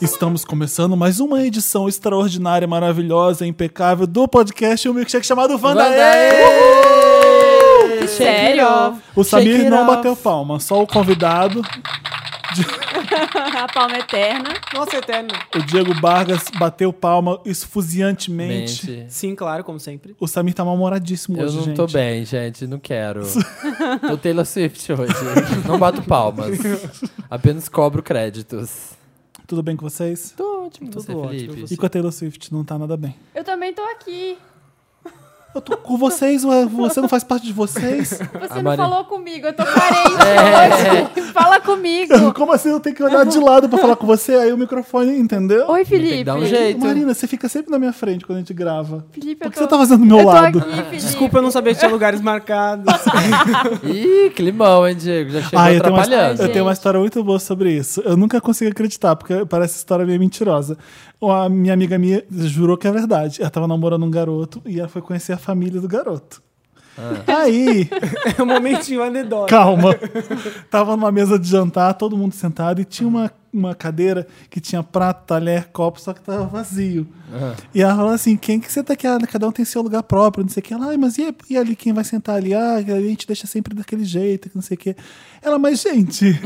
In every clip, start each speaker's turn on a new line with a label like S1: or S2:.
S1: Estamos começando mais uma edição extraordinária, maravilhosa, impecável do podcast Um Milkshake chamado Vandaê!
S2: Uhul!
S3: Shake it
S2: Sério?
S3: off.
S1: O Samir
S3: Shake it
S1: não
S3: off.
S1: bateu palma, só o convidado,
S2: A palma eterna.
S3: Nossa, eterno.
S1: o Diego Vargas, bateu palma esfuziantemente.
S4: Gente,
S3: Sim, claro, como sempre.
S1: O Samir tá mal-humoradíssimo
S4: eu
S1: hoje,
S4: não
S1: gente.
S4: tô bem, gente, não quero. tô Taylor Swift hoje. Não bato palmas. Apenas cobro créditos.
S1: Tudo bem com vocês?
S4: Tô ótimo,
S3: Tudo
S4: você, é
S3: ótimo,
S4: Felipe.
S3: você.
S1: E com a Taylor Swift, não tá nada bem.
S2: Eu também tô aqui.
S1: Eu tô com vocês, ué, você não faz parte de vocês?
S2: Você
S4: A
S2: não
S4: Mari-
S2: falou comigo, eu tô
S4: É.
S2: carente hoje. Fala comigo.
S1: Como assim eu tenho que olhar de lado pra falar com você? Aí o microfone, entendeu?
S2: Oi, Felipe.
S4: que dar um jeito.
S1: Marina, você fica sempre na minha frente quando a gente grava.
S2: Felipe,
S1: Por
S2: eu
S1: que
S2: tô...
S1: você tá fazendo do meu
S2: eu tô
S1: lado?
S2: aqui, Felipe.
S3: Desculpa eu não saber que tinha lugares marcados.
S4: Ih, climão, hein, Diego? Já chegou
S1: Ah, eu tenho, uma,
S4: atrapalhando.
S1: eu tenho uma
S2: gente.
S1: história muito boa sobre isso. Eu nunca consegui acreditar, porque parece história meio mentirosa. A minha amiga minha jurou que é verdade. Ela tava namorando um garoto e ela foi conhecer a família do garoto. Aí,
S3: É um momentinho anedótico.
S1: calma. Tava numa mesa de jantar, todo mundo sentado, e tinha uma, uma cadeira que tinha prato, talher, copo, só que tava vazio. E ela falou assim: quem que senta aqui? Ah, Cada um tem seu lugar próprio, não sei o que. Ela, "Ai, mas e, e ali quem vai sentar ali? Ah, a gente deixa sempre daquele jeito, que não sei o que. Ela, mas gente.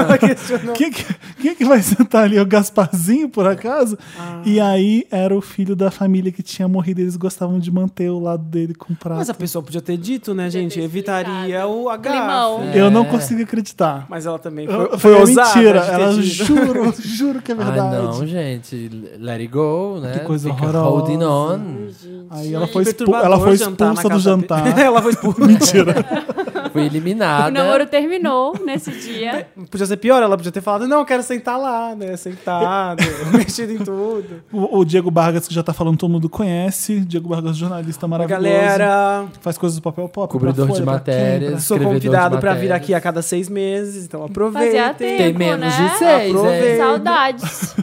S3: Ela questionou.
S1: Quem que, quem que vai sentar ali? É O Gasparzinho, por acaso?
S3: Ah.
S1: E aí era o filho da família que tinha morrido. Eles gostavam de manter o lado dele com prato.
S3: Mas a pessoa podia ter dito, né,
S2: Podia
S3: gente?
S2: ter
S3: Evitaria
S2: explicado.
S3: o
S2: Climão.
S3: agarro.
S1: Eu
S4: É.
S1: não consigo acreditar.
S3: Mas ela também foi,
S1: Foi,
S3: foi
S1: uma
S3: ousada
S1: mentira.
S3: de ter
S1: Ela
S3: dito.
S1: juro, juro que é
S4: Ah,
S1: verdade.
S4: não, gente. Let it go, né?
S1: Que coisa
S4: Fica
S1: horrorosa.
S4: holding on.
S1: Aí ela foi, expu-
S3: Perturbador
S1: ela foi
S3: jantar na
S1: expulsa do
S3: casa dele.
S1: jantar.
S3: ela foi expulsa.
S1: Mentira.
S4: Fui
S2: O namoro
S4: eliminada.
S2: terminou nesse dia.
S3: Podia ser pior, ela podia ter falado, não, eu quero sentar lá, né? Sentado, mexendo em tudo.
S1: O, o Diego Vargas, que já tá falando, todo mundo conhece. Diego Vargas, jornalista maravilhoso.
S3: Galera,
S1: Faz coisas do papel pop. pra
S4: Cobridor de
S1: Folha, pra
S4: matérias.
S1: Quem, pra-
S3: sou
S4: Escrevedor de
S3: convidado pra vir
S4: matérias.
S3: aqui a cada seis meses, então
S2: Fazia
S3: aproveitem.
S2: tempo,
S4: Tem menos
S2: né?
S4: de seis, é.
S3: Aproveita.
S4: hein?
S2: Saudades.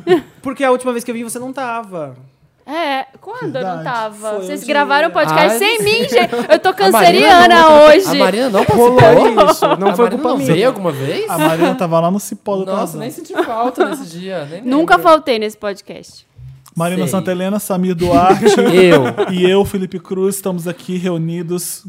S3: Porque a última vez que eu vim você não tava.
S2: É, quando eu não
S1: Verdade.
S2: tava?
S3: Foi
S2: Vocês
S3: um dia.
S2: gravaram podcast
S4: Ai.
S2: sem mim, gente. Eu tô
S4: A Marina
S2: canceriana
S4: não- A
S2: hoje.
S4: Marina não
S3: Rolou
S4: participou?
S3: É isso, não
S4: a
S3: foi
S4: Marina
S3: culpa
S4: não
S3: minha.
S4: veio alguma vez?
S1: A Marina tava lá no cipó do
S4: Nossa,
S1: Tarzan.
S4: nem senti falta nesse dia. nem
S2: Nunca
S4: lembro.
S2: faltei nesse podcast.
S1: Marina
S4: Sei.
S1: Santa Helena, Samir Duarte.
S4: Eu.
S1: E eu, Felipe Cruz, estamos aqui reunidos.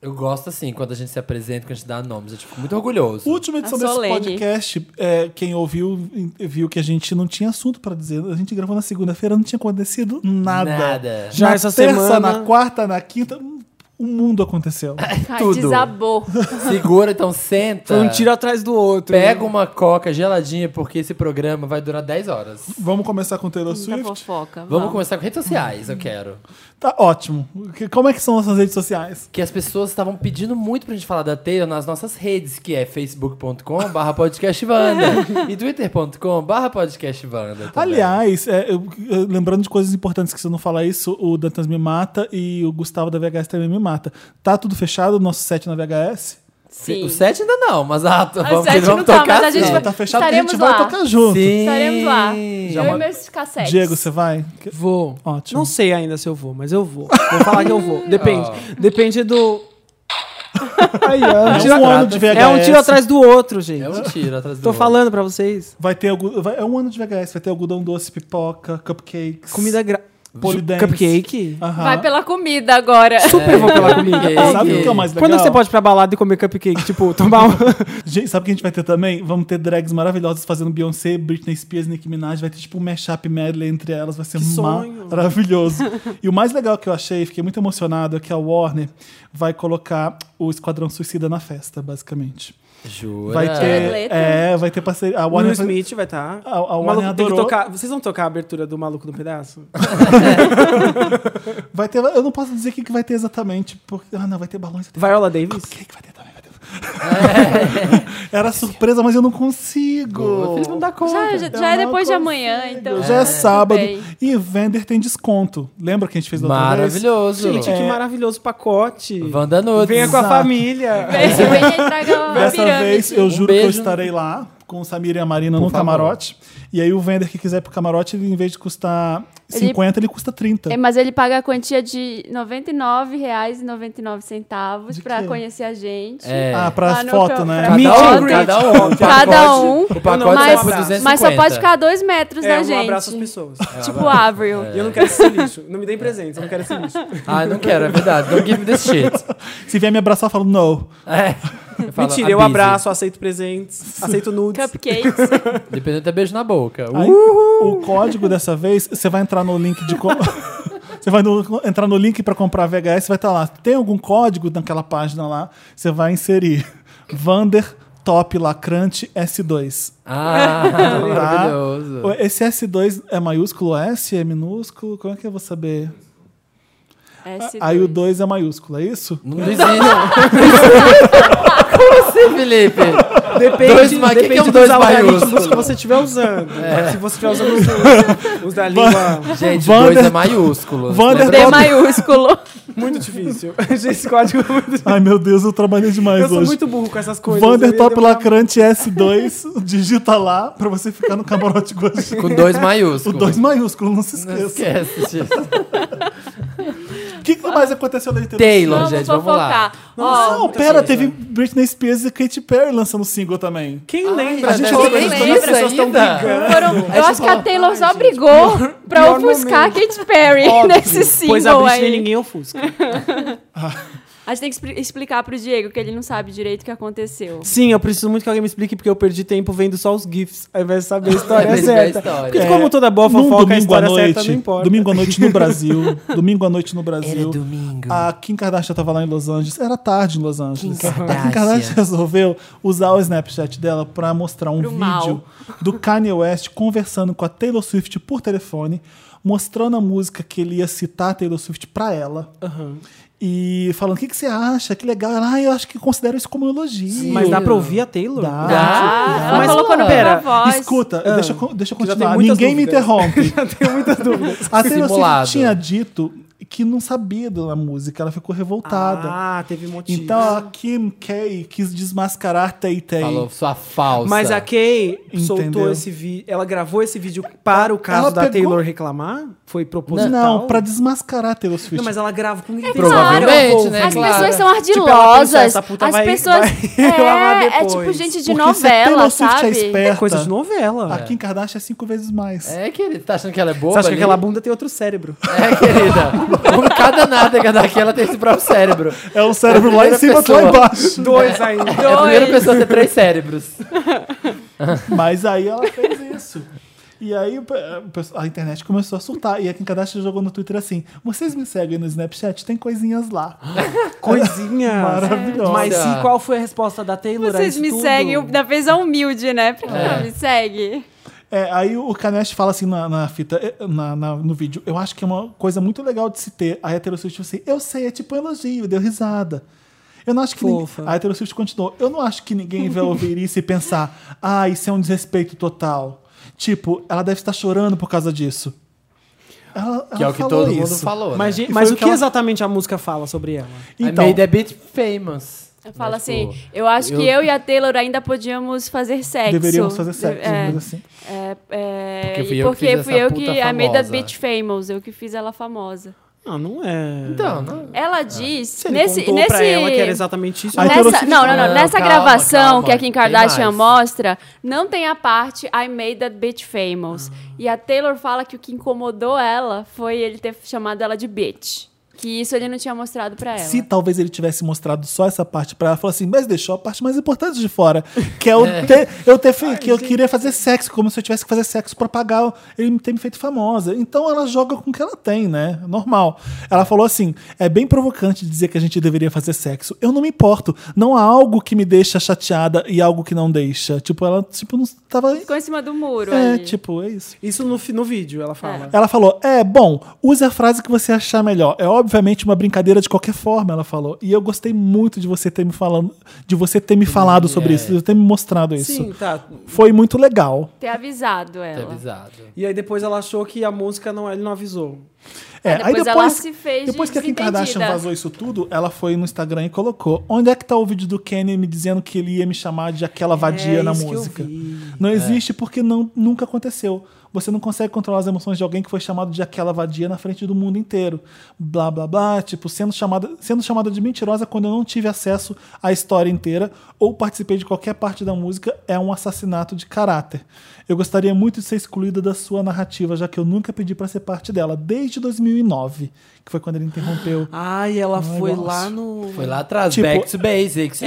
S4: Eu gosto assim, quando a gente se apresenta, quando a gente dá nomes. Eu tipo, fico muito orgulhoso.
S1: Última edição
S2: A
S1: desse
S2: solene.
S1: podcast. é, quem ouviu viu que a gente não tinha assunto pra dizer. A gente gravou na segunda-feira, não tinha acontecido nada.
S4: Nada.
S3: Já
S1: na
S3: essa
S1: terça,
S3: semana-
S1: na quarta, na quinta, o mundo aconteceu.
S2: Ai,
S4: Tudo.
S2: Desabou.
S4: Segura, então senta.
S3: Foi um tiro atrás do outro.
S1: né?
S4: Pega um uma coca geladinha, porque esse programa vai durar 10 horas.
S1: Vamos começar com Taylor
S2: Muita
S1: Swift?
S2: fofoca.
S4: Vamos começar com redes sociais, eu quero.
S1: Tá ótimo. Que- Como é que são nossas redes sociais?
S4: Que as pessoas estavam pedindo muito pra gente falar da Taylor nas nossas redes, que é facebook.com barra podcastvanda e twitter.com barra podcastvanda.
S3: Tá
S4: também.
S1: Aliás, é, eu- eu- lembrando de coisas importantes que se eu não falar isso, o Dantas me mata e o Gustavo da VHS também me mata. Tá tudo fechado o nosso set na VHS?
S2: Sim.
S4: O 7 ainda não, mas a, vamos,
S2: sete
S4: eles vão
S2: não tá,
S4: tocar
S2: mas a gente
S4: sim.
S1: Não,
S2: vai-
S1: tá fechado porque a gente
S2: estaremos
S1: vai
S2: lá.
S1: tocar junto.
S4: Sim.
S2: Estaremos lá.
S4: Já
S2: eu
S4: uma-
S2: e meus cassetes.
S1: Diego, você vai? Que-
S3: Vou.
S1: Ótimo.
S3: Não sei ainda se eu vou, mas eu vou. Vou falar que eu vou. Depende.
S4: Ah.
S3: Depende do. Aí, ó, é, um tiro
S1: é um
S3: atrás-
S1: ano de VHS.
S3: é um tiro atrás do outro, gente.
S4: É um tiro atrás do
S3: Tô
S4: outro.
S3: falando pra vocês.
S1: Vai ter algu- vai- é um ano de VHS, vai ter algodão doce, pipoca, cupcakes.
S3: Comida gra...
S1: Polidense.
S3: Cupcake?
S1: Aham.
S2: Vai pela comida agora.
S4: É.
S3: Super vou pela comida.
S4: cupcake.
S1: Sabe o que é o é. mais legal?
S3: Quando você pode ir pra balada e comer cupcake? Tipo, tomar um.
S1: Gente, sabe o que a gente vai ter também? Vamos ter drags maravilhosas fazendo Beyoncé, Britney Spears, Nicki Minaj. Vai ter tipo um mashup medley entre elas. Vai ser
S3: Que sonho.
S1: maravilhoso. e o mais legal que eu achei, fiquei muito emocionado, é que a Warner vai colocar o Esquadrão Suicida na festa, basicamente.
S4: Jura?
S1: Vai ter,
S2: Letra.
S1: é, vai ter parceria. A
S3: O Will
S1: Warner vai-
S3: Smith vai estar.
S1: A- a Warner
S3: tem que
S1: adorou.
S3: tocar. Vocês vão tocar a abertura do Maluco no Pedaço?
S1: vai ter. Eu não posso dizer o que que vai ter exatamente, porque. Ah, não, vai ter balões.
S3: Viola Davis?
S1: O que que vai ter também? Vai ter...
S2: É.
S1: Era surpresa, mas eu não consigo.
S4: Eles não dá conta.
S2: Já, já,
S1: Eu
S2: já é
S1: não
S2: depois de
S1: consigo.
S2: amanhã, então.
S1: Já é
S2: tudo
S1: sábado.
S2: bem.
S1: E Vender tem desconto. Lembra que a gente fez da outra vez?
S4: Maravilhoso. É.
S3: Gente,
S1: É.
S3: que maravilhoso pacote.
S4: Wanda Nudes.
S3: Venha com a
S1: Exato.
S2: É.
S3: família.
S2: Vem, vem, traga uma
S1: Dessa
S2: pirâmide.
S1: vez eu
S4: Um
S1: juro que eu
S4: beijo.
S1: estarei lá, com o Samir e a Marina no
S4: favor.
S1: camarote. E aí o vender que quiser ir pro camarote, ele, em vez de custar
S2: Ele-
S1: 50, ele custa 30.
S2: É, mas ele paga a quantia de R$ 99,99
S1: De
S2: pra
S1: quê?
S2: conhecer a gente.
S4: É.
S1: Ah, pra
S2: Ah, no
S1: foto,
S2: pro-
S1: né?
S2: pra-
S3: Meet
S4: Cada
S3: and
S4: um,
S3: greet.
S4: cada um. O
S2: Cada
S4: pacote-
S2: um,
S4: O pacote
S2: mas,
S4: sai por 250.
S2: mas só pode ficar a dois metros
S3: É,
S2: da
S3: um
S2: gente.
S3: abraço às pessoas.
S2: Tipo Avril.
S4: É.
S3: E eu não quero esse lixo. Não me deem presente, eu não quero esse lixo.
S4: Ah, não quero, é verdade. Don't give me this shit.
S1: Se vier me abraçar, eu falo, no.
S4: É. Eu falo,
S3: Mentira, eu
S4: "Abuse."
S3: abraço, aceito presentes, aceito nudes.
S2: Cupcakes.
S4: Dependendo até beijo na boca. Uh,
S1: Aí, o código dessa vez, você vai entrar no link de. co- Você vai no- entrar no link pra comprar VHS, vai estar lá. Tem algum código naquela página lá? Você vai inserir Vander Top Lacrante S2.
S4: Ah, maravilhoso.
S1: Esse S2 é maiúsculo S? É minúsculo? Como é que eu vou saber?
S2: S2.
S1: Aí o 2 é maiúsculo, é isso?
S4: Não existe. Como assim, Felipe?
S3: Depende,
S4: Dois ma- que que
S3: depende
S4: é um
S3: dos
S4: dois É.
S3: algoritmos
S4: maiúsculo?
S3: que você estiver usando. Se você estiver usando os, os da língua,
S4: Gente,
S1: Vander-
S4: dois é maiúsculo.
S1: Vander-
S2: D maiúsculo.
S3: muito difícil. Esse código é muito difícil.
S1: Ai, meu Deus, eu trabalhei demais
S3: Eu sou
S1: hoje.
S3: muito burro com essas coisas.
S1: Vander
S3: Eu
S1: Top
S3: ia
S1: Lacrante S2, digita lá pra você ficar no camarote gostei.
S4: Com dois
S1: O
S4: maiúsculos.
S1: 2 maiúsculo, não se
S4: Não
S1: esqueça.
S4: esquece disso.
S1: O que, que mais aconteceu na internet?
S4: Taylor,
S2: Vamos
S4: gente, vamos lá.
S2: fofocar. Ó,
S1: Não, pera, teve
S3: né?
S1: Britney Spears e Katy Perry lançando single também.
S3: Quem lembra?
S4: a
S3: dessas
S4: gente
S3: coisas
S4: nem
S3: quando
S4: lembra
S3: as pessoas estão
S4: ainda.
S3: brigando?
S2: foram-
S4: Aí
S2: eu
S4: você
S2: acho que a
S4: fala,
S2: Taylor só brigou pra
S3: pior
S2: ofuscar a Katy Perry
S3: Óbvio,
S2: nesse single
S3: Pois a Britney
S2: aí.
S3: ninguém é um ofusca.
S2: A gente tem que expli- explicar pro Diego que ele não sabe direito o que aconteceu.
S3: Sim, eu preciso muito que alguém me explique, porque eu perdi tempo vendo só os GIFs, ao invés de saber a
S4: Ao
S3: história
S4: invés de ver a
S3: certa.
S4: história.
S3: Porque
S4: É,
S3: como toda boa
S1: Num
S3: fofoca, a
S1: domingo à
S3: história certa
S1: noite.
S3: não importa.
S1: Domingo à noite no Brasil. domingo à noite no Brasil.
S4: É domingo.
S1: A Kim Kardashian tava lá em Los Angeles. Era tarde em Los Angeles.
S4: Kim
S1: A Kim Kardashian
S4: Kardashian.
S1: resolveu usar o Snapchat dela pra mostrar um
S2: Pro
S1: vídeo
S2: mal.
S1: do Kanye West conversando com a Taylor Swift por telefone, mostrando a música que ele ia citar a Taylor Swift pra ela. E falando, o que, que você acha? Que legal. Ela, ah, eu acho que considero isso como um elogio.
S3: Mas dá pra ouvir a Taylor?
S1: Dá.
S2: Ah,
S4: tipo,
S2: ela
S3: Mas
S2: colocou no
S3: pera,
S2: pera, voz.
S1: Escuta, deixa, eu con- deixa eu
S3: Ah. já tem
S1: continuar.
S3: muitas
S1: Ninguém me
S3: dúvidas.
S1: interrompe.
S3: Eu tenho muitas dúvidas.
S1: A Taylor Swift
S4: Simulado.
S1: tinha dito que não sabia da música, ela ficou revoltada.
S3: Ah,
S4: um
S3: teve motivo.
S1: então a Kim K quis desmascarar Tay Tay.
S4: Falou, sua falsa.
S3: Mas a Kay
S1: Entendeu.
S3: soltou esse vídeo. Ela gravou esse vídeo para o caso
S1: Ela
S3: da
S1: pegou-
S3: Taylor reclamar? Foi proposital?
S1: Não, pra desmascarar a Taylor Swift.
S3: Não, mas ela grava
S2: É
S3: com ninguém.
S4: Provavelmente,
S3: Ela
S4: né,
S3: gravou.
S2: As
S4: claro.
S2: pessoas são
S3: Tipo, ela pensou,
S2: ardilosas.
S3: essa puta
S2: As
S3: vai-
S2: pessoas.
S3: vai reclamar
S2: é, é
S3: depois.
S2: tipo gente Tá. de
S1: Porque se a
S2: novela,
S1: Taylor Swift
S2: sabe?
S1: é esperta,
S3: Coisa de novela.
S1: a Kim Kardashian é cinco vezes mais.
S4: É, querida, tá achando que ela é boba?
S3: Você acha que
S4: ali?
S3: aquela bunda tem outro cérebro?
S4: É, querida. Um cada nada que daqui ela tem esse próprio cérebro.
S1: É um cérebro lá em
S4: Primeira
S1: cima, outro
S4: pessoa.
S1: lá embaixo.
S3: Dois ainda.
S4: É a primeira
S2: Dois.
S4: pessoa a ter três cérebros.
S1: Mas aí ela fez isso. E aí o pe- o pessoal- a internet começou a surtar. E a Kim Kardashian jogou no Twitter assim: Vocês me seguem no Snapchat? Tem coisinhas lá.
S3: Coisinha.
S1: Maravilhosa.
S3: Mas e qual foi a resposta da Taylor a
S2: Vocês
S3: isso
S2: me
S3: tudo?
S2: seguem da vez humilde, né? Por que não me segue?
S1: É, aí o Kanest fala assim na, na fita, eh, na, na- no vídeo, eu acho que é uma coisa muito legal de se ter. Aí a Taylor Swift falou assim, eu sei, é tipo um elogio, deu risada. Eu não acho que ninguém...
S3: Fofa.
S1: Aí a Taylor Swift continuou, eu não acho que ninguém vai ouvir isso e pensar, ah, isso é um desrespeito total. Tipo, ela deve estar chorando por causa disso. Ela,
S4: Que é
S1: ela
S4: o que
S1: falou
S4: todo mundo
S1: isso.
S4: falou. né?
S3: Mas, gente,
S1: E
S3: mas
S1: foi
S3: o
S1: o
S3: que
S1: que ela-
S3: exatamente a música fala sobre ela?
S4: I
S2: É
S1: Então,
S4: made a bit famous.
S2: Fala
S4: Né,
S2: assim,
S4: tipo,
S2: eu acho que
S4: eu-
S2: eu e a Taylor ainda podíamos fazer sexo.
S1: deveríamos fazer sexo,
S2: De- é,
S1: uma coisa assim.
S2: é, é,
S4: Porque
S2: e
S4: fui eu que
S2: porque
S4: fiz
S2: fui
S4: essa
S2: eu
S4: puta
S2: que amei da
S4: famosa.
S2: Bitch Famous, eu que fiz ela famosa.
S3: Ah, não é.
S4: Então, não.
S2: Ela diz
S3: Se ele
S2: nesse
S3: contou
S2: nesse
S3: pra ela que Ah, era exatamente isso.
S1: Aí
S3: ela-
S1: Taylor
S2: Nessa,
S1: Swift-
S2: não, não, não.
S4: Não,
S2: Nessa
S4: calma,
S2: gravação
S4: calma,
S2: que a Kim
S4: tem
S2: Kardashian
S4: mais.
S2: mostra, não tem a parte I made that bitch famous. E a Taylor fala que o que incomodou ela foi ele ter chamado ela de bitch. Que isso ele não tinha mostrado pra ela.
S1: Se talvez ele tivesse mostrado só essa parte pra ela, falou assim, mas deixou a parte mais importante de fora, que é o ter, eu ter feito, que eu queria fazer sexo, como se eu tivesse que fazer sexo pra pagar ele ter me feito famosa. Então ela joga com o que ela tem, né? Normal. Ela falou assim: é bem provocante dizer que a gente deveria fazer sexo. Eu não me importo. Não há algo que me deixa chateada e algo que não deixa. Tipo, ela tipo não tava
S2: Ficou em cima do muro.
S1: é,
S2: ali.
S1: tipo, é isso.
S3: Isso no, fi- no vídeo, ela fala.
S1: Ela falou: é bom, use a frase que você achar melhor. É óbvio obviamente uma brincadeira de qualquer forma, ela falou. E eu gostei muito de você ter me falando, de você ter me falado sobre
S4: é.
S1: isso, de você ter me mostrado isso.
S3: Sim, tá.
S1: Foi muito legal.
S2: Ter avisado
S4: É
S2: ela.
S4: avisado.
S3: E aí depois ela achou que a música não, ele não avisou.
S1: É,
S2: É,
S1: aí
S2: depois
S1: depois,
S2: ela se fez de
S1: depois que a Kim
S2: desentendida.
S1: Kardashian vazou isso tudo, ela foi no Instagram e colocou: Onde é que tá o vídeo do Kenny me dizendo que ele ia me chamar de aquela vadia
S3: É
S1: na
S3: isso que eu
S1: música?
S3: vi. É.
S1: Não existe porque não, nunca aconteceu. Você não consegue controlar as emoções de alguém que foi chamado de aquela vadia na frente do mundo inteiro. Blá blá blá, tipo, sendo chamada, sendo chamada de mentirosa quando eu não tive acesso à história inteira ou participei de qualquer parte da música é um assassinato de caráter. Eu gostaria muito de ser excluída da sua narrativa, já que eu nunca pedi pra ser parte dela, desde 2009, que foi quando ele interrompeu.
S3: Ai, ela
S1: Ai,
S3: foi
S1: nossa.
S3: lá no.
S4: Foi lá atrás,
S1: Tipo,
S4: back to basics.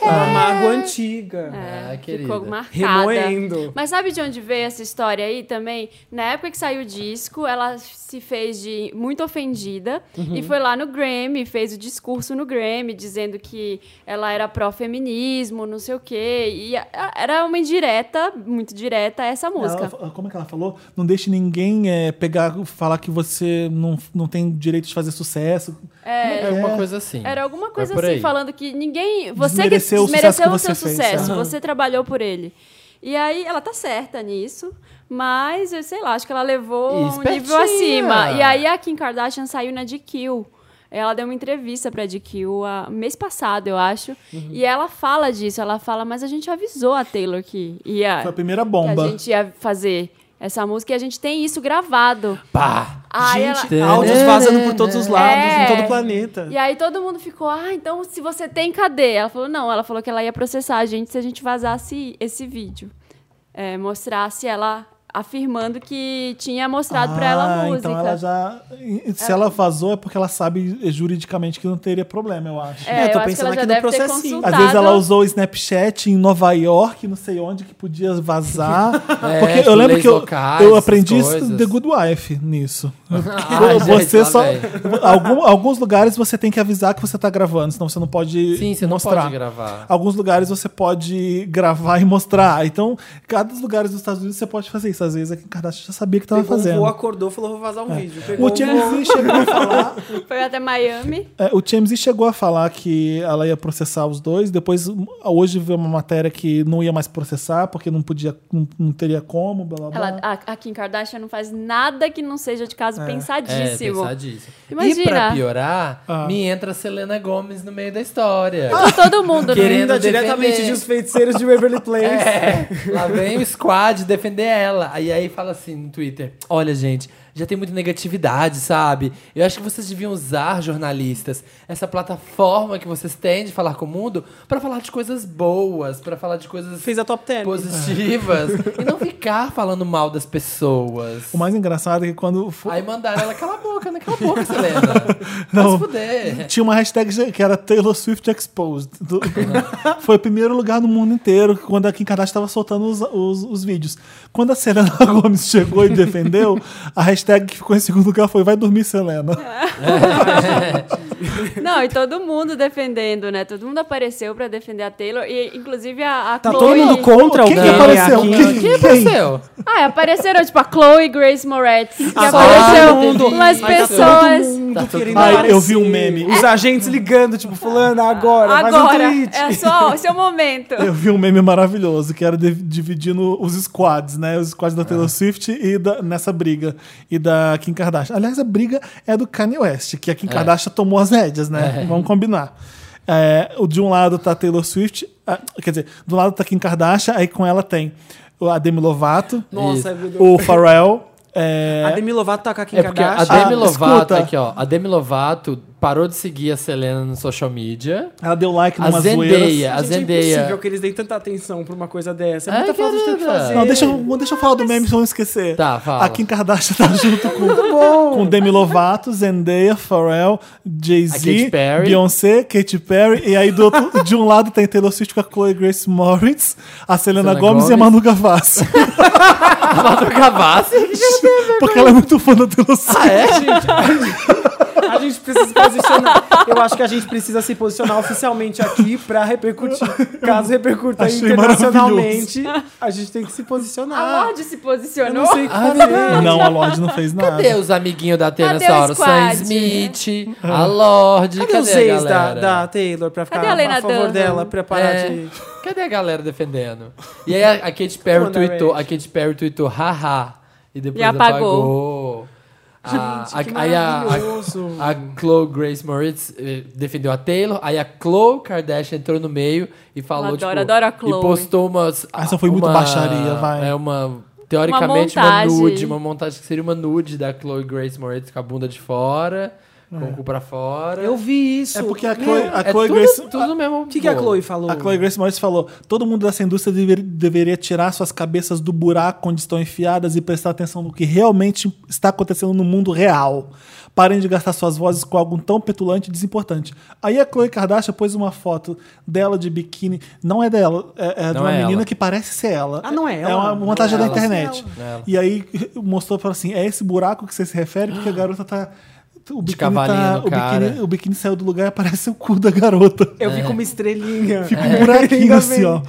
S3: Uma mágoa antiga.
S2: É.
S4: Ah, querida.
S2: Ficou marcada.
S3: Remoendo.
S2: Mas sabe de onde veio essa história aí também? Na época que saiu o disco, ela se fez de muito ofendida e foi lá no Grammy, fez o discurso no Grammy, dizendo que ela era pró-feminismo, não sei o quê. E a- a- era uma indireta, muito direta, a essa música.
S1: Ela- como é que ela falou? Não deixe ninguém eh, pegar, falar que você não, não tem direito de fazer sucesso.
S4: É uma coisa assim.
S2: Era alguma coisa
S4: É por
S2: assim,
S4: aí.
S2: falando que ninguém. Você
S1: Desmereceu o
S2: que desmereceu
S1: sucesso que
S2: o seu
S1: você fez,
S2: sucesso,
S1: aham.
S2: você trabalhou por ele. E aí ela tá certa nisso, mas eu sei lá, acho que ela levou a um
S4: Espertinha.
S2: nível acima. E aí a Kim Kardashian saiu na GQ. Ela deu uma entrevista pra GQ a, mês passado, eu acho. E ela fala disso, ela fala, mas a gente avisou a Taylor que ia,
S1: Foi a primeira
S2: que a
S1: bomba.
S2: gente ia fazer essa música e a gente tem isso gravado.
S4: Pá!
S2: Aí ela-
S3: Gente,
S4: né,
S1: É.
S3: áudios vazando por todos os
S2: É.
S3: lados, assim, tipo, em todo o planeta.
S2: E é aí todo mundo ficou, ah, então se você tem, cadê? Ela falou, não, ela falou que ela ia processar a gente se a gente vazasse esse vídeo. É, mostrasse ela afirmando que tinha mostrado pra ela a
S1: Ah,
S2: música.
S1: Então ela já. Se ela vazou é porque ela sabe juridicamente que não teria problema, eu acho.
S3: É,
S2: É, eu
S3: tô
S2: acho que
S3: pensando
S2: ela já
S3: aqui no
S2: deve ter
S3: processinho.
S2: consultado.
S1: Às vezes ela usou o Snapchat em Nova York, não sei onde, que podia vazar.
S4: É,
S1: porque
S4: tipo,
S1: eu lembro
S4: leis
S1: que eu,
S4: locais,
S1: eu
S4: essas
S1: aprendi isso
S4: coisas.
S1: em The Good Wife nisso.
S4: Ah,
S1: você
S4: gente,
S1: só.
S4: lá
S1: algum- alguns lugares você tem que avisar que você tá gravando, senão você não pode.
S4: Sim, você não
S1: mostrar.
S4: pode gravar.
S1: Alguns lugares você pode gravar e mostrar. Então, cada dos lugares dos Estados Unidos você pode fazer isso. Às vezes a Kim Kardashian já sabia que estava
S3: Pegou um
S1: fazendo. É.
S3: voo, acordou e falou: vou vazar um vídeo. Pegou
S1: O
S3: um voo-
S1: James chegou a falar.
S2: Foi até Miami.
S1: É, o TMZ chegou a falar que ela ia processar os dois, depois um, hoje veio uma matéria que não ia mais processar, porque não podia, não, não teria como, blá blá blá.
S2: Ela, a, a Kim Kardashian não faz nada que não seja de caso
S4: É,
S2: pensadíssimo.
S4: pensadíssimo.
S2: Imagina.
S4: E pra piorar,
S1: Ah.
S4: me entra a Selena Gomes no meio da história.
S2: Com todo mundo, né?
S4: Querendo-
S3: Ainda diretamente
S4: defender.
S3: dos feiticeiros de Beverly Place.
S4: É, lá vem o squad defender ela. Aí aí fala assim no Twitter: Olha, gente, já tem muita negatividade, sabe? Eu acho que vocês deviam usar, jornalistas, essa plataforma que vocês têm de falar com o mundo pra falar de coisas boas, pra falar de coisas
S3: Fez a top 10.
S4: positivas. e não ficar falando mal das pessoas.
S1: O mais engraçado é que quando. fo-
S4: Aí mandaram ela cala a boca, né? Cala a boca, Selena. Não.
S1: Não.
S4: se fuder.
S1: Tinha uma hashtag que era Taylor Swift Exposed. Do- Foi o primeiro lugar no mundo inteiro quando a Kim Kardashian estava soltando os, os- os vídeos. Quando a Selena Gomes chegou e defendeu, a hashtag que ficou em segundo lugar foi Vai dormir, Selena.
S2: Não, e todo mundo defendendo, né? Todo mundo apareceu pra defender a Taylor. E inclusive a, a
S3: Tá
S2: Chloe-
S3: todo mundo contra
S1: Quem
S3: o
S1: que
S3: Kanye
S1: apareceu?
S3: aqui.
S1: Quem?
S4: Quem apareceu?
S2: Ah, apareceram, tipo, a Chloe Grace Moretz, que
S3: Ah,
S2: apareceu
S4: todo mundo. Mas
S2: umas
S4: tá
S2: pessoas.
S4: Tá todo
S3: Querendo
S4: mundo.
S1: Ai, eu
S3: aparecer.
S1: vi um meme.
S3: Os agentes ligando, tipo, fulana, agora, faz
S2: Ah, Agora,
S3: um tweet.
S2: é só o seu momento.
S1: Eu vi um meme maravilhoso que era de- dividindo os squads, né? Os squads
S4: É.
S1: da Taylor Swift e da- nessa briga. E da Kim Kardashian. Aliás, a briga é do Kanye West, que a
S4: É.
S1: Kim Kardashian tomou as rédeas, né? Vamos combinar. É, o- de um lado tá a Taylor Swift, ah, quer dizer, do lado tá a Kim Kardashian, aí com ela tem a Demi Lovato,
S3: Nossa, é
S1: o Pharrell. é,
S3: a Demi Lovato tá com a Kim
S4: É porque a
S3: Kardashian.
S4: Demi
S1: Ah,
S4: Lovato,
S1: escuta.
S4: aqui, ó. A Demi Lovato parou de seguir a Selena no social media.
S1: ela deu like
S4: A
S1: numa
S4: Zendaya,
S1: zoeira.
S4: a
S3: Gente, É
S4: Zendaya.
S3: impossível que eles deem tanta atenção pra uma coisa dessa. É
S4: Ai,
S3: muita falta de tempo
S4: querida.
S3: fazer.
S1: Não, deixa eu, deixa eu falar do meme, senão eu esquecer.
S4: É. Tá, fala.
S1: A Kim Kardashian tá junto com, com Demi Lovato, Zendaya, Pharrell,
S4: A Katy
S1: Jay-Z,
S4: Perry.
S1: Beyoncé, Katy Perry. E aí do outro- de um lado tem Taylor Swift com a Chloe Grace Moritz, a Selena,
S4: Selena
S1: Gomez, e a
S4: Gomez.
S1: Manu Gavassi.
S4: A Madu Gavassi.
S1: porque ela é muito fã da Taylor Swift.
S4: Ah, é?
S3: Gente, a gente precisa fazer posicionar. Eu acho que a gente precisa se posicionar oficialmente aqui pra repercutir. Caso repercuta
S1: Achei
S3: internacionalmente, a gente tem que se posicionar.
S2: A Lorde se
S3: Ah. Eu
S2: posicionou.
S3: não sei o que
S4: Ah,
S3: fazer.
S1: Não, a Lorde não fez nada.
S4: Cadê os amiguinhos da Atena
S2: Cadê
S4: nessa
S2: o
S4: hora? O Sam
S2: squad?
S4: Smith, a Lorde.
S3: Cadê, os
S4: a
S3: ex da,
S4: galera?
S3: da Taylor pra ficar
S2: Cadê a Lena
S3: a favor
S2: Dunham?
S3: dela, pra parar
S4: É.
S3: de...
S4: Cadê a galera defendendo? E aí a, a Katy Perry
S3: One Direction.
S4: tweetou, a Katy Perry tweetou, haha. E depois
S2: E
S4: apagou.
S2: apagou.
S4: A-
S3: Gente, que
S4: a- aí a,
S3: maravilhoso.
S4: a, a Chloe Grace Moritz eh, defendeu a Taylor, aí a Chloe Kardashian entrou no meio e falou,
S2: adoro,
S4: tipo,
S2: adoro a
S4: e
S2: Khloe.
S4: postou umas...
S1: Ah, só foi
S4: uma-
S1: muito baixaria, vai.
S4: É uma, teoricamente, uma,
S2: montagem.
S4: nude, uma montagem que seria uma nude da Chloe Grace Moritz com a bunda de fora, com o cu pra fora.
S3: É. Eu vi isso.
S1: É porque a
S3: Meu,
S1: Chloe, a
S4: é
S1: Chloe
S4: tudo,
S1: Grace.
S4: tudo no mesmo
S3: O que, que a Chloe falou?
S1: A Chloe Grace Moritz falou: todo mundo dessa indústria dever- deveria tirar suas cabeças do buraco onde estão enfiadas e prestar atenção no que realmente está acontecendo no mundo real. Parem de gastar suas vozes com algo tão petulante e desimportante. Aí a Chloe Kardashian pôs uma foto dela de biquíni. Não é dela, é, é de
S4: Não
S1: uma
S4: é
S1: menina
S4: ela.
S1: que parece ser ela.
S3: Ah, não é
S1: É
S3: ela.
S1: uma
S3: Não
S1: montagem
S4: é
S1: da
S4: ela.
S1: internet.
S3: Não
S4: é ela.
S1: E aí mostrou para assim: é esse buraco que você se refere, porque a garota tá. O biquíni,
S4: cavalinho
S1: tá-
S4: no
S1: o, biquíni,
S4: cara.
S1: o biquíni saiu do lugar e aparece o cu da garota.
S3: Eu vi com uma estrelinha. É.
S1: Fica um buraquinho assim, ó.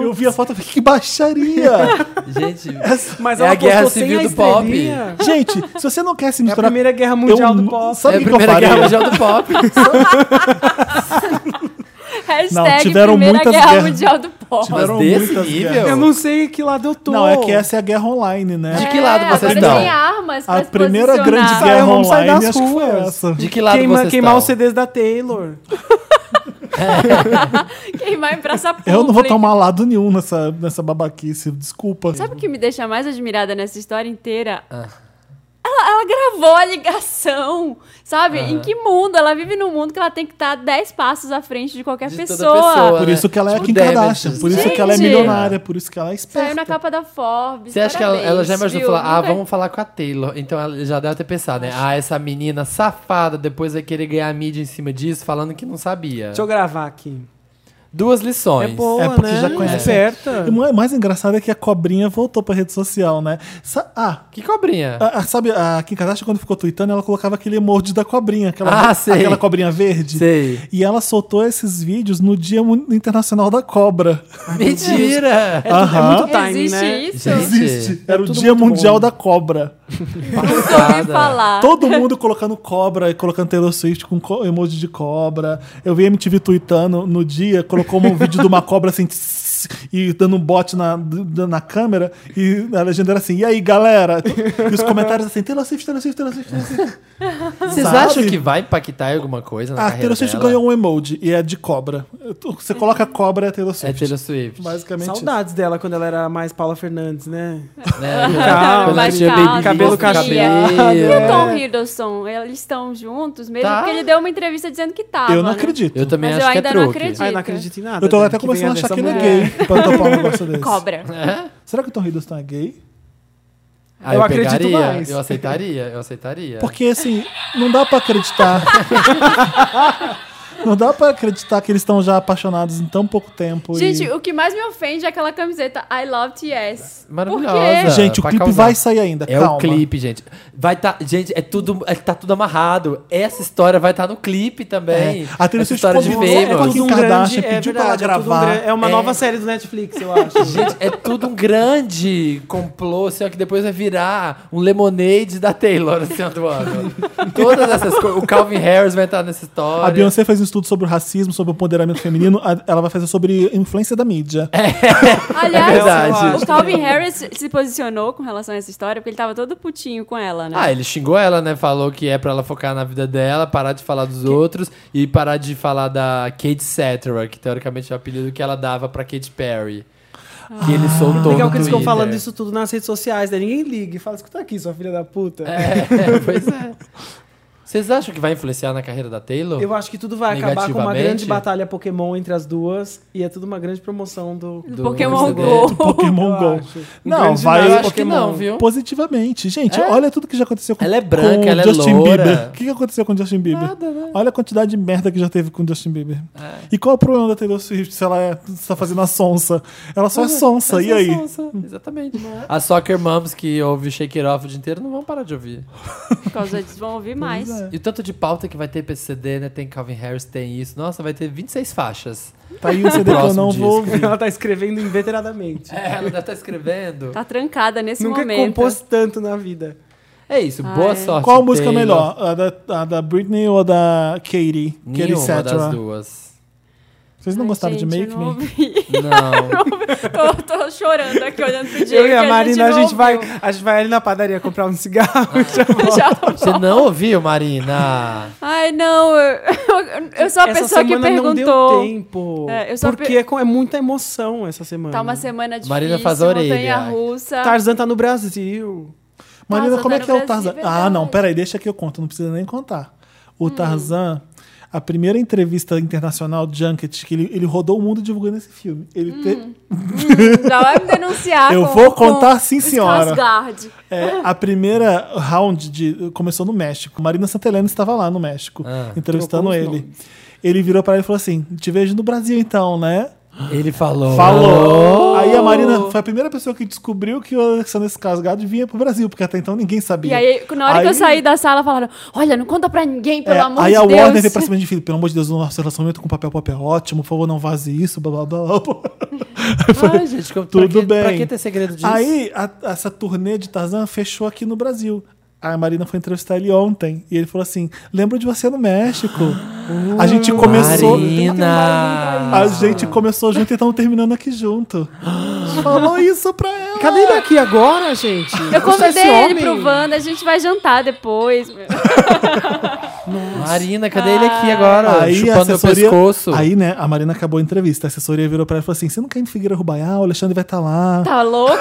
S1: Eu vi a foto e falei, que baixaria!
S4: Gente,
S3: Mas
S4: É
S3: ela
S4: a guerra
S3: postou sem
S4: civil
S3: a
S4: do pop.
S3: estrelinha.
S1: Gente, se você não quer se
S3: É a
S1: misturar...
S3: primeira guerra mundial
S1: Eu-
S3: do pop.
S1: Sabe
S4: é a
S1: o que que eu
S4: primeira guerra
S1: faria?
S4: mundial do pop.
S2: Hashtag
S1: Não, tiveram
S2: Primeira
S1: muitas
S2: Guerra
S1: guerras.
S2: Mundial do Pó.
S1: Tiveram
S4: Mas desse
S1: muitas
S4: nível?
S1: guerras.
S3: Eu não sei que lado eu tô.
S1: Não, é que essa é a guerra online, né?
S4: De que lado vocês
S2: É, agora
S4: estão?
S2: tem armas pra
S1: A
S2: se
S1: primeira grande
S2: posicionar.
S1: guerra
S3: Vamos sair
S1: online
S3: das
S1: acho que foi
S3: ruas.
S1: essa.
S4: De que lado
S3: Queima-
S4: vocês
S3: queimar os
S4: estão?
S3: CDs da Taylor.
S2: Queimar em praça pública.
S1: Eu não vou tomar lado nenhum nessa, nessa babaquice, desculpa.
S2: Sabe o que me deixa mais admirada nessa história inteira?
S4: Ah.
S2: Ela, ela gravou a ligação, sabe?
S4: Ah.
S2: Em que mundo? Ela vive num mundo que ela tem que estar 10 passos à frente de qualquer
S4: De toda
S2: pessoa.
S4: pessoa.
S1: Por isso que ela é a
S4: Tipo,
S1: Kim
S4: damages.
S1: Kardashian, por isso que ela é
S2: Gente!
S1: milionária, por isso que ela é
S2: Saiu na
S1: esperta.
S2: capa da Forbes.
S4: Você acha que ela,
S2: parabéns,
S4: ela já imaginou
S2: viu? é
S4: falar, ah,
S2: Nunca-
S4: vamos falar com a Taylor. Então ela já deve ter pensado, né? Ah, essa menina safada depois vai querer ganhar mídia em cima disso, falando que não sabia.
S3: Deixa eu gravar aqui.
S4: Duas
S3: É
S4: lições.
S3: boa,
S1: É porque
S3: né?
S1: já conhece.
S3: Esperta.
S1: E o mais- mais engraçado é que a cobrinha voltou pra rede social, né? Sa- ah,
S4: Que cobrinha.
S1: A- a- sabe, a Kim Kardashian, quando ficou tweetando, ela colocava aquele emoji da cobrinha, aquela,
S4: Ah, sei.
S1: aquela cobrinha verde.
S4: Sei.
S1: E ela soltou esses vídeos no Dia Mun- Internacional da Cobra.
S4: Mentira!
S3: É, tudo- é
S1: Aham.
S3: muito timing,
S2: Existe
S3: né?
S2: isso?
S4: Gente,
S1: Existe. Era o
S3: tudo
S1: Dia
S3: muito
S1: Mundial
S3: bom.
S1: da Cobra.
S2: É Nunca ouvi
S4: Ah.
S2: falar.
S1: Todo mundo colocando cobra, e colocando Taylor Swift com co- emoji de cobra. Eu vi a MTV tweetando no dia, colocou um vídeo de uma cobra assim, tss, e dando um bote na, na câmera, e a legenda era assim, e aí, galera? E os comentários assim, Taylor Swift, Taylor Swift, Taylor Swift, Taylor Swift.
S4: Vocês
S1: sabe?
S4: acham que vai impactar em alguma coisa na
S1: Ah,
S4: carreira
S1: Taylor Swift
S4: dela?
S1: ganhou um emoji e é de cobra. Você coloca cobra é Taylor
S4: É
S1: Swift.
S4: Taylor Swift.
S1: Basicamente.
S3: Saudades dela quando ela era mais Paula Fernandes, né?
S4: Né?
S3: Calma,
S4: Quando ela tinha
S2: Basicamente.
S4: baby
S3: Cabelo
S4: com cabelo.
S3: cacheado.
S2: E o Tom
S3: É.
S2: Hiddleston, eles estão juntos mesmo?
S4: Tá.
S2: Porque ele deu uma entrevista dizendo que tava.
S1: Eu não
S2: né?
S1: acredito.
S4: Eu também
S2: Mas
S4: acho
S2: eu
S4: que é
S2: ainda não
S4: truque.
S2: acredito.
S3: Ah, eu não acredito em nada.
S1: Eu tô
S3: né?
S1: até
S3: Que
S1: começando a
S3: venha
S1: achar que
S3: dessa
S1: ele é
S3: mulher.
S1: gay pra topar um negócio desse.
S2: Cobra.
S4: É?
S1: Será que o Tom Hiddleston é gay?
S4: Ah,
S3: Eu
S4: eu,
S3: acredito
S4: pegaria,
S3: mais.
S4: eu aceitaria, eu aceitaria.
S1: Porque assim, não dá pra acreditar. não dá pra acreditar que eles estão já apaixonados em tão pouco tempo.
S4: É.
S1: e-
S2: Gente, o que mais me ofende é aquela camiseta I Love TS.
S4: Maravilhosa. É
S1: Gente, o
S4: Pra
S1: clipe
S4: causar.
S1: vai sair ainda.
S4: É
S1: calma.
S4: o clipe, gente. Vai tá, gente, é tudo, é, tá tudo amarrado. Essa história vai estar no clipe também.
S1: É. A Taylor
S4: Essa
S1: Swift
S4: história de
S1: convidou- É
S4: Famous.
S1: tudo- Kim
S3: um
S1: Kardashian
S3: grande-
S1: pediu pra ela
S3: é tudo um
S1: gravar.
S3: grande- é uma
S4: É.
S3: nova série do Netflix, eu acho.
S4: Gente, é tudo um grande complô, assim, ó, que depois vai virar um lemonade da Taylor, assim, ó, do ano. Todas essas coisas. O Calvin Harris vai estar nessa história.
S1: A Beyoncé fez um estudo sobre o racismo, sobre o empoderamento feminino. A- Ela vai fazer sobre influência da mídia.
S2: Aliás,
S4: É verdade.
S2: o Calvin Harris se posicionou com relação a essa história, porque ele tava todo putinho com ela, né?
S4: Ah, ele xingou ela, né? Falou que é pra ela focar na vida dela, parar de falar dos outros e parar de falar da Kate Cetera, que teoricamente é o apelido que ela dava pra Kate Perry. Que ele soltou.
S3: Ah. Legal
S4: no
S3: que eles ficam
S4: Twitter.
S3: falando isso tudo nas redes sociais, né? Ninguém liga e fala, escuta aqui, sua filha da puta.
S4: É, pois é. Vocês acham que vai influenciar na carreira da Taylor?
S3: Eu acho que tudo vai acabar com uma
S4: Negativamente?
S3: grande batalha Pokémon entre as duas e é tudo uma grande promoção do,
S4: Do
S2: Pokémon
S4: Instagram.
S2: Go.
S1: Do Pokémon
S3: Eu
S1: Go.
S3: acho. Um
S1: Não,
S3: grande
S1: vai.
S4: Ah, Eu
S3: nada.
S4: acho que não, viu?
S1: Positivamente. Gente,
S4: É.
S1: olha tudo que já aconteceu com
S4: Ela é branca,
S1: com
S4: ela é
S1: Justin
S4: loura.
S1: Bieber. O que que aconteceu com Justin Bieber?
S4: né?
S1: Olha a quantidade de merda que já teve com Justin Bieber. E qual é o problema da Taylor Swift se ela é, está fazendo a sonsa? Ela só é
S2: Uhum.
S1: sonsa, e aí?
S4: Exatamente. né? As Soccer Moms que ouvem Shake It Off o dia inteiro não vão parar de ouvir.
S2: Por causa disso, vão ouvir mais.
S1: é.
S4: E o tanto de pauta que vai ter pra esse CD, né? Tem Calvin Harris, tem isso. Nossa, vai ter 26 faixas.
S1: Tá aí um CD que eu
S4: Próximo
S1: não vou
S4: disco.
S1: ouvir.
S3: Ela tá escrevendo inveteradamente.
S4: É, ela deve estar escrevendo.
S2: Tá trancada nesse
S3: Nunca
S2: momento.
S3: compôs tanto na vida.
S4: É isso,
S2: Ah,
S4: boa
S2: é.
S4: sorte.
S1: Qual música é
S4: Taylor.
S1: melhor? A da, a da Britney ou a da Katie? Katie
S4: Nenhuma das
S1: Cetera.
S4: duas.
S1: Vocês não
S2: Ai,
S1: gostaram
S2: gente,
S1: de
S2: eu
S1: Make
S2: não
S1: Me?
S2: ouvi.
S4: Não.
S2: tô, tô chorando aqui olhando pro
S3: Eu
S2: Diego.
S3: e a
S2: que
S3: Marina, a
S2: não
S3: gente, vai,
S2: ouviu.
S3: a gente vai ali na padaria comprar um cigarro. e já volta.
S2: Já volto.
S4: Você não ouviu, Marina?
S2: Ai, não. Eu, eu- eu sou
S3: Essa
S2: a pessoa que
S3: semana Não
S2: perguntou.
S3: deu tempo.
S2: É, eu só
S3: porque
S2: pe-
S3: é com- é muita emoção essa semana.
S2: Tá uma semana difícil.
S4: Marina faz a orelha.
S2: Montanha russa.
S3: Tarzan tá no Brasil.
S1: Marina,
S2: Tarzan
S1: como é
S2: tá
S1: que é
S2: no
S1: o
S2: Brasil,
S1: Tarzan? Ah,
S2: verdade. Hum.
S1: não, peraí, deixa que eu conto, não precisa nem contar. O Tarzan, a primeira entrevista internacional Junket, que ele, ele rodou o mundo divulgando esse filme. Ele
S2: Hum.
S1: te-
S2: Já vai me denunciar.
S1: Eu
S2: com-
S1: vou contar,
S2: com
S1: sim,
S2: o
S1: senhora.
S2: Skarsgård.
S1: é, a primeira round de, começou no México. Marina Santelena estava lá no México,
S4: Ah.
S1: entrevistando
S3: Trocou os
S1: ele. Ele virou pra ele e falou assim: Te vejo no Brasil então, né?
S4: Ele falou.
S1: Falou! Aí a Marina foi a primeira pessoa que descobriu que o Alexandre Skarsgård vinha pro Brasil, porque até então ninguém sabia.
S2: E aí, na hora que eu saí da sala, falaram: Olha, não conta pra ninguém, pelo
S1: É,
S2: amor
S1: aí
S2: de
S1: a
S2: Deus.
S1: Warner veio pra cima de Felipe, pelo amor de Deus, o nosso relacionamento com o papel pop é ótimo, por favor, não vaze isso, blá blá blá. blá.
S4: Ai, gente, como- pra
S1: Tudo
S4: que-
S1: bem.
S4: Pra que ter segredo disso?
S1: Aí a- essa turnê de Tarzan fechou aqui no Brasil. A Marina foi entrevistar ele ontem e ele falou assim: Lembro de você no México. a gente começou.
S4: Marina!
S1: A gente começou junto e estamos terminando aqui junto. Falou isso pra ela.
S3: Cadê ele aqui agora, gente?
S2: Eu
S3: é Esse
S2: convidei ele
S3: homem.
S2: pro Wanda, a gente vai jantar depois.
S4: Marina, cadê ele aqui agora?
S1: Aí a
S4: chupando meu
S1: assessoria,
S4: pescoço.
S1: aí né, a Marina acabou a entrevista, a assessoria virou pra ela e falou assim: você não quer ir no Figueira Rubaiá, o Alexandre vai estar lá.
S2: Tá louca?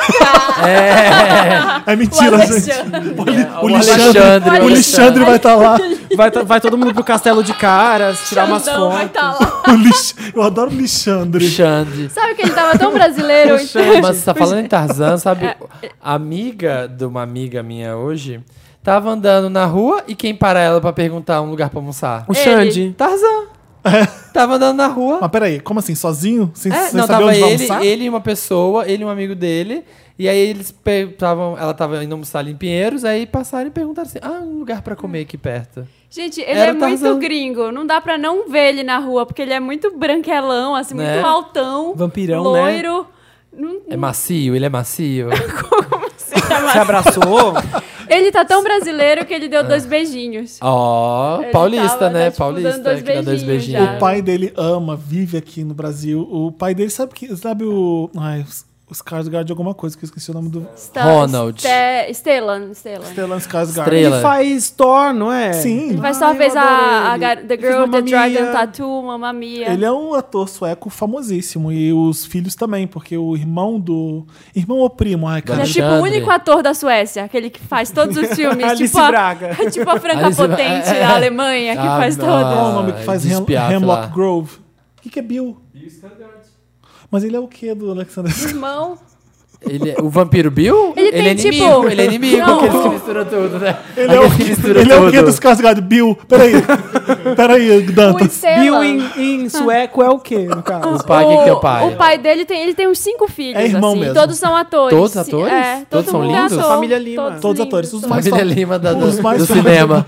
S1: É mentira,
S2: O
S1: gente.
S2: Alexandre.
S1: O, Li-
S4: É, O
S1: o Alexandre,
S4: Alexandre.
S1: o Alexandre vai estar lá.
S3: Vai, to- vai todo mundo pro castelo de caras, tirar umas
S2: Xandão vai
S3: fotos.
S2: tá lá.
S1: O Lix- Eu adoro o Alexandre.
S4: Alexandre.
S2: Sabe que ele tava tão brasileiro? então
S4: Mas tá falando em Tarzan, sabe? A amiga de uma amiga minha hoje tava andando na rua e quem para ela pra perguntar um lugar pra almoçar?
S3: O
S2: Ele.
S3: Xande.
S4: Tarzan.
S1: É.
S4: Tava andando na rua.
S1: Mas peraí, como assim? Sozinho? Sem,
S4: É,
S1: sem
S4: não,
S1: saber
S4: tava
S1: onde vai
S4: ele,
S1: almoçar?
S4: ele e uma pessoa, ele e um amigo dele. E aí eles perguntavam, ela tava indo almoçar ali em Pinheiros, aí passaram e perguntaram assim: ah, um lugar pra comer aqui perto.
S2: Gente, ele
S4: Era
S2: é muito
S4: Tarzan.
S2: gringo. Não dá pra não ver ele na rua, porque ele é muito branquelão, assim, muito
S4: Né?
S2: altão.
S3: Vampirão, né?
S2: loiro. Não- é
S4: É macio, ele é macio.
S3: Se abraçou.
S2: Ele tá tão brasileiro que ele deu dois
S4: Ah,
S2: beijinhos.
S4: Ó,
S2: Ele
S4: paulista,
S2: tava,
S4: né?
S2: tá, tipo,
S4: paulista,
S2: dando dois
S4: que dá dois
S2: beijinhos
S4: beijinhos.
S2: já.
S1: O pai dele ama, vive aqui no Brasil. O pai dele sabe que. Sabe o. Ai, o Skarsgård de alguma coisa, que eu esqueci o nome do.
S2: Está-
S4: Ronald.
S2: Ste- Stellan, Stellan.
S1: Stellan Skarsgård.
S4: Estrela.
S3: ele faz Thor, não é?
S1: Sim.
S2: Ele faz
S3: Ai,
S2: só
S3: eu
S2: fez
S3: adorei
S2: a, a
S3: ele.
S2: gar- The
S3: Ele fez
S2: Girl,
S3: Mamma
S2: The Dragon
S3: Mia.
S2: Tattoo, Mamma Mia.
S1: Ele é um ator sueco famosíssimo. E os filhos também, porque o irmão do. Irmão ou primo? Ai,
S2: Ele
S1: cara.
S2: é tipo o
S4: Alexandre.
S2: único ator da Suécia, aquele que faz todos os filmes.
S3: Alice
S2: tipo a,
S3: Braga.
S2: tipo a Franca
S4: Alice-
S2: Potente
S4: é.
S2: da Alemanha, que
S4: Ah,
S2: faz
S4: não.
S2: todas.
S1: Qual é o nome que faz
S4: Ah,
S1: Hem-
S4: Despiaf
S1: Hemlock
S4: lá.
S1: Grove? O que, que é Bill? Bill Skarsgård. Mas ele é o que do Alexander?
S2: Irmão.
S4: Ele é- o vampiro Bill?
S2: Ele tem,
S4: é inimigo,
S2: tipo-
S4: ele é inimigo,
S2: Não.
S4: aqueles que misturam tudo, né?
S1: Ele é o,
S4: Aqueles que misturam
S1: ele é o que do
S4: tudo.
S1: Skarsgård? Bill? Peraí. Peraí,
S2: O
S1: Dantas.
S3: Bill
S2: Stellan.
S3: em, em sueco é o quê, no caso?
S4: O pai, quem que é o pai?
S2: o pai dele tem, ele tem uns cinco filhos,
S1: É irmão
S2: assim.
S1: mesmo.
S2: Todos são atores.
S4: Todos atores?
S2: É, todo
S4: Todos são
S2: mundo é
S4: lindos?
S2: ator,
S3: Família Lima.
S1: Todos
S2: lindos,
S1: atores, os
S2: todos-
S1: mais-
S4: Família Lima da, do,
S1: Os mais
S4: do
S1: famosos-
S4: cinema.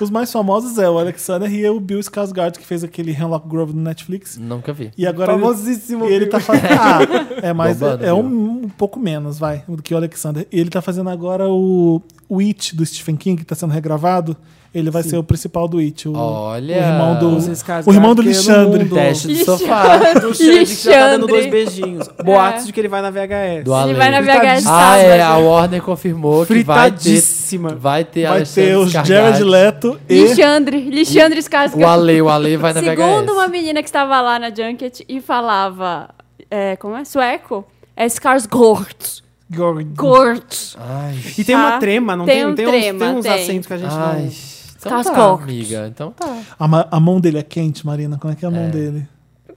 S1: Os mais famosos é o Alexander e o Bill Skarsgård, que fez aquele Hemlock Grove no Netflix.
S4: Nunca vi.
S1: E agora
S3: Famosíssimo.
S1: ele, ele tá fazendo. Ah, é mais.
S4: Bombando,
S1: é
S4: viu?
S1: um, um pouco menos, vai, do que o Alexander. E ele tá fazendo agora o, o It do Stephen King, que tá sendo regravado. Ele vai ser o principal do It. O,
S4: Olha.
S1: O irmão do.
S3: Vocês
S1: O
S3: Skarsgård
S1: irmão do
S3: que é no
S1: Alexandre.
S3: mundo.
S4: Teste do
S2: Ixi.
S4: sofá.
S3: do Xande que já tá dando
S2: Alexandre.
S3: dois beijinhos. Boatos
S2: É.
S3: de que ele vai na VHS.
S4: Do
S2: Ele vai na
S4: Ale.
S2: VHS.
S4: Ah,
S2: sábado.
S4: é, a Warner confirmou que vai ter.
S3: Fritadíssima.
S4: Vai ter
S1: Vai
S4: Alexandre
S1: ter os Jared
S4: Skarsgård.
S1: Leto e.
S2: Alexandre, Alexandre Skarsgård.
S4: O Ale, o Ale vai na
S2: Segundo
S4: VHS.
S2: uma menina que estava lá na Junket e falava, é, como é? Sueco? É Skarsgård. Gort.
S4: Ai,
S3: E tem uma
S2: Ah,
S3: trema, não
S2: tem
S3: tem? Tem,
S2: um
S3: uns,
S2: trema,
S3: tem uns
S2: tem.
S3: acentos que a gente
S4: ai.
S3: não...
S4: Então tá,
S2: Skarsgård.
S4: amiga. Então tá. É.
S1: A, ma- a mão dele é quente, Marina. Como é que é a mão dele?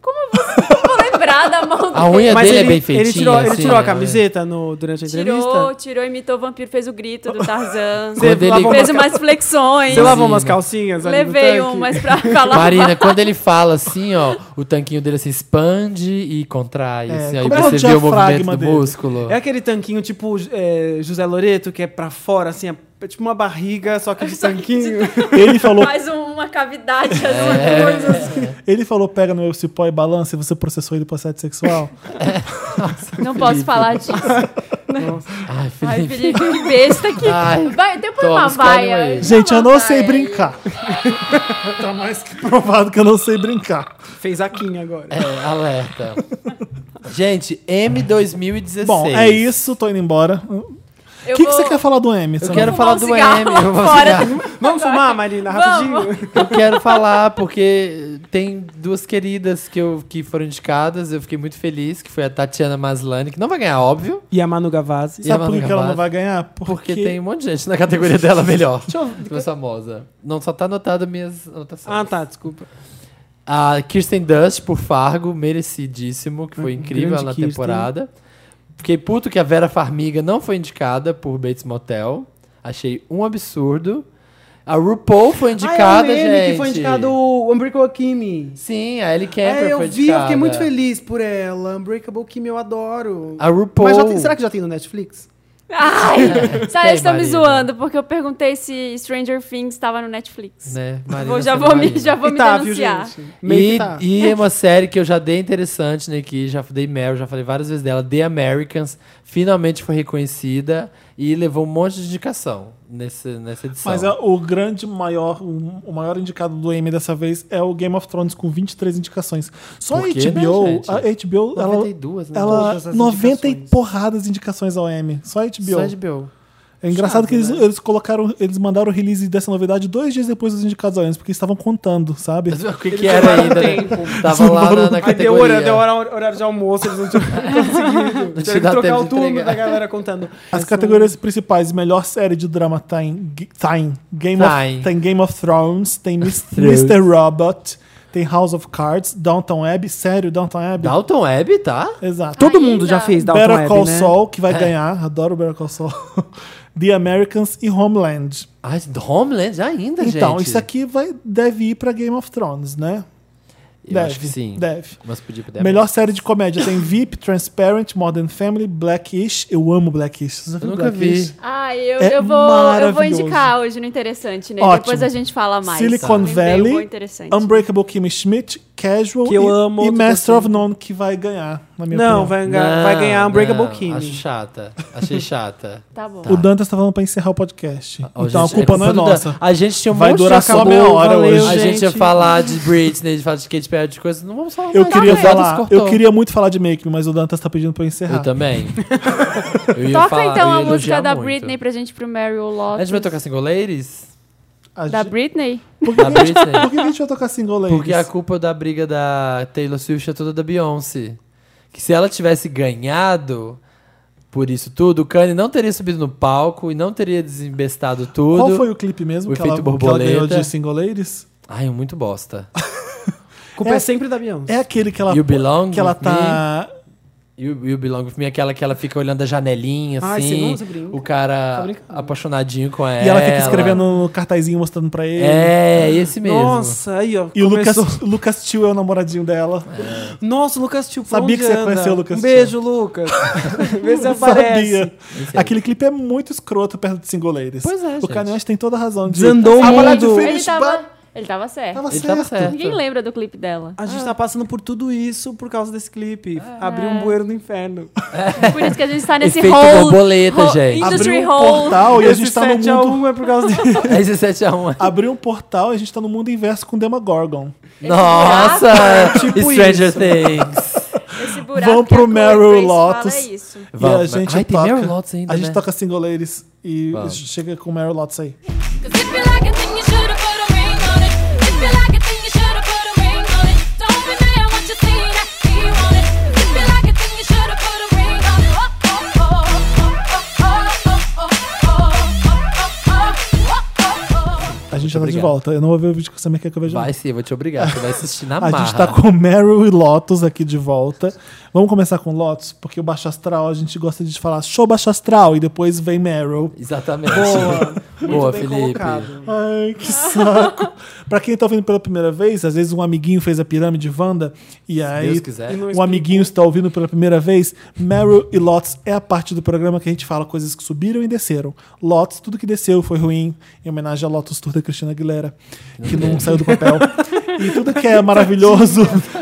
S2: Vou lembrar Coitada a mão
S4: A unha
S2: dele.
S3: Mas
S4: dele é
S3: ele,
S4: bem
S3: ele
S4: feitinha,
S3: tirou, ele
S4: assim,
S3: tirou a
S4: né?
S3: camiseta no, durante a entrevista?
S2: Tirou, tirou, imitou o vampiro, fez o grito do Tarzan.
S3: Você
S4: Quando ele-
S3: lavou,
S2: fez
S3: umas,
S2: umas flexões.
S3: você lavou umas calcinhas ali no
S2: Levei
S3: tanque?
S2: umas pra falar.
S4: Marina, quando ele fala assim, ó, o tanquinho dele se expande e contrai.
S1: É,
S4: assim, aí
S1: como é o
S4: você vê o movimento
S1: diafragma
S4: do
S1: dele?
S4: músculo.
S3: É aquele tanquinho tipo é, José Loreto, que é pra fora, assim, é tipo uma barriga, só que de tanquinho.
S1: Ele falou,
S2: Faz um- uma cavidade assim.
S4: É.
S1: ele falou, pega no meu cipó e balança e você processou ele por assédio sexual.
S2: Não posso falar disso.
S4: Ai, Felipe.
S2: Ai, Felipe, que besta que.
S4: Ai,
S2: Vai, depois
S4: toma,
S2: uma
S4: escolhe um
S2: vaia.
S4: aí.
S2: põe
S1: Gente,
S2: uma
S1: eu não sei
S2: vaia aí.
S1: brincar. tá mais que provado que eu não sei brincar.
S3: Fez a quinha agora.
S4: É, alerta. Gente, M2016.
S1: Bom, é isso, tô indo embora. O
S2: Eu
S1: que, que
S2: vou-
S1: você quer falar do M?
S4: Eu
S1: Samara?
S4: quero
S2: Vou
S4: falar
S2: fumar um
S4: do
S2: cigarro
S4: M.
S2: lá
S4: eu vou
S2: fora.
S4: cigarro.
S3: Vamos fumar, Marina,
S2: Vamos.
S3: rapidinho.
S4: Eu quero falar porque tem duas queridas que, eu, que foram indicadas. Eu fiquei muito feliz, que foi a Tatiana Maslany, que não vai ganhar, óbvio.
S3: E a Manu Gavazzi.
S4: E a
S1: Sabe por que
S4: Manu
S1: que ela não
S4: Gavassi?
S1: vai ganhar?
S4: Porque tem um monte de gente na categoria dela melhor.
S3: Deixa eu...
S4: Mais famosa. Não, só tá anotada minhas anotações.
S3: Ah, tá, desculpa.
S4: A Kirsten Dust por Fargo, merecidíssimo, que foi
S3: Hum,
S4: incrível
S3: grande
S4: na
S3: Kirsten.
S4: temporada. Fiquei puto que a Vera Farmiga não foi indicada por Bates Motel. Achei um absurdo. A RuPaul foi
S3: ah, é o
S4: indicada,
S3: meme
S4: gente.
S3: que foi indicado o Unbreakable Kimmy.
S4: Sim, a Ellie Kemper
S3: É, eu
S4: foi
S3: vi,
S4: indicada.
S3: eu fiquei muito feliz por ela. Unbreakable Kimmy, eu adoro.
S4: A RuPaul...
S3: Mas já tem- será que já tem no Netflix?
S2: Ai, sabe,
S4: Tem,
S2: eles estão me
S4: Marina.
S2: zoando, porque eu perguntei se Stranger Things estava no Netflix.
S4: Né, Marina,
S2: Vou, já,
S4: você
S2: vou
S4: vai.
S2: me, já vou
S3: E
S2: me
S3: tá,
S2: denunciar.
S3: viu, gente? Meio
S4: E,
S3: que tá.
S4: e é uma série que eu já dei interessante, né? Que já dei Meryl, já falei várias vezes dela. The Americans finalmente foi reconhecida e levou um monte de indicação nesse, nessa edição.
S1: Mas é o grande maior, um, o o maior indicado do M dessa vez é o Game of Thrones com 23 indicações. Só
S4: Por
S1: a
S4: quê, né,
S1: HBO,
S4: gente?
S1: a HBO, ela,
S4: 92, né?
S1: ela
S3: Todas as
S1: 90 e
S3: indicações.
S1: porradas de indicações ao M. Só a HBO.
S4: Só HBO.
S1: É engraçado
S3: Chato,
S1: que eles,
S3: né?
S1: eles colocaram, eles mandaram o release dessa novidade dois dias depois dos indicados ao M, porque eles estavam contando, sabe?
S4: O que, que era ainda? né? Tava lá na, na
S3: Aí
S4: categoria.
S3: deu hora, deu hora, horário de almoço, eles não tinham conseguido.
S4: Não
S3: Tiveram
S4: tinha
S3: que trocar
S4: tempo
S3: o
S4: de
S3: turno né,
S4: entregar.
S3: da galera contando.
S1: As categorias principais, melhor série de drama tá em, G- tá em Game,
S4: Time.
S1: Of, tem Game of Thrones, tem Mis-
S4: Thrones.
S1: Mr. Robot, tem House of Cards, Downton Abbey, sério, Downton Abbey?
S4: Dalton Web, tá?
S1: Exato.
S3: Todo
S2: Ainda.
S3: mundo já fez Dalton
S1: Better
S3: Web,
S1: Call
S3: né?
S1: Saul, que vai
S4: É.
S1: ganhar, adoro Better Call Saul. The Americans e Homeland.
S4: Ah, Homeland ainda, gente.
S1: Então, isso aqui vai, deve ir pra Game of Thrones, né?
S4: Eu
S1: deve,
S4: acho que sim.
S1: deve.
S4: Mas podia poder.
S1: Melhor série de comédia tem VIP, Transparent, Modern Family, Blackish. Eu amo Blackish. Você já
S4: Eu
S1: viu
S4: nunca
S1: Blackish?
S4: vi.
S2: Ai, eu,
S1: É
S2: eu, vou, eu vou
S1: maravilhoso.
S2: indicar hoje no Interessante, né?
S1: Ótimo.
S2: Depois a gente fala mais.
S1: Silicon
S2: Lembrei um
S1: Valley,
S2: bom interessante.
S1: Unbreakable Kimmy Schmidt, Casual
S3: Que eu
S1: e,
S3: amo,
S1: e
S3: tô
S1: Master
S3: gostando.
S1: of None, que vai ganhar, na minha
S3: Não,
S1: opinião.
S3: vai, ganhar- vai ganhar um
S4: Não,
S3: Unbreakable
S4: não, Acho
S3: Kimmy.
S4: chata. Achei chata.
S2: Tá bom.
S1: O Dantas tá falando pra encerrar o podcast.
S4: Ah, Ó,
S1: então
S4: gente,
S1: a culpa não é
S4: do Dan.
S1: nossa.
S4: A gente tinha um
S1: Vai
S4: monte de
S1: durar só
S4: acabou,
S1: meia hora
S4: valeu,
S1: hoje.
S4: A gente ia
S3: gente.
S4: falar de Britney, de falar de Kate Perry, de coisas. Não vamos falar
S1: Eu
S4: mais.
S1: queria
S4: Tá,
S1: falar,
S4: cortou.
S1: eu queria muito falar de Make Me, mas o Dantas tá pedindo pra eu encerrar.
S4: Eu também. Eu ia
S2: Toca
S4: falar- eu
S2: então
S4: ia
S2: a música
S4: elogiar
S2: da
S4: muito.
S2: Britney pra gente ir pro Mary
S4: A
S2: Lotus.
S4: gente vai tocar Single Ladies?
S1: A
S2: Da
S1: gente-
S2: Britney?
S1: Por que,
S4: Da
S1: que a gente-
S4: Britney?
S1: por que que a gente vai tocar single ladies?
S4: Porque a culpa da briga da Taylor Swift é toda da Beyoncé. Que se ela tivesse ganhado por isso tudo, o Kanye não teria subido no palco e não teria desembestado tudo.
S1: Qual foi o clipe mesmo
S4: O
S1: que ela,
S4: efeito
S1: que ela ganhou
S4: borboleta.
S1: de single ladies?
S4: Ai, é muito bosta.
S3: A culpa é,
S1: É-
S3: sempre da Beyoncé.
S1: É aquele que ela,
S4: You Belong
S1: que ela
S4: With
S1: tá...
S4: You, you Belong With Me, aquela que ela fica olhando a janelinha,
S3: Ai,
S4: assim.
S3: você não- você brinca.
S4: o
S3: Tá
S4: cara
S3: brincando.
S4: apaixonadinho com ela.
S1: E ela fica escrevendo no cartazinho mostrando pra ele.
S4: É, esse mesmo.
S3: Nossa, aí ó.
S1: E o Lucas,
S3: começou-
S1: Lucas Till é o namoradinho dela.
S3: Nossa, o Lucas Tio.
S1: Sabia que você ia conhecer o Lucas
S3: Um beijo, Lucas. Vê se aparece.
S1: Sabia.
S4: Esse aí.
S1: Aquele clipe é muito escroto perto de Single Ladies.
S4: Pois é,
S1: O
S4: gente.
S1: Kanye West tem toda a razão de...
S3: Desandou o
S1: Ah, olha,
S3: mundo.
S1: de
S2: Ele
S1: Finish Button.
S2: tava, ele tava certo.
S1: Tava
S4: Ele tava
S1: certo.
S4: certo.
S2: Ninguém lembra do clipe dela.
S3: A gente tá passando por tudo isso por causa desse clipe.
S2: Ah.
S3: Abriu um bueiro no inferno.
S2: Por isso que a gente tá nesse
S4: Efeito
S2: hole.
S4: borboleta,
S2: hole-
S4: gente.
S2: Industry
S1: Abriu um
S2: hole.
S1: portal e a
S3: Esse
S1: gente tá no
S3: 7 a
S1: mundo...
S3: 1 é por causa dele.
S4: Esse 7 a
S3: É
S4: 1
S1: Abriu um portal e a gente tá no mundo inverso com Demogorgon.
S4: Nossa!
S3: Tipo
S4: Stranger
S3: isso.
S4: Things.
S2: Esse buraco
S1: Vamos
S2: que a
S1: pro Meryl
S2: Chloe Grace
S1: Lotus.
S2: Fala é isso.
S1: e a
S4: Vamos.
S1: gente
S4: Ai, tem
S1: toca...
S4: Meryl Lotus ainda,
S1: a gente
S4: né?
S1: toca Single Ladies e
S4: Vamos.
S1: chega com Meryl Lotus aí.
S5: Cause if you like a thing, you should've put a ring on it. If you like a thing, you should've put a ring on it. Don't deny what you see, that he want it. If you like a thing, you should've put a ring on it. Oh, oh, oh, oh, oh, oh, oh, oh, oh, oh, oh, oh, oh, oh.
S1: A gente chamar de
S4: obrigado.
S1: volta. Eu não vou ver o vídeo que o Samir quer que eu veja. não.
S4: Vai sim, eu vou te obrigar. Você vai assistir na
S1: A
S4: marra.
S1: gente tá com Meryl e Lotus aqui de volta. Vamos começar com Lotus, porque o Baixo Astral a gente gosta de falar show Baixo Astral e depois vem Meryl.
S4: Exatamente.
S3: Boa. Muito
S4: Boa,
S3: bem
S4: Felipe.
S3: colocado.
S1: Ai, que saco. pra quem tá ouvindo pela primeira vez, às vezes um amiguinho fez a pirâmide Wanda e aí
S4: Deus quiser.
S3: E não
S1: o amiguinho está ouvindo pela primeira vez. Meryl e Lotus é a parte do programa que a gente fala coisas que subiram e desceram. Lotus, tudo que desceu foi ruim, em homenagem a Lotus Tour da Cristina Aguilera, que não saiu do papel. E tudo que é maravilhoso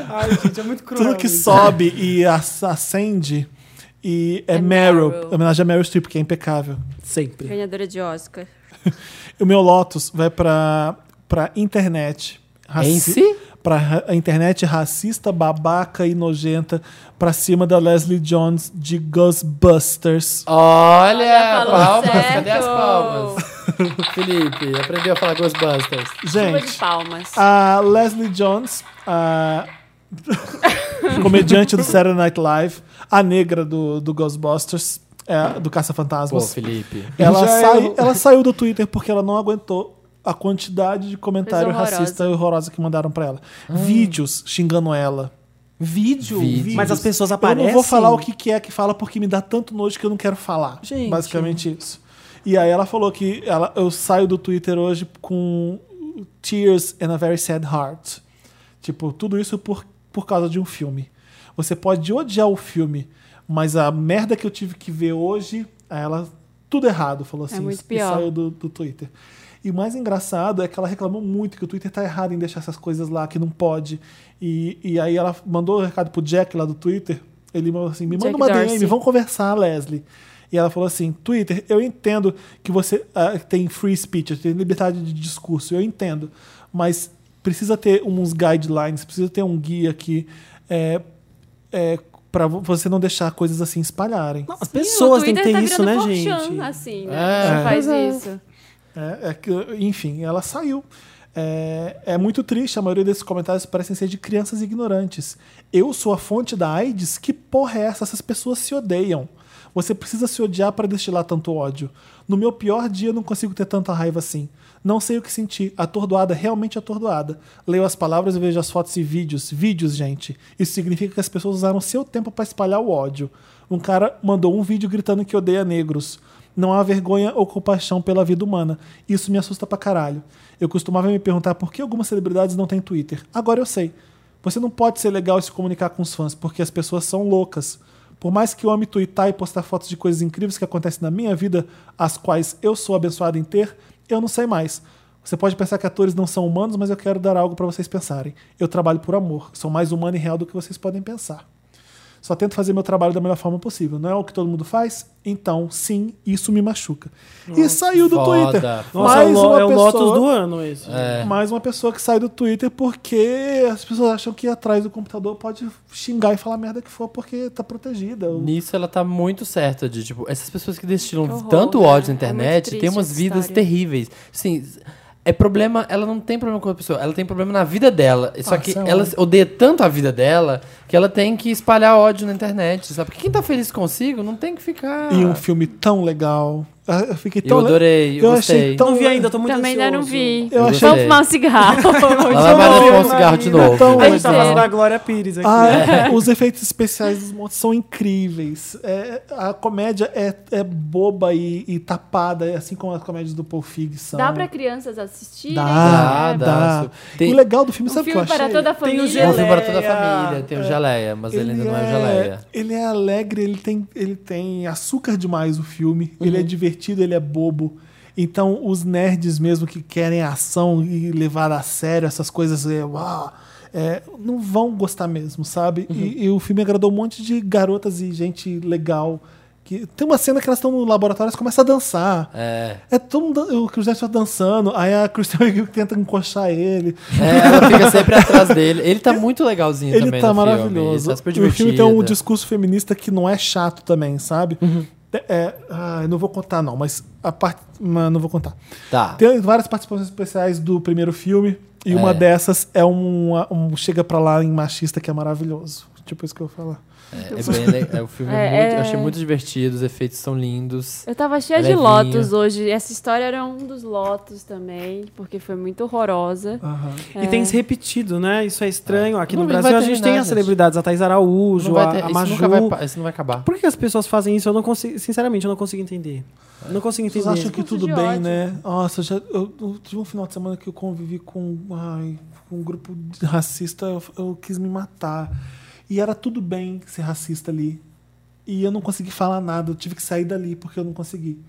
S3: Ai, gente, é muito cruel.
S1: tudo que
S3: isso.
S1: sobe e as- acende e é,
S2: É
S1: Meryl.
S2: Meryl.
S1: Homenagem a Meryl Streep, que é impecável.
S3: Sempre.
S2: Ganhadora de Oscar.
S1: O meu Lotus vai pra, pra internet.
S4: É Em
S1: raci-
S4: si?
S1: Pra ra- a internet racista, babaca e nojenta pra cima da Leslie Jones de Ghostbusters.
S4: Olha,
S2: Olha, falou
S4: É, palmas.
S2: Tá certo.
S4: Cadê as palmas? Felipe, aprendeu a falar Ghostbusters.
S2: Chuva de
S1: Gente,
S2: palmas.
S1: a Leslie Jones, a comediante do Saturday Night Live, a negra do, do Ghostbusters, é, do
S4: Pô,
S1: Caça-Fantasmas.
S4: Felipe.
S1: Ela,
S3: Já
S1: sai-
S3: eu-
S1: ela saiu do Twitter porque ela não aguentou a quantidade de comentário
S2: Coisa horrorosa. Ah.
S1: racista e horrorosa que mandaram pra ela. Vídeos xingando ela.
S3: Vídeo?
S4: Vídeo.
S3: Mas as pessoas
S1: Eu
S3: aparecem.
S1: não vou falar o que que é que fala porque me dá tanto nojo que eu não quero falar.
S3: Gente.
S1: Basicamente isso. E aí ela falou que ela, eu saio do Twitter hoje com Tears and a Very Sad Heart. Tipo, tudo isso por, por causa de um filme. Você pode odiar o filme, mas a merda que eu tive que ver hoje, aí ela tudo errado, falou assim.
S2: É muito
S1: e
S2: pior.
S1: saiu do, do Twitter. E o mais engraçado é que ela reclamou muito que o Twitter tá errado em deixar essas coisas lá, que não pode. E, e aí ela mandou o recado pro Jack lá do Twitter. Ele falou assim: me manda
S2: Jack
S1: uma DM,
S2: Dorsey.
S1: vamos conversar, Leslie. E ela falou assim: Twitter, eu entendo que você ah, tem free speech, tem liberdade de discurso, eu entendo. Mas precisa ter uns guidelines, precisa ter um guia que. É, é, para você não deixar coisas assim espalharem.
S3: Não, as
S2: Ih, o
S3: pessoas têm que ter
S2: Twitter tá
S3: isso, né,
S2: virando 4chan,
S3: gente?
S2: Assim,
S4: É.
S2: né? Não faz isso.
S1: É, é que, enfim, ela saiu. É, é muito triste, a maioria desses comentários parecem ser de crianças ignorantes. Eu sou a fonte da AIDS? Que porra é essa? Essas pessoas se odeiam. Você precisa se odiar para destilar tanto ódio. No meu pior dia, eu não consigo ter tanta raiva assim. Não sei o que senti. Atordoada, realmente atordoada. Leio as palavras e vejo as fotos e vídeos. Vídeos, gente. Isso significa que as pessoas usaram seu tempo para espalhar o ódio. Um cara mandou um vídeo gritando que odeia negros. Não há vergonha ou compaixão pela vida humana. Isso me assusta pra caralho. Eu costumava me perguntar por que algumas celebridades não têm Twitter. Agora eu sei. Você não pode ser legal e se comunicar com os fãs, porque as pessoas são loucas. Por mais que eu ame twittar e postar fotos de coisas incríveis que acontecem na minha vida, as quais eu sou abençoado em ter, eu não sei mais. Você pode pensar que atores não são humanos, mas eu quero dar algo pra vocês pensarem. Eu trabalho por amor. Sou mais humano e real do que vocês podem pensar. Só tento fazer meu trabalho da melhor forma possível. Não é o que todo mundo faz? Então, sim, isso me machuca. e saiu do
S4: foda,
S1: Twitter.
S4: foda.
S3: Nossa,
S1: mais
S3: é o,
S1: uma
S3: lo- é o
S1: pessoa, É.
S3: Lotus do ano esse.
S1: Mais uma pessoa que sai do Twitter porque as pessoas acham que atrás do computador pode xingar e falar a merda que for porque tá protegida. O-
S4: Nisso ela tá muito certa de, tipo, essas pessoas que destilam
S2: Que horror,
S4: tanto ódio
S2: né?
S4: na
S2: É muito
S4: internet
S2: triste
S4: têm umas
S2: essa
S4: vidas
S2: história.
S4: terríveis. Assim, é problema, ela não tem problema com a pessoa, ela tem problema na vida dela. Só
S1: Ah,
S4: que
S1: isso é
S4: ela
S1: óbvio.
S4: odeia tanto a vida dela que ela tem que espalhar ódio na internet, sabe? Porque quem tá feliz consigo não tem que ficar.
S1: E um
S3: Ah.
S1: filme tão legal. Ah, Eu fiquei
S4: Eu
S1: tão le-
S4: adorei, eu,
S1: eu achei
S4: gostei.
S1: tão-
S3: Não vi ainda, tô muito
S2: Também
S3: ansioso.
S2: ainda não vi.
S1: Eu
S4: gostei.
S2: Vamos fumar um cigarro.
S4: Ela vai
S1: Então,
S4: bater
S1: eu
S4: um cigarro de
S1: imagino
S4: um novo.
S1: tão
S3: A gente tá
S2: Pois é.
S3: falando da Glória Pires aqui. né?
S1: Ah, é. Os efeitos especiais dos monstros são incríveis. É, a comédia é, é boba e, e tapada, assim como as comédias do Paul Feig são.
S2: Dá pra crianças assistirem?
S1: Dá,
S2: É,
S1: dá.
S4: dá. Tem-
S1: O legal do filme,
S2: Um
S1: sabe o que eu
S2: filme
S1: achei?
S2: para toda a
S3: Tem o
S4: É um
S2: família. né?
S4: filme para toda a
S3: Geleia.
S4: família, tem o Jaleia, mas ele, ainda não é o Jaleia.
S1: ele é alegre, ele tem, ele tem açúcar demais o filme, ele é
S4: Uhum.
S1: divertido, ele é bobo. Então, os nerds mesmo que querem ação e levar a sério essas coisas, é, uau, é, não vão gostar mesmo, sabe?
S4: Uhum.
S1: E, e o filme agradou um monte de garotas e gente legal. Que, tem uma cena que elas estão no laboratório, elas começam a dançar.
S4: É.
S1: É todo mundo, o Chris Hemsworth dançando, aí a Kristen Wiig tenta encoxar ele.
S4: É, ela fica sempre atrás dele. Ele tá muito legalzinho
S1: Ele
S4: também
S1: tá
S4: no filme,
S1: maravilhoso.
S4: Ele tá super
S1: e o
S4: divertido. Uhum.
S1: filme tem um discurso feminista que não é chato também, sabe? É, é, ah, eu não vou contar, não, mas a parte. Não, não vou contar.
S4: Tá.
S1: Tem várias participações especiais do primeiro filme, e
S4: É.
S1: uma dessas é um, um Chega Pra Lá em Machista que é maravilhoso. Tipo isso que eu vou falar.
S4: É, é bem le- é, o filme é
S2: É,
S4: muito,
S2: é-
S4: eu achei muito divertido, os efeitos são lindos.
S2: Eu tava cheia de
S4: Levinha.
S2: lotos hoje. Essa história era um dos lotos também, porque foi muito horrorosa.
S4: Ah.
S1: é?
S3: E
S2: É.
S3: tem se repetido, né? Isso é estranho. Aqui
S4: Não,
S3: no
S4: mas
S3: Brasil
S4: vai
S3: a gente
S4: terminar,
S3: tem as
S4: gente.
S3: celebridades, a Thais Araújo,
S4: vai
S3: a,
S4: ter-
S3: a
S4: isso,
S3: Maju.
S4: nunca vai, pa- isso não vai acabar.
S3: Por que as pessoas fazem isso? Eu não consigo, sinceramente, eu não consigo entender. Eu Não consigo
S1: Vocês
S3: entender.
S1: acham que
S2: Discurso
S1: tudo
S2: de
S1: bem,
S2: ódio.
S1: né? Nossa, eu, já, eu, eu tive um final de semana que eu convivi com, ai, com um grupo de racista, eu, eu quis me matar. E era tudo bem ser racista ali. E eu não consegui falar nada, eu tive que sair dali porque eu não consegui.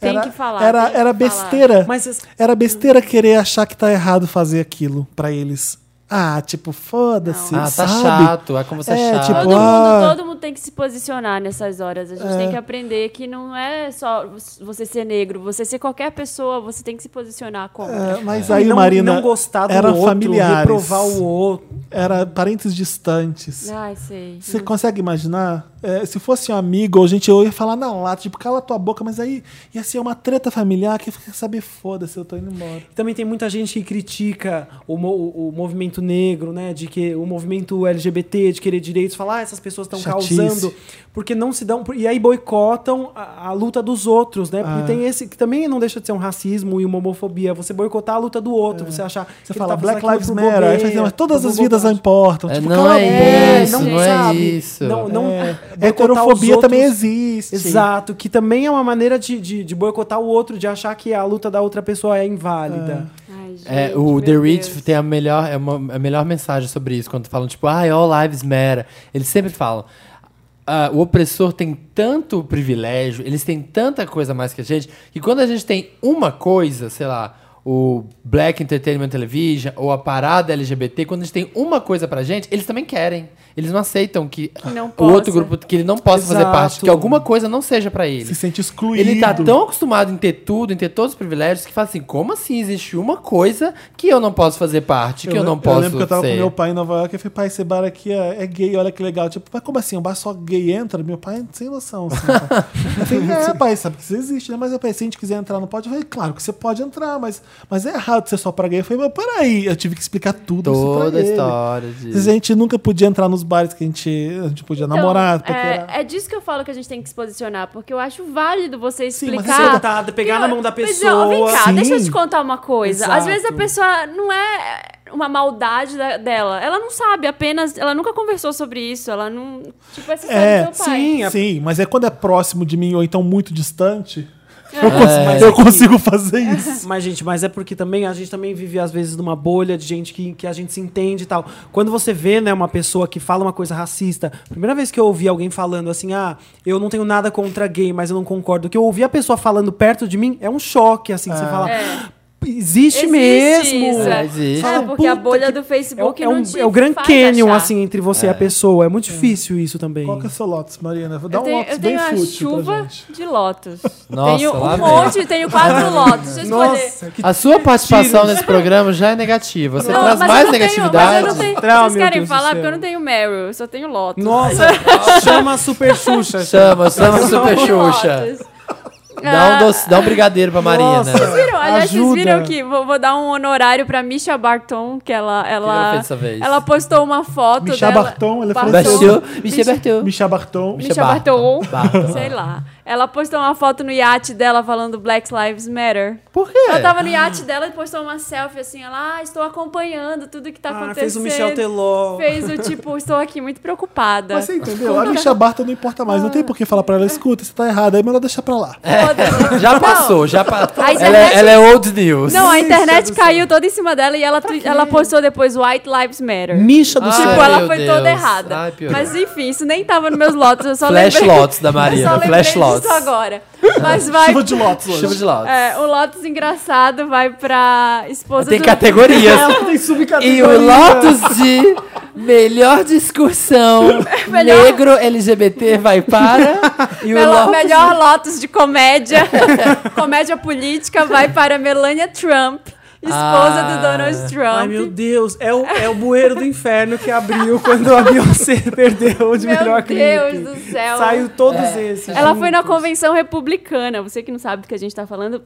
S2: Tem
S1: era,
S2: que falar,
S1: Era,
S2: tem que
S1: era
S2: falar.
S1: besteira.
S3: Mas as-
S1: Era besteira querer achar que tá errado fazer aquilo pra eles. Ah, tipo, foda-se.
S4: Ah, tá
S1: sabe?
S4: chato. Ah, como você é
S1: É,
S4: chato.
S1: tipo,
S2: Todo,
S1: ah. É.
S2: mundo, todo mundo tem que se posicionar nessas horas. A gente tem que aprender que não é só você ser negro, você ser qualquer pessoa, você tem que se posicionar contra.
S1: É, mas
S3: e
S1: aí,
S3: não,
S1: Marina,
S3: não gostar do
S1: era
S3: outro,
S1: familiares.
S3: reprovar o outro.
S1: era parentes distantes.
S2: Ai, sei.
S1: É. Você consegue imaginar? É, se fosse um amigo ou gente, eu ia falar na lata, tipo, cala tua boca, mas aí ia ser uma treta familiar que fica saber, foda-se, eu tô indo embora.
S3: Também tem muita gente que critica o, mo- o- o movimento negro, né? De que o movimento LGBT, de querer direitos, falar, ah, essas pessoas estão
S1: Chatice.
S3: causando, porque não se dão. E aí boicotam a, a luta dos outros, né? Porque
S1: Ah.
S3: tem esse que também não deixa de ser um racismo e uma homofobia. Você boicotar a luta do outro, você achar.
S1: É. Você
S3: que ele
S1: fala
S3: tá fazendo
S1: Black Lives
S3: aquilo por
S1: Matter, aí
S3: bobeira,
S1: fala assim, mas todas
S3: por
S1: as vidas
S3: bobagem.
S1: importam.
S4: É,
S1: Tipo,
S4: não
S1: cala a
S4: é
S1: boca.
S4: isso,
S1: não
S4: não é
S1: sabe.
S4: isso.
S3: Não, não
S1: É,
S3: boicotar
S1: heterofobia
S3: os
S1: também
S3: outros.
S1: existe.
S3: Exato, que também é uma maneira de, de, de boicotar o outro, de achar que a luta da outra pessoa é inválida.
S2: Ai, gente,
S4: É, o
S2: meu
S4: The Rich
S2: Deus.
S4: tem a melhor, é uma, a melhor mensagem sobre isso, quando falam, tipo, ah, all lives matter. Eles sempre falam, ah, o opressor tem tanto privilégio, eles têm tanta coisa a mais que a gente, que quando a gente tem uma coisa, sei lá, o Black Entertainment Television ou a parada LGBT, quando a gente tem uma coisa pra gente, eles também querem. Eles não aceitam que,
S2: não
S4: o outro
S2: possa.
S4: grupo, que ele não possa fazer parte,
S3: Exato.
S4: que alguma coisa não seja pra ele.
S1: Se sente excluído.
S4: Ele tá tão acostumado em ter tudo, em ter todos os privilégios, que fala assim: como assim existe uma coisa que eu não posso fazer parte, que eu,
S1: le-
S4: não posso
S1: Eu lembro que eu tava
S4: ser?
S1: com meu pai em Nova York e falei, pai, esse bar aqui é, é gay, olha que legal. Tipo, mas como assim? Um bar só gay entra? Meu pai, sem noção. Assim, tá? eu falei, é, pai, sabe que isso existe, né? Mas eu falei, se a gente quiser entrar, não pode? Eu falei, claro que você pode entrar, mas, mas é errado ser só pra gay. Eu falei, mas peraí, eu tive que explicar tudo isso
S4: Toda
S1: pra
S4: a
S1: ele.
S4: história
S1: A
S4: de.
S1: gente nunca podia entrar nos bares que a gente, a gente podia
S2: Então,
S1: namorar. Porque era...
S2: é, é disso que eu falo que a gente tem que se posicionar, porque eu acho válido você
S1: Sim, mas
S2: explicar.
S1: você
S3: tá- tá- pegar na mão da
S2: Mas, é,
S3: pessoa.
S2: ó, Vem cá,
S1: Sim.
S2: deixa eu te contar uma coisa. Às
S3: Exato.
S2: vezes a pessoa não é uma maldade da- dela. Ela não sabe, apenas. Ela nunca conversou sobre isso. Ela não. Tipo, essa história
S1: É,
S2: do seu pai.
S3: sim, é-
S1: Sim, mas é quando é próximo de mim ou então muito distante,
S2: É.
S1: eu, cons- eu consigo fazer isso.
S3: Mas, gente, mas é porque também a gente também vive, às vezes, numa bolha de gente que, que a gente se entende e tal. Quando você vê, né, uma pessoa que fala uma coisa racista, primeira vez que eu ouvi alguém falando assim, ah, eu não tenho nada contra gay, mas eu não concordo. Que eu ouvi a pessoa falando perto de mim é um choque, assim, você fala. "Ah, Existe,
S2: É. Existe
S3: mesmo!
S2: isso,
S4: É, existe.
S2: É,
S3: Fala,
S2: porque a
S3: "Puta
S2: bolha
S3: que-
S2: do
S3: É, o-
S2: Facebook
S3: é um-
S2: não te
S3: é o Grand
S2: faz
S3: Canyon,
S2: achar.
S3: assim, entre você e a pessoa. É muito difícil isso também.
S1: Qual que é o seu Lotus, Marina? Vou dar
S2: Eu tenho,
S1: um
S2: eu
S1: Lotus bem
S2: tenho a
S1: fútil pra
S2: chuva
S1: gente.
S2: de lotos.
S4: Nossa,
S2: tenho
S4: lá
S2: um
S4: vem.
S2: monte, tenho quatro lotos. Deixa eu escolher.
S3: Nossa, que
S4: A sua participação nesse programa já é negativa. Você
S2: Não,
S4: traz
S2: mas
S4: mais
S2: eu não tenho- mas eu
S4: negatividade.
S2: não tenho-
S3: Trauma,
S2: Vocês
S3: meu
S2: querem
S3: Deus do
S2: falar
S3: céu.
S2: porque eu não tenho Meryl, eu só tenho Lotus.
S3: Nossa, chama a Super Xuxa.
S4: Chama, chama
S2: Eu só
S4: Super
S2: tenho
S4: Xuxa.
S2: Lotus.
S4: Dá um,
S2: Ah,
S4: doce, dá um brigadeiro pra Marina. né?
S3: Nossa.
S4: Nossa.
S2: Vocês viram? Aliás, vocês
S3: Ajuda.
S2: viram que vou, vou dar um honorário pra Misha Barton, que ela
S4: que ela
S2: ela
S4: fez dessa vez?
S2: ela postou uma foto
S1: Misha
S2: dela.
S1: Barton, ela é
S2: Barton.
S1: francesa.
S4: Bastou, Michel Berteu.
S1: Michel Barton.
S4: Michel
S2: Misha Barton,
S4: Barton.
S2: sei lá. Ela postou uma foto no iate dela falando Black Lives Matter.
S4: Por quê?
S2: Ela tava no iate dela e postou uma selfie assim, ela, ah, estou acompanhando tudo que tá
S3: Ah,
S2: acontecendo.
S3: fez o Michel Teló.
S2: Fez o tipo, estou aqui muito preocupada.
S1: Mas você entendeu? A Michel Barton não importa mais. Não tem por que falar
S2: Ah.
S1: pra ela, escuta, você tá errado. Aí melhor deixar pra lá.
S4: É.
S2: Foda-se.
S4: Já
S2: Não.
S4: passou, já passou.
S2: A
S4: Ela, é-
S2: internet-
S4: ela é old news.
S2: Não, a internet caiu toda em cima dela e ela, twi- ela postou depois White Lives Matter.
S3: Misha do
S4: Ai,
S2: tipo,
S3: céu.
S2: ela
S4: meu
S2: foi
S4: Deus.
S2: toda errada.
S4: Ai, pior.
S2: Mas enfim, isso nem tava nos meus lotes, eu só
S4: Flash
S2: lembrei.
S4: lots da
S2: eu
S4: Marina,
S2: só lembrei
S4: flash
S2: disso
S4: lots.
S2: agora. Mas vai.
S1: Chuva de Lotus
S4: Chama
S1: hoje.
S4: de lotes.
S2: É, o Lotus engraçado vai pra esposa
S4: Tem
S2: do...
S4: categorias.
S1: Tem subcategoria.
S4: E o Lotus de melhor discussão
S2: É Melhor-
S4: negro LGBT vai para. E o
S2: Melo-
S4: Lotus. né?
S2: melhor Lotus de comédia, comédia política, vai para Melania Trump, esposa
S4: Ah.
S2: do Donald Trump.
S3: Ai, meu Deus, é o, é o bueiro do inferno que abriu quando a Beyoncé perdeu de
S2: Meu
S3: melhor
S2: Deus
S3: clipe.
S2: do céu. É.
S3: Saiu todos esses.
S2: Ela foi na
S3: juntos.
S2: convenção republicana. Você que não sabe do que a gente tá falando.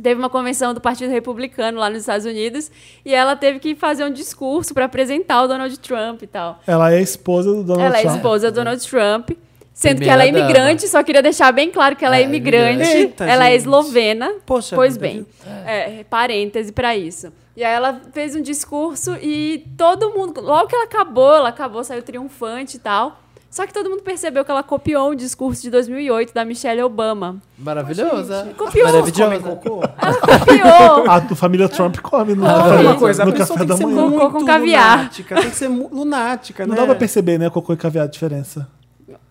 S2: Teve uma convenção do Partido Republicano lá nos Estados Unidos e ela teve que fazer um discurso para apresentar o Donald Trump e tal.
S1: Ela é a esposa do Donald
S2: ela é
S1: Trump.
S2: esposa do Donald Trump, sendo que
S4: Primeira
S2: ela é
S4: dama.
S2: imigrante, só queria deixar bem claro que ela é
S4: Ah, imigrante.
S2: imigrante.
S3: Eita,
S2: ela é
S3: gente.
S2: eslovena.
S3: Poxa
S2: pois
S3: vida,
S2: bem, é, parêntese para isso. E aí ela fez um discurso e todo mundo, logo que ela acabou, ela acabou, saiu triunfante e tal. Só que todo mundo percebeu que ela copiou um discurso de 2008 da Michelle Obama.
S4: Maravilhosa.
S2: Copiou.
S4: Maravilhosa.
S2: Copiou!
S1: A do família Trump come no,
S3: Ah,
S1: café-
S3: uma coisa, a
S1: no
S3: pessoa
S1: café
S3: tem que
S1: da
S3: ser
S1: manhã.
S2: com-
S3: muito
S2: com caviar.
S3: lunática. Tem que ser mu- lunática,
S1: Não
S3: né?
S1: dá
S2: É.
S1: pra perceber, né, cocô e caviar a diferença.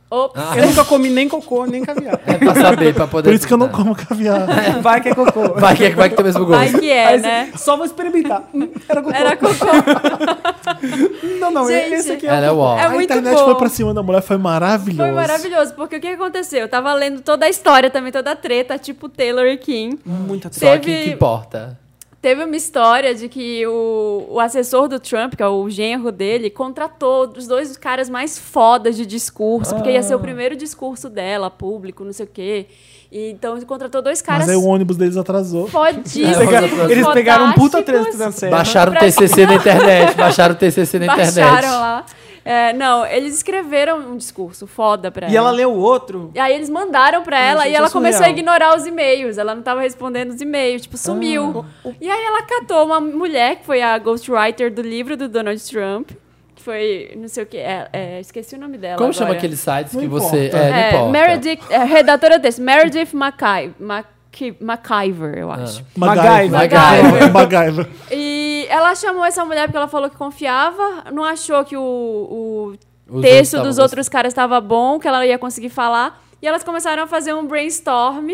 S2: Ops.
S3: Eu nunca comi nem cocô, nem caviar.
S4: É pra saber, pra poder.
S1: Por isso que eu não
S4: contar.
S1: como caviar.
S3: Vai que é cocô.
S4: Vai que, vai que tem o mesmo gosto.
S2: Vai que é,
S3: Aí você-
S2: né?
S3: Só vou experimentar. Hum, Era cocô.
S2: Era cocô.
S3: Não, não,
S2: Gente.
S3: esse aqui é
S4: Ela é
S3: o
S4: uó.
S2: É
S1: a
S2: muito
S1: internet
S2: bom.
S1: foi pra cima da mulher, foi maravilhoso.
S2: Foi maravilhoso, porque o que aconteceu? Eu tava lendo toda a história também, toda a treta, tipo Taylor e Kim.
S3: Muita
S4: Só
S2: Teve-
S4: que que importa.
S2: Teve uma história de que o, o assessor do Trump, que é o genro dele, contratou os dois caras mais fodas de discurso, porque ia ser
S3: Ah.
S2: o primeiro discurso dela, público, não sei o quê. E, então ele contratou dois caras
S1: Mas é um aí o ônibus deles atrasou.
S2: fodíssimos.
S4: Pegaram-
S3: Eles pegaram um puta
S2: fodásticos.
S3: trânsito na série.
S4: Baixaram o
S2: Pra-
S4: TCC na internet. Baixaram o TCC na internet.
S2: Baixaram lá. É, não, eles escreveram um discurso foda
S4: É.
S2: pra
S3: E ela leu o outro.
S2: E aí eles mandaram pra ela
S3: gente,
S2: e ela
S3: é surreal.
S2: começou a ignorar os e-mails. Ela não tava respondendo os e-mails,
S4: Ah.
S2: tipo, sumiu. E aí ela catou uma mulher que foi a ghostwriter do livro do Donald Trump, que foi, não sei o que, é, é, esqueci o nome dela
S4: Como
S2: agora.
S4: chama aqueles sites
S1: Não
S4: que você.
S1: importa.
S4: É, não
S2: É,
S4: importa.
S2: Meredith, é, redatora desse, Meredith Mackay, Mackay, MacIver,
S4: Ah,
S2: eu acho.
S1: Magaiva.
S2: MacGyver.
S1: Magaiva.
S2: E ela chamou essa mulher porque ela falou que confiava, não achou que o, o
S4: Os outros
S2: texto
S4: tavam
S2: dos outros caras estava bom, que ela ia conseguir falar. E elas começaram a fazer um brainstorm,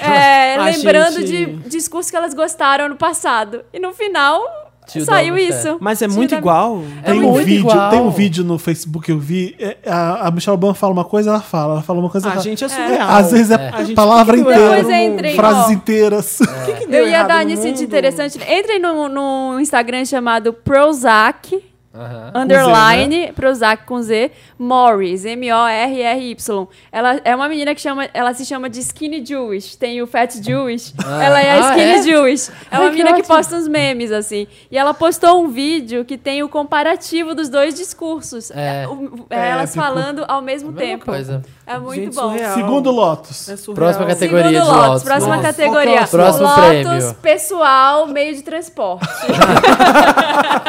S2: é,
S3: Ah,
S2: lembrando
S3: gente.
S2: de discursos que elas gostaram no passado. E no final
S4: Tio
S2: saiu
S4: Donald
S2: isso.
S3: Mas é
S2: Tio
S3: muito
S2: Donald-
S3: igual.
S4: É
S1: Tem um,
S4: muito
S1: vídeo,
S4: igual.
S1: tem um vídeo no Facebook que eu vi. é, a, a Michelle Obama fala uma coisa, ela fala. Ela fala uma coisa,
S3: A
S1: ela fala.
S3: gente é surreal.
S1: Às vezes é,
S3: A gente-
S1: palavra
S3: que que deu
S1: inteira,
S2: Depois eu entrei,
S1: frases
S2: ó.
S1: inteiras.
S3: O que que deu
S2: Eu ia
S3: errado
S2: dar
S3: no
S2: nisso de
S3: mundo?
S2: interessante. Entrem no, no Instagram chamado Prozac,
S4: Aham.
S2: underline,
S4: né?
S2: Prozac com Z, Morris, M-O-R-R-Y. Ela é uma menina que chama, ela se chama de Skinny Jewish, tem o Fat Jewish, ela é a
S4: Ah,
S2: Skinny
S4: é?
S2: Jewish. É uma
S4: Ai, que
S2: menina que
S4: ótimo.
S2: posta uns memes, assim. E ela postou um vídeo que tem o comparativo dos dois discursos.
S4: É.
S2: O- é, elas
S1: Épico.
S2: falando ao mesmo
S1: né?
S4: Mesma
S2: tempo.
S4: coisa.
S2: É muito
S3: Gente,
S2: bom.
S3: surreal.
S1: Segundo Lotus.
S3: É surreal.
S4: Próxima categoria
S2: Segundo
S4: de
S2: Lotus,
S4: Lotus.
S2: próxima
S4: Nossa.
S2: categoria.
S4: Próximo
S2: Lotus,
S4: prêmio.
S2: pessoal, meio de transporte.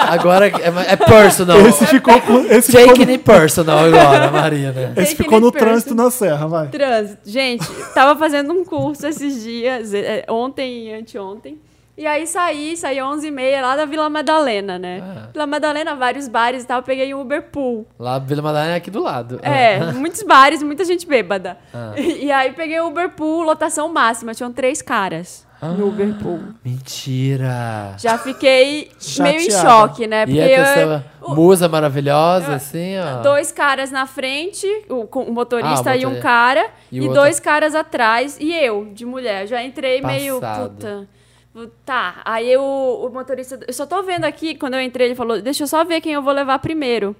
S4: Agora é, é personal.
S1: Esse ficou com. Esse ficou,
S4: Taking it personal agora, Marina.
S1: esse
S2: Take
S1: ficou
S2: it
S1: no
S2: personal.
S1: trânsito na serra, vai.
S2: Trânsito. Gente, tava fazendo um curso esses dias, é, é, ontem e anteontem. E aí saí, saí 11h30 lá da Vila Madalena, né?
S4: Ah.
S2: Vila Madalena, vários bares e tal, peguei um Uber Pool.
S4: Lá, Vila Madalena é aqui do lado.
S2: É, muitos bares, muita gente bêbada.
S4: Ah.
S2: E, e aí peguei o Uber Pool, lotação máxima, tinham três caras
S4: Ah.
S2: no Uber Pool.
S4: Mentira.
S2: Já fiquei meio em
S3: Chateada.
S2: choque, né?
S4: E é a
S2: eu-
S4: pessoa,
S2: o-
S4: musa maravilhosa, assim, ó.
S2: Dois caras na frente, o, com- o motorista
S4: Ah, o
S2: e um
S4: motorista.
S2: cara,
S4: E
S2: e,
S4: o outro?
S2: dois caras atrás, e eu, de mulher. Já entrei meio.
S4: Passado.
S2: Puta. Tá, aí o, o motorista. Eu só tô vendo aqui, quando eu entrei, ele falou: deixa eu só ver quem eu vou levar primeiro.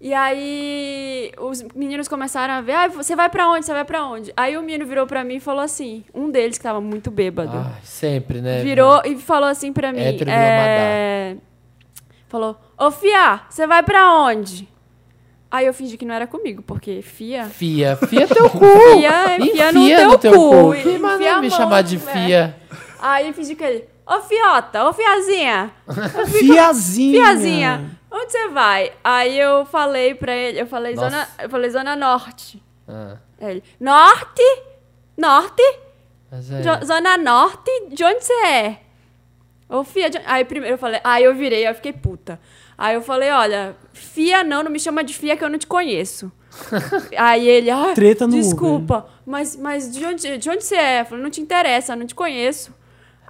S2: E aí os meninos começaram a ver: ah, você vai pra onde? Você vai pra onde? Aí o menino virou pra mim e falou assim: um deles que tava muito bêbado.
S4: Ai, sempre, né?
S2: Virou e falou assim pra mim.
S4: Hétero
S2: é, Falou, ô Fia, você vai pra onde? Aí eu fingi que não era comigo, porque Fia.
S4: Fia, fia teu cu.
S2: Fia, é
S4: Enfia
S2: fia no teu cu.
S4: Que
S2: Enfia
S4: maneiro
S2: a
S4: me
S2: mão, né?
S4: chamar de fia.
S2: Aí eu fingi que ele. Ô Fiota, ô Fiazinha,
S3: Fiazinha.
S2: Fiazinha, onde você vai? Aí eu falei pra ele, eu falei,
S4: Nossa.
S2: zona, eu falei Zona Norte.
S4: Ah,
S2: Aí Ele, norte? Norte?
S4: mas é.
S2: Jo- Zona Norte, de onde você é? Ô, Fia, de... aí primeiro eu falei, aí eu virei, aí eu fiquei puta. Aí eu falei, olha, Fia não, não me chama de Fia que eu não te conheço. aí ele, ah,
S3: Treta no
S2: desculpa,
S4: né?
S2: mas, mas de onde de onde você é? Eu falei, não te interessa, não te conheço.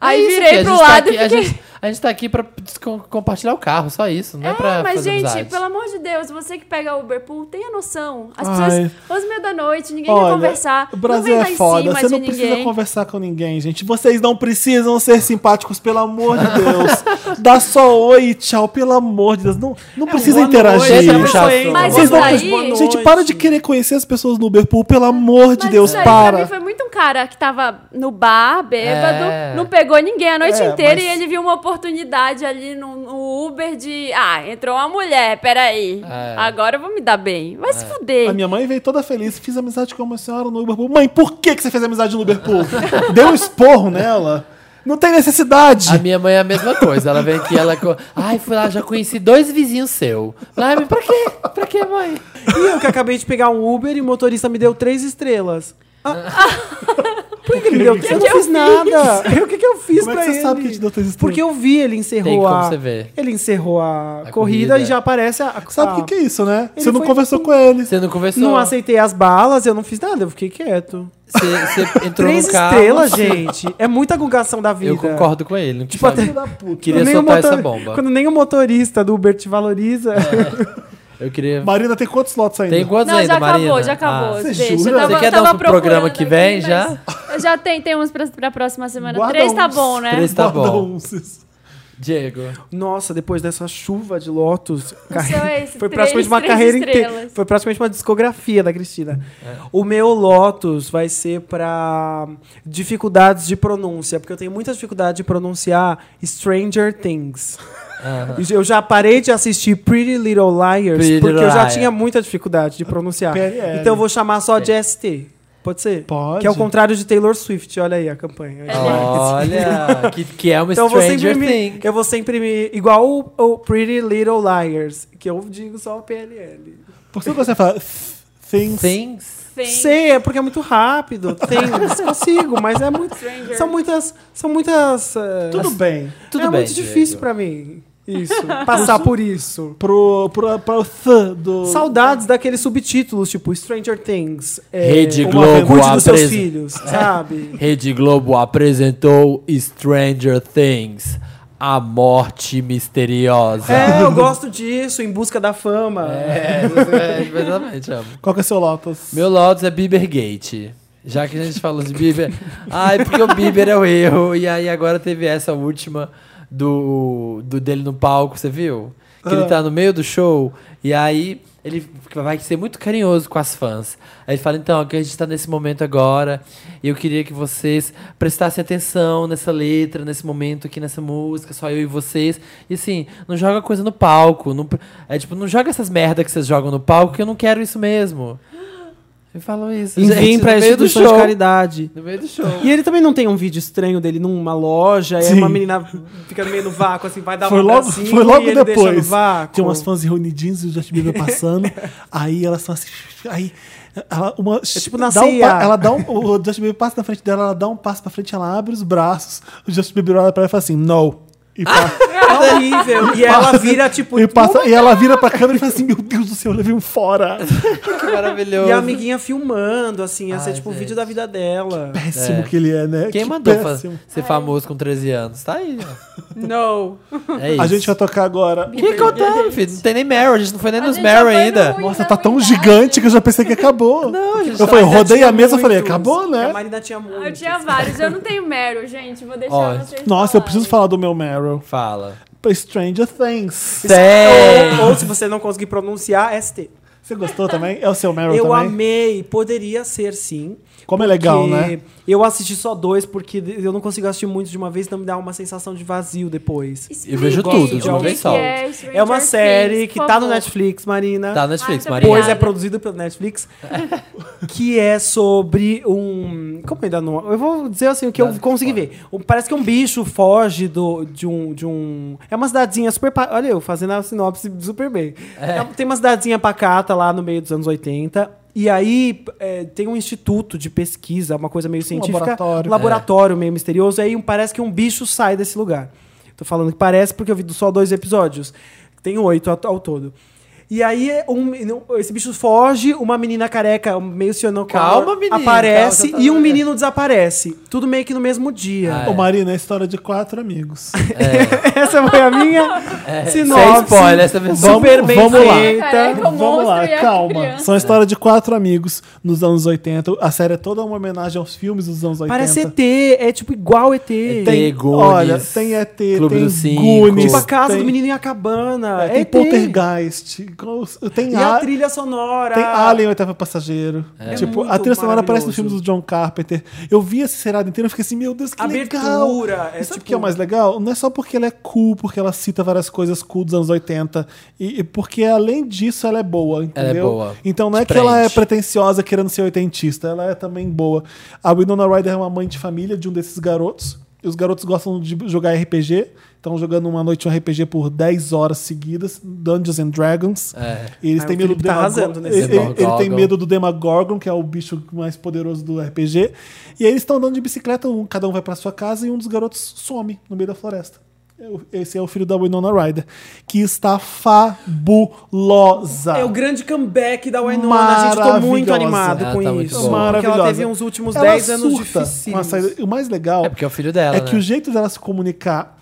S4: É
S2: Aí
S4: isso,
S2: virei
S4: Fia, a
S2: pro
S4: gente tá
S2: lado
S4: aqui-
S2: e
S4: a
S2: fiquei...
S4: gente, A gente tá aqui pra desco- compartilhar o carro, só isso. Não é, pra
S2: mas,
S4: fazer
S2: gente,
S4: amizade.
S2: pelo amor de Deus, você que pega Uber Pool, tenha noção. As
S1: Ai.
S2: pessoas, 11 mil da noite, ninguém quer conversar.
S1: O Brasil
S2: não vem
S1: é
S2: lá em
S1: foda.
S2: cima
S1: Você
S2: de
S1: não precisa
S2: ninguém.
S1: conversar com ninguém, gente. Vocês não precisam ser simpáticos, pelo amor de Deus. Dá só oi e tchau, pelo amor de Deus. Não, não precisa
S3: boa
S1: interagir.
S3: noite, é
S4: puxar
S3: foi,
S4: assunto.
S2: Mas
S1: Vocês
S2: isso
S1: não
S2: aí-
S1: precisam- Gente, para de querer conhecer as pessoas no Uberpool, pelo amor de
S2: Mas
S1: Deus,
S2: isso aí
S1: para.
S2: Pra mim foi muito um cara que tava no bar, bêbado,
S4: É.
S2: não pegou ninguém a noite
S1: É,
S2: inteira
S1: mas-
S2: e ele viu uma oportunidade ali no, no Uber de. Ah, entrou uma mulher, peraí.
S4: É.
S2: Agora eu vou me dar bem. Vai se fuder.
S1: A minha mãe veio toda feliz, fiz amizade com uma senhora no Uberpool. Mãe, por que, que você fez amizade no Uberpool? Deu um esporro nela. Não tem necessidade.
S4: A minha mãe é a mesma coisa. Ela vem aqui, ela. co- Ai, fui lá, já conheci dois vizinhos seu. Ai, mas pra quê? Pra quê, mãe?
S3: E eu que acabei de pegar um Uber e o motorista me deu três estrelas. Ah. Por que ele me deu? Eu não fiz nada. O que, que eu fiz
S1: Como é
S3: pra
S1: que você
S3: ele?
S1: sabe que ele te deu três estrelas?
S3: Porque eu vi, ele encerrou
S4: Tem como
S3: a.
S4: você ver.
S3: Ele encerrou a,
S4: A
S3: corrida,
S4: corrida.
S3: e já aparece a. a-
S1: Sabe o que, que é isso, né?
S3: Ele
S1: Você não
S3: foi-
S1: conversou com ele.
S4: Você não conversou?
S3: Não aceitei as balas, eu não fiz nada, eu fiquei quieto.
S4: Você, você entrou
S3: Três
S4: no carro.
S3: estrelas, gente. É muita agungação da vida.
S4: Eu concordo com ele. Não
S3: Tipo,
S4: sabe-
S3: até-
S4: Queria
S3: Nem o
S4: soltar
S3: motor-
S4: essa bomba. É.
S3: Quando nem o motorista do Uber te valoriza.
S4: Eu queria.
S1: Marina tem quantos lotes ainda?
S4: Tem quantos
S2: Não,
S4: ainda,
S2: já acabou,
S4: Marina?
S2: já acabou.
S4: Ah,
S1: Você
S2: Deixa,
S1: jura?
S2: Eu tava,
S4: Você quer
S2: tava
S4: dar um pro
S2: procurando
S4: programa que
S2: aqui,
S4: vem,
S2: mas
S4: já?
S2: Eu já tenho, tem uns pra, pra próxima semana.
S1: Guarda
S2: três tá
S1: uns,
S2: bom, né?
S4: três tá
S1: Guarda
S4: bom.
S1: uns.
S4: Diego.
S3: Nossa, depois dessa chuva de Lotus,
S2: é esse,
S3: foi
S2: três-
S3: praticamente uma
S2: três
S3: carreira
S2: estrelas.
S3: inteira. Foi praticamente uma discografia da Cristina. O meu Lotus vai ser pra dificuldades de pronúncia, porque eu tenho muita dificuldade de pronunciar Stranger Things.
S4: Aham.
S3: Eu já parei de assistir Pretty Little Liars,
S4: Pretty
S3: porque eu já
S4: Liar.
S3: tinha muita dificuldade de pronunciar.
S1: PLL.
S3: Então eu vou chamar só de ST. Pode ser?
S1: Pode.
S3: Que é o contrário de Taylor Swift. Olha aí a campanha.
S2: É
S4: Olha, que, que é uma
S3: Então eu vou sempre
S4: Stranger
S3: me,
S4: Thing.
S3: eu vou sempre me. Igual o, o Pretty Little Liars, que eu digo só o PLL.
S1: Por que você fala things?
S4: Things.
S2: Tem-
S3: Sei, é porque é muito rápido. Tem, consigo, mas é muito.
S2: Stranger.
S3: São muitas. São muitas. eh,
S1: Tudo bem.
S4: Tudo
S3: é
S4: bem,
S3: muito difícil
S4: Diego.
S3: pra mim. Isso. Passar por isso.
S1: Pro, pro, pro th do.
S3: Saudades daqueles subtítulos, tipo Stranger Things. eh,
S4: Rede
S3: Uma
S4: Globo É.
S3: Cuide dos seus
S4: apresen-
S3: filhos, sabe?
S4: Rede Globo apresentou Stranger Things. A morte misteriosa.
S3: É, eu gosto disso, em busca da fama.
S4: É, é, exatamente, amo.
S1: Qual que é o seu Lotus?
S4: Meu Lotus é Biebergate. Já que a gente falou de Bieber. Ai, porque o Bieber é o erro. E aí agora teve essa última do, do dele no palco, você viu? Que ele tá no meio do show. E aí ele vai ser muito carinhoso com as fãs. Aí ele fala, então, que a gente tá nesse momento agora. E eu queria que vocês prestassem atenção nessa letra, nesse momento aqui, nessa música, só eu e vocês. E assim, não joga coisa no palco. Não, pr- é tipo, não joga essas merda que vocês jogam no palco, que eu não quero isso mesmo. Ele falou isso.
S3: Enviem
S4: gente,
S3: pra
S4: no meio do
S3: instituição de
S4: show.
S3: caridade.
S4: No meio do show.
S3: E ele também não tem um vídeo estranho dele numa loja, e
S1: Sim.
S3: aí uma menina fica no meio do vácuo, assim, vai dar
S1: Foi
S3: uma
S1: logo,
S3: dancinha
S1: foi
S3: e
S1: logo
S3: ele deixa no
S1: depois.
S3: vácuo. É
S1: Tinha umas fãs reunidinhas e o Justin Bieber passando. aí elas são assim. Aí. Ela, uma,
S3: tipo na
S1: dá um
S3: CIA.
S1: pa- ela dá um, O Justin Bieber passa na frente dela, ela dá um passo pra frente, ela abre os braços. O Justin Bieber olha pra ela e fala assim: No. E, pa-
S3: É horrível. E ela vira, tipo,
S1: e, passa, e ela vira pra câmera e fala assim: Meu Deus do céu, eu levei um fora.
S3: É.
S4: Que maravilhoso.
S3: e a amiguinha filmando, assim, ia ser
S4: Ai,
S3: tipo um
S4: gente.
S3: vídeo da vida dela.
S1: Péssimo
S4: É.
S1: que ele é, né?
S4: Quem
S1: Que
S4: mandou fa-
S1: péssimo.
S4: ser famoso com 13 anos? Tá aí, ó.
S3: Não.
S4: É isso.
S1: A gente vai tocar agora.
S4: O que acontece, filho? Não tem nem Meryl, a gente não foi nem
S2: A
S4: nos
S2: gente já
S4: Meryl
S2: foi
S4: ainda.
S2: no-
S1: Nossa, tá tão gigante que eu já pensei que acabou.
S4: Não, gente,
S1: eu falei, rodei a mesa e falei, acabou,
S3: A
S1: né?
S3: Marina tinha muito.
S2: Eu tinha vários, eu não tenho Meryl, gente. Vou deixar
S4: Ó,
S2: vocês.
S1: Nossa, eu
S2: falarem.
S1: preciso falar do meu Meryl.
S4: Fala.
S1: Pra Stranger Things.
S3: é
S4: Tem.
S3: Ou, ou se você não conseguir pronunciar, ST.
S1: Você gostou também? É o seu Meryl
S3: Eu
S1: também?
S3: amei. Poderia ser, sim.
S1: Como é legal,
S3: Porque
S1: né?
S3: Eu assisti só dois, porque eu não consigo assistir muito de uma vez, não me dá uma sensação de vazio depois.
S2: Expliquem
S4: vejo tudo,
S3: de uma
S2: o que
S3: vez
S2: que
S4: só.
S2: É, Stranger
S3: É uma
S2: Things,
S3: série que
S2: por
S3: tá no
S2: favor.
S3: Netflix, Marina.
S4: Tá no Netflix,
S2: muito
S4: Maria.
S3: Pois é
S2: Obrigada.
S3: produzido pelo Netflix. que é sobre um. Como ainda não. Eu vou dizer assim o que eu consegui ver. Um- parece que um bicho foge do, de, um, de um. É uma cidadezinha super. pa- Olha, eu fazendo a sinopse super bem. É, tem uma cidadezinha pacata lá no meio dos anos 80. E aí é, tem um instituto de pesquisa, uma coisa meio científica.
S1: laboratório.
S3: Laboratório meio misterioso. E aí um- parece que um bicho sai desse lugar. Tô falando que parece porque eu vi só dois episódios. Tem oito ao, ao todo. E aí um- esse bicho foge, uma menina careca, meio sionão
S4: Calma, menina,
S3: aparece
S4: calma, já tá
S3: e um
S4: vendo.
S3: menino desaparece. Tudo meio que no mesmo dia.
S4: Ah,
S1: Ô, Marina, é a história de quatro amigos.
S3: É Essa foi a minha sinopse.
S4: Sem spoiler, essa versão.
S1: Vamos-
S3: Super bem
S1: vamos lá.
S3: feita.
S2: Careca, o
S1: Vamos lá,
S2: monstro e a
S1: calma.
S2: criança.
S1: São a história de quatro amigos nos anos 80. A série é toda uma homenagem aos filmes dos anos 80.
S3: Parece ET, é tipo igual ET.
S4: Tem
S1: Tem-
S4: Goonies,
S1: Olha, tem ET,
S4: Clube
S1: tem
S4: dos Cinco.
S1: Goonies,
S3: Tipo a casa
S1: tem-
S3: do menino e a cabana.
S1: É,
S3: É,
S1: tem
S3: ET.
S1: Poltergeist. Tem
S3: E a
S1: a-
S3: trilha sonora.
S1: Tem Alien, o oitavo passageiro. Tipo,
S3: É
S1: a trilha
S3: muito
S1: sonora aparece nos
S3: maravilhoso.
S1: filmes do John Carpenter. Eu vi esse seriado inteiro e fiquei assim, meu Deus, que legal.
S3: Abertura, é
S1: e sabe o
S3: tipo-
S1: que é o mais legal? Não é só porque ela é cool, porque ela cita várias coisas cool dos anos 80. E, e porque, além disso, ela é boa, entendeu?
S4: boa.
S1: Então não é
S4: Te
S1: que ela é
S4: prende.
S1: pretensiosa querendo ser oitentista. Ela é também boa. A Winona Ryder é uma mãe de família de um desses garotos. E os garotos gostam de jogar RPG. Estão jogando uma noite um RPG por 10 horas seguidas. Dungeons and Dragons.
S4: É.
S1: E eles
S3: Ah,
S1: têm
S3: o
S1: medo do
S3: Felipe tá
S1: Demago-
S3: arrasando nesse
S1: ele, ele- ele tem
S4: Demogorgon.
S1: medo do Demagorgon, que é o bicho mais poderoso do RPG. E aí eles estão andando de bicicleta, um, cada um vai pra sua casa e um dos garotos some no meio da floresta. É o- Esse é o filho da Winona Ryder, que está fabulosa.
S3: É o grande comeback da Winona. A gente tô muito
S1: Ah. Maravilhosa.
S3: animado
S4: Ela
S3: com
S4: tá muito
S3: isso.
S4: boa.
S3: Porque
S1: Maravilhosa.
S3: ela teve uns últimos
S1: Ela
S3: 10 anos
S1: surta com a
S3: difíceis.
S1: saída- O mais legal
S4: É porque é o filho dela,
S1: é que
S4: né?
S1: o jeito dela se comunicar,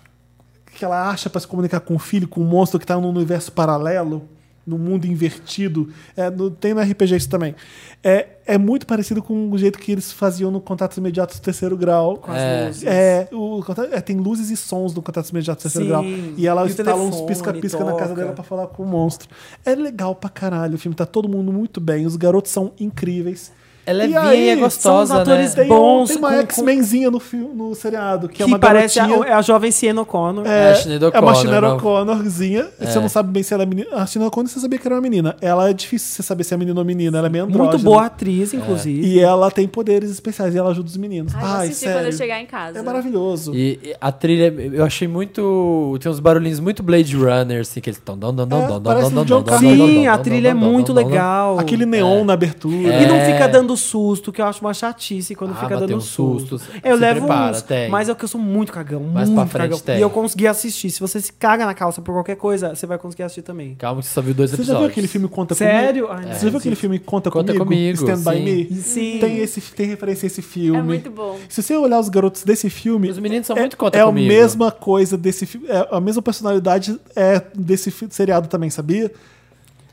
S1: que ela acha pra se comunicar com o filho, com o monstro que tá num universo paralelo, num mundo invertido, é, no- tem no RPG isso também. É, é muito parecido com o jeito que eles faziam no Contatos Imediatos do Terceiro Grau. Com
S4: as É. luzes.
S1: É, o conta- é, tem luzes e sons no Contatos Imediatos do Terceiro
S3: Sim.
S1: Grau. E ela
S3: E o
S1: instala uns
S3: telefone,
S1: pisca-pisca na casa
S3: toca.
S1: dela pra falar com o monstro. É legal pra caralho. O filme tá todo mundo muito bem. Os garotos são incríveis.
S4: Ela é
S1: E
S4: bem
S1: aí,
S4: é
S1: são os
S4: gostosa,
S3: atores
S4: né?
S1: Tem, um,
S3: Bons
S1: tem uma
S3: com-
S1: X-Menzinha no, filme- no seriado, que,
S3: Que
S1: é uma
S3: parece a,
S1: garotinha...
S3: é a jovem Sienna O'Connor.
S1: É,
S4: a Sinead
S1: é uma
S4: O'Connor,
S1: Sinead
S4: não.
S1: O'Connorzinha. Você não sabe bem se ela é menina. A Sinead O'Connor você sabia que era uma menina. Ela é difícil você saber se é menina ou menina. Ela é meio andrógena.
S3: Muito boa atriz, inclusive.
S1: E ela tem poderes especiais e ela ajuda os meninos.
S2: Ai,
S1: Ai,
S2: vou assistir
S1: sério.
S2: quando eu chegar em casa.
S1: É maravilhoso.
S4: E e a trilha, eu achei muito. Tem uns barulhinhos muito Blade Runner, assim, que eles estão.
S1: É, parece um John Carpenter.
S3: Sim, a trilha é muito legal.
S1: Aquele neon na abertura.
S3: E não
S4: É.
S3: fica dando susto, que eu acho uma chatice quando
S4: Ah,
S3: fica
S4: mas
S3: dando
S4: tem uns
S3: susto.
S4: sustos.
S3: Eu
S4: Se
S3: levo
S4: prepara,
S3: uns,
S4: tem.
S3: mas é que eu sou muito cagão,
S4: Mais
S3: muito
S4: pra frente
S3: cagão.
S4: tem.
S3: E eu consegui assistir. Se você se caga na calça por qualquer coisa, você vai conseguir assistir também.
S4: Calma, que você só viu dois
S1: Você já
S4: episódios.
S1: viu aquele filme Conta
S3: Sério?
S1: Comigo?
S3: Ai, não.
S1: Você já viu aquele filme Conta,
S4: Conta Comigo,
S1: Stand By
S4: sim.
S1: Me?
S3: Sim.
S1: Tem, esse, tem referência a esse filme.
S2: É muito bom.
S1: Se você olhar os garotos desse filme.
S4: Os meninos são
S1: é,
S4: muito conta
S1: É
S4: comigo.
S1: a mesma coisa desse filme. É a mesma personalidade é desse fi- seriado também, sabia?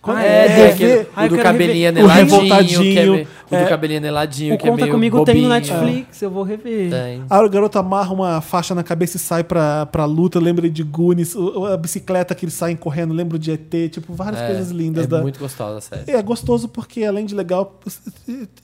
S3: Ah,
S4: É,
S1: É,
S4: tem aquele,
S1: vê-
S3: Ah, eu
S4: o do
S3: quero
S4: cabelinho
S3: rever.
S1: O
S4: aneladinho. que é
S1: revoltadinho,
S4: meio- O
S1: é.
S4: do cabelinho aneladinho,
S3: O
S4: que é
S3: Conta
S4: meio
S3: Comigo tem
S4: bobinho. É.
S3: no Netflix, eu vou rever.
S4: Tem.
S1: Aí o garoto amarra uma faixa na cabeça e sai pra, pra luta. Lembra de Goonies, o- o- a bicicleta que eles saem correndo, lembra de ET, tipo, várias
S4: É,
S1: coisas lindas
S4: é
S1: da.
S4: muito gostosa, sério.
S1: É gostoso porque, além de legal,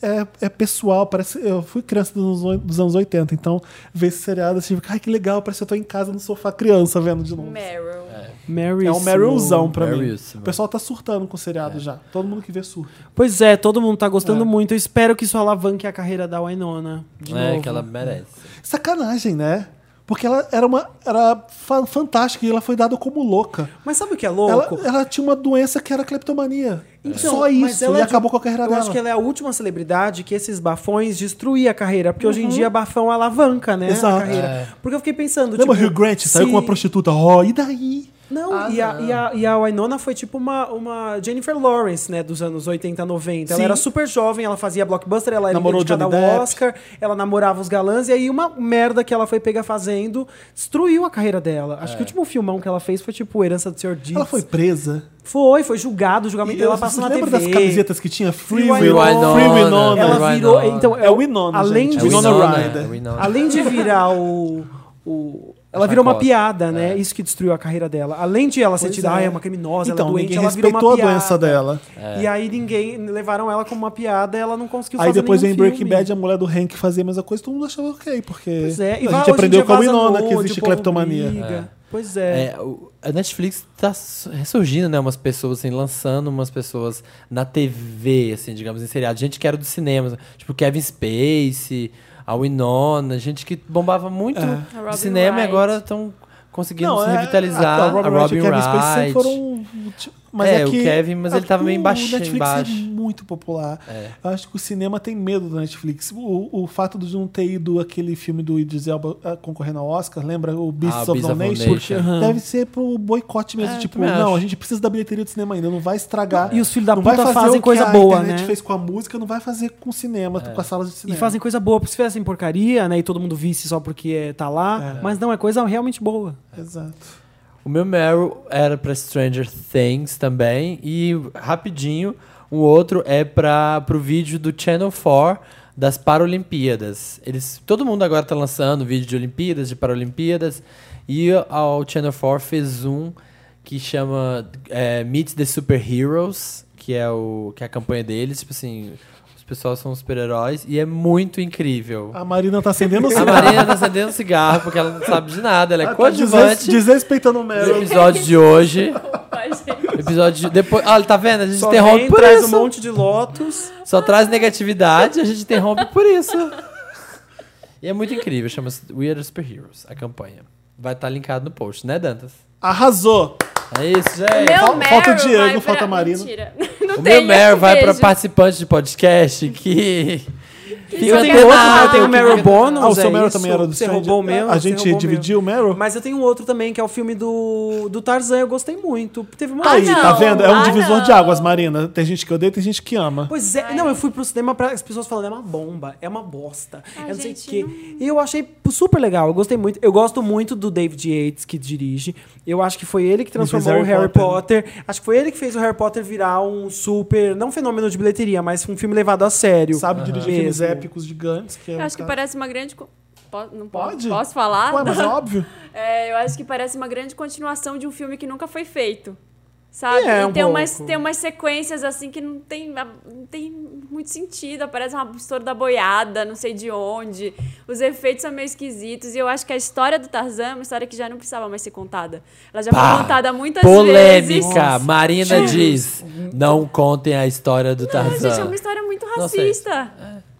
S1: é, é pessoal. Parece, eu fui criança dos anos, oi- dos anos 80, então ver esse seriado assim, ai que legal, parece que eu tô em casa no sofá criança vendo de novo.
S2: Meryl.
S3: Mary
S1: É um Merylzão pra mim.
S4: Merylzão.
S1: O pessoal tá surtando com o
S3: É.
S1: seriado já. Todo mundo que vê surta.
S3: Pois é, todo mundo tá gostando
S1: É.
S3: muito. Eu espero que isso alavanque a carreira da Winona. De
S4: é,
S3: novo.
S4: que ela merece.
S1: Sacanagem, né? Porque ela era uma era fa- fantástica e ela foi dada como louca.
S3: Mas sabe o que é
S1: Ela,
S3: louco?
S1: ela tinha uma doença que era cleptomania.
S3: Então,
S1: Só
S3: mas
S1: isso.
S3: ela
S1: E
S3: é de-
S1: acabou com a carreira
S3: eu
S1: dela.
S3: acho que ela é a última celebridade que esses bafões destruíam a carreira. Porque hoje em dia bafão alavanca, né?
S1: Uhum. Exato.
S3: A carreira.
S4: É.
S3: Porque eu fiquei pensando.
S1: Lembra
S3: tipo,
S1: Hugh Grant? Saiu
S3: se-
S1: com uma prostituta. Ó, e daí?
S3: Não, e, a, e, a, e a Winona foi tipo uma, uma Jennifer Lawrence, né? Dos anos 80, 90.
S1: Sim.
S3: Ela era super jovem, ela fazia blockbuster, ela era
S1: Namorou
S3: indicada
S1: Johnny
S3: ao
S1: Depp.
S3: Oscar, ela namorava os galãs. E aí uma merda que ela foi pegar fazendo destruiu a carreira dela. Acho que o último filmão que ela fez foi tipo Herança do Senhor Deeds.
S1: É. Ela foi presa.
S3: Foi, foi julgado, o julgamento dela passou na TV.
S1: lembra das camisetas que tinha? Free,
S3: Free
S1: Winona.
S4: Winona.
S1: Free
S4: Ela
S1: Winona.
S3: Ela
S4: Winona.
S3: virou. Então,
S1: É Winona,
S3: Além
S1: gente,
S4: É
S1: É
S3: de né?
S1: Winona
S4: Winona,
S1: Ryder.
S4: é Winona.
S3: Além de virar o. o- ela
S4: A
S3: virou uma
S4: chacota.
S3: piada, né? Isso que destruiu a carreira dela. Além de ela ser
S1: É. Pois
S3: tida,
S1: é.
S3: ah, é uma criminosa,
S1: Então,
S3: ela é doente,
S1: ninguém
S3: ela virou uma
S1: respeitou a
S3: piada.
S1: doença dela.
S3: E aí ninguém levaram ela como uma piada, ela não conseguiu
S1: Aí
S3: fazer
S1: depois vem
S3: nenhum
S1: Breaking
S3: filme.
S1: Bad, a mulher do Hank fazia a mesma coisa, todo mundo achava ok, porque
S3: Pois é. E
S1: a
S3: vai-
S1: gente
S3: hoje em
S1: aprendeu
S3: dia
S1: com a
S3: vaza
S1: Winona
S3: nude,
S1: que existe
S3: o povo
S1: cleptomania.
S3: briga. Pois é.
S4: É, o- a Netflix tá su- ressurgindo, né? Umas pessoas, assim, lançando umas pessoas na TV, assim, digamos, em seriado. Gente que era do cinema, tipo Kevin Space, a Winona, gente que bombava muito
S2: A
S4: no
S2: Robin
S4: cinema
S2: Wright.
S4: e agora estão conseguindo se
S1: é-
S4: revitalizar.
S1: a Robin Wright e o Kevin Spacey
S4: Wright.
S1: sempre foram tipo, Mas
S4: É,
S1: que-
S4: o Kevin, mas
S1: é
S4: ele tava
S1: que
S4: meio
S1: o
S4: baixinho
S1: Netflix
S4: embaixo.
S1: é muito popular.
S4: É.
S1: Eu acho que o cinema tem medo do Netflix. O, o fato de não ter ido aquele filme do Idris Elba ah, concorrendo ao Oscar, lembra? O Beasts
S4: Ah,
S1: of
S4: Beasts
S1: No
S4: of No
S1: Nation.
S4: Nation.
S1: Porque, Deve ser pro boicote mesmo.
S4: É,
S1: tipo,
S4: também
S1: não,
S4: acho.
S1: a gente precisa da bilheteria do cinema ainda. Não vai estragar.
S3: E os filhos da
S1: não
S3: puta
S1: vai fazer
S3: fazem
S1: o que
S3: coisa
S1: a
S3: boa,
S1: internet
S3: né?
S1: fez com a música, não vai fazer com o
S4: É.
S1: cinema, com as salas de
S3: E
S1: cinema.
S3: fazem coisa boa, porque se fizessem porcaria, né? E todo mundo visse só porque é, tá lá. Mas não, é coisa realmente boa.
S1: Exato.
S4: O meu Meryl era pra Stranger Things também. E rapidinho, o outro é para pro vídeo do Channel 4 das Paralimpíadas. Eles, todo mundo agora tá lançando vídeo de Olimpíadas, de Paralimpíadas. E a- o Channel 4 fez um que chama é, Meet the Superheroes, que é, o, que é a campanha deles. Tipo assim, os pessoal são super-heróis. E é muito incrível.
S1: A Marina tá acendendo o
S4: A
S1: cinema.
S4: Marina tá acendendo cigarro porque ela não sabe de nada. Ela é
S1: Ela tá
S4: coadjuvante.
S1: desres- desrespeitando o
S4: Os
S1: Meryl.
S4: episódios de hoje.
S2: Mas, gente,
S4: Episódio de... depois. Olha, tá vendo? A gente
S3: Só
S4: interrompe
S3: vem,
S4: por
S3: traz
S4: isso.
S3: um monte de lotos.
S4: Só traz negatividade, a gente interrompe por isso. E é muito incrível, chama-se We Are the Superheroes, a campanha. Vai estar linkado no post, né, Dantas?
S1: Arrasou!
S4: É isso, gente.
S2: meu
S1: Fal- falta o
S2: Meryl
S1: Diego,
S2: vai
S1: falta
S2: pra-
S1: a Marina.
S2: Mentira. Não
S4: o
S2: tem
S4: meu Meryl
S2: esse
S4: vai pra
S2: beijo.
S4: participante de podcast que.
S3: Eu
S4: Fica
S3: tenho outro,
S4: antenado,
S3: eu tenho o
S4: que
S3: Meryl
S4: fica-
S3: Bônus.
S1: Ah, o seu
S3: é
S1: Meryl
S3: isso?
S1: também era do
S3: Você
S1: Stranger-
S3: roubou o meu.
S1: A
S3: você
S1: gente
S3: roubou o
S1: dividiu o Meryl?
S3: meu. Mas eu tenho outro também, que é o filme do, do Tarzan. Eu gostei muito. Teve uma.
S2: Ah,
S1: Aí, tá
S2: não.
S1: vendo? É um
S2: Ah,
S1: divisor
S2: não.
S1: de águas, Marina. Tem gente que odeia, tem gente que ama.
S3: Pois é, não, eu fui pro cinema pra as pessoas falando, é uma bomba, é uma bosta,
S2: Ai,
S3: é não sei o
S2: gente,
S3: quê. E eu achei super legal, eu gostei muito. Eu gosto muito do David Yates, que dirige. Eu acho que foi ele que transformou
S1: Harry
S3: o Harry
S1: Potter,
S3: Potter. Acho que foi ele que fez o Harry Potter virar um super, não fenômeno de bilheteria, mas um filme levado a sério.
S1: Sabe dirigir
S3: Mesmo.
S1: filmes épicos gigantes. Que é
S2: Eu
S1: um
S2: acho que
S1: cara-
S2: parece uma grande... co- Po- Não posso,
S1: Pode?
S2: Posso falar?
S1: Ué, mas é óbvio.
S2: É, eu acho que parece uma grande continuação de um filme que nunca foi feito. Sabe?
S3: É,
S2: e
S3: um
S2: tem, umas,
S3: pouco.
S2: tem umas sequências assim que não tem, não tem muito sentido. Aparece uma história da boiada, não sei de onde. Os efeitos são meio esquisitos. E eu acho que a história do Tarzan é uma história que já não precisava mais ser contada. Ela já
S4: Pá,
S2: foi contada muitas vezes.
S4: Polêmica. Marina diz: Não contem a história do
S2: Não, gente, é
S4: Tarzan.
S2: uma história muito
S4: Não sei. É.
S2: racista.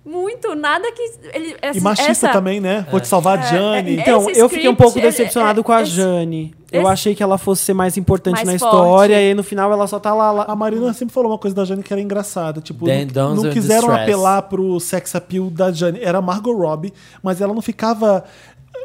S2: Muito, nada que. Ele, essa,
S1: E machista
S2: Assim, essa-
S1: também, né? Vou te salvar, Jane.
S2: é-
S3: Então,
S2: Esse
S3: eu fiquei um
S2: script,
S3: pouco
S2: ele-
S3: decepcionado com a
S2: esse-
S3: Jane. Eu
S2: esse-
S3: achei que ela fosse ser mais importante
S2: Mais
S3: na
S2: forte.
S3: história, e aí no final ela só tá lá. lá-
S1: A Marina sempre falou uma coisa da Jane que era engraçada. Tipo,
S4: Then
S1: não,
S4: Dawns
S1: não
S4: of
S1: quiseram
S4: Distress.
S1: apelar pro sex appeal da Jane. Era Margot Robbie, mas ela não ficava...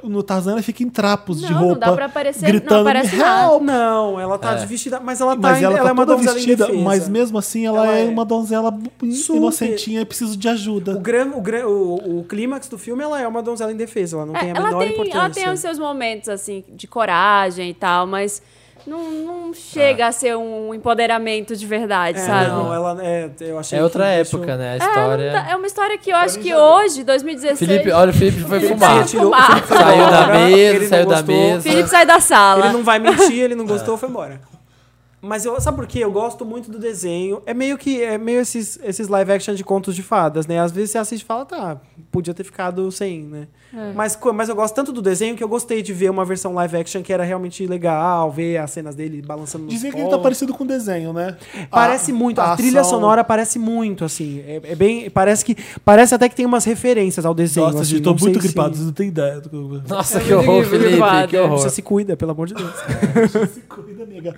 S1: No Tarzan, ela fica em trapos de
S2: Não, não
S1: roupa.
S2: dá pra aparecer- não
S1: Gritando,
S2: aparece
S1: "Me
S2: nada."
S1: help!
S3: Não, ela
S4: É.
S3: tá de vestida, mas ela tá,
S1: Mas
S3: em-
S1: ela,
S3: é
S1: tá
S3: uma
S1: toda
S3: donzela
S1: vestida,
S3: indefesa.
S1: mas mesmo assim ela,
S3: Ela
S1: é,
S3: é
S1: uma donzela
S3: Super.
S1: inocentinha e precisa de ajuda.
S3: O, gran, o, gran, o, o clímax do filme, ela é uma donzela indefesa, ela não tem a
S2: É, ela
S3: menor
S2: tem,
S3: importância.
S2: Ela tem os seus momentos, assim, de coragem e tal, mas não, não
S4: É.
S2: chega a ser um empoderamento de verdade,
S3: É,
S2: sabe?
S3: Não, ela é. Eu achei
S4: É outra
S3: que
S4: época,
S3: deixou-
S4: né? A
S2: É,
S4: história.
S2: não tá- é uma história que eu acho que hoje, 2016.
S4: Felipe, olha, o Felipe foi
S2: Ele
S4: fumar.
S2: saiu fumar.
S4: Saiu da
S3: embora,
S4: mesa,
S3: ele não
S4: saiu da
S3: gostou.
S4: mesa.
S2: Felipe sai da
S3: Ele
S2: sala.
S3: não vai mentir, ele não gostou, foi embora. Mas eu, sabe por quê? Eu gosto muito do desenho. É meio que é meio esses, esses live action de contos de fadas, né? Às vezes você assiste e fala, tá, podia ter ficado sem, né? Mas, co- mas eu gosto tanto do desenho que eu gostei de ver uma versão live action que era realmente legal, ver as cenas dele balançando nos
S1: Dizem que ele tá
S3: povos.
S1: parecido com desenho, né?
S3: Parece muito, a, trilha
S1: ação-
S3: sonora parece muito, assim. É, é bem. Parece que. Parece até que tem umas referências ao desenho.
S1: Nossa,
S3: assim,
S1: gente, tô
S3: não sei
S1: muito
S3: se-
S1: gripado, vocês não tem ideia. do que eu-
S4: Nossa, que horror, Felipe, que
S3: Você
S4: horror.
S1: é
S3: se cuida, pelo amor de Deus.
S1: Se cuida, amiga.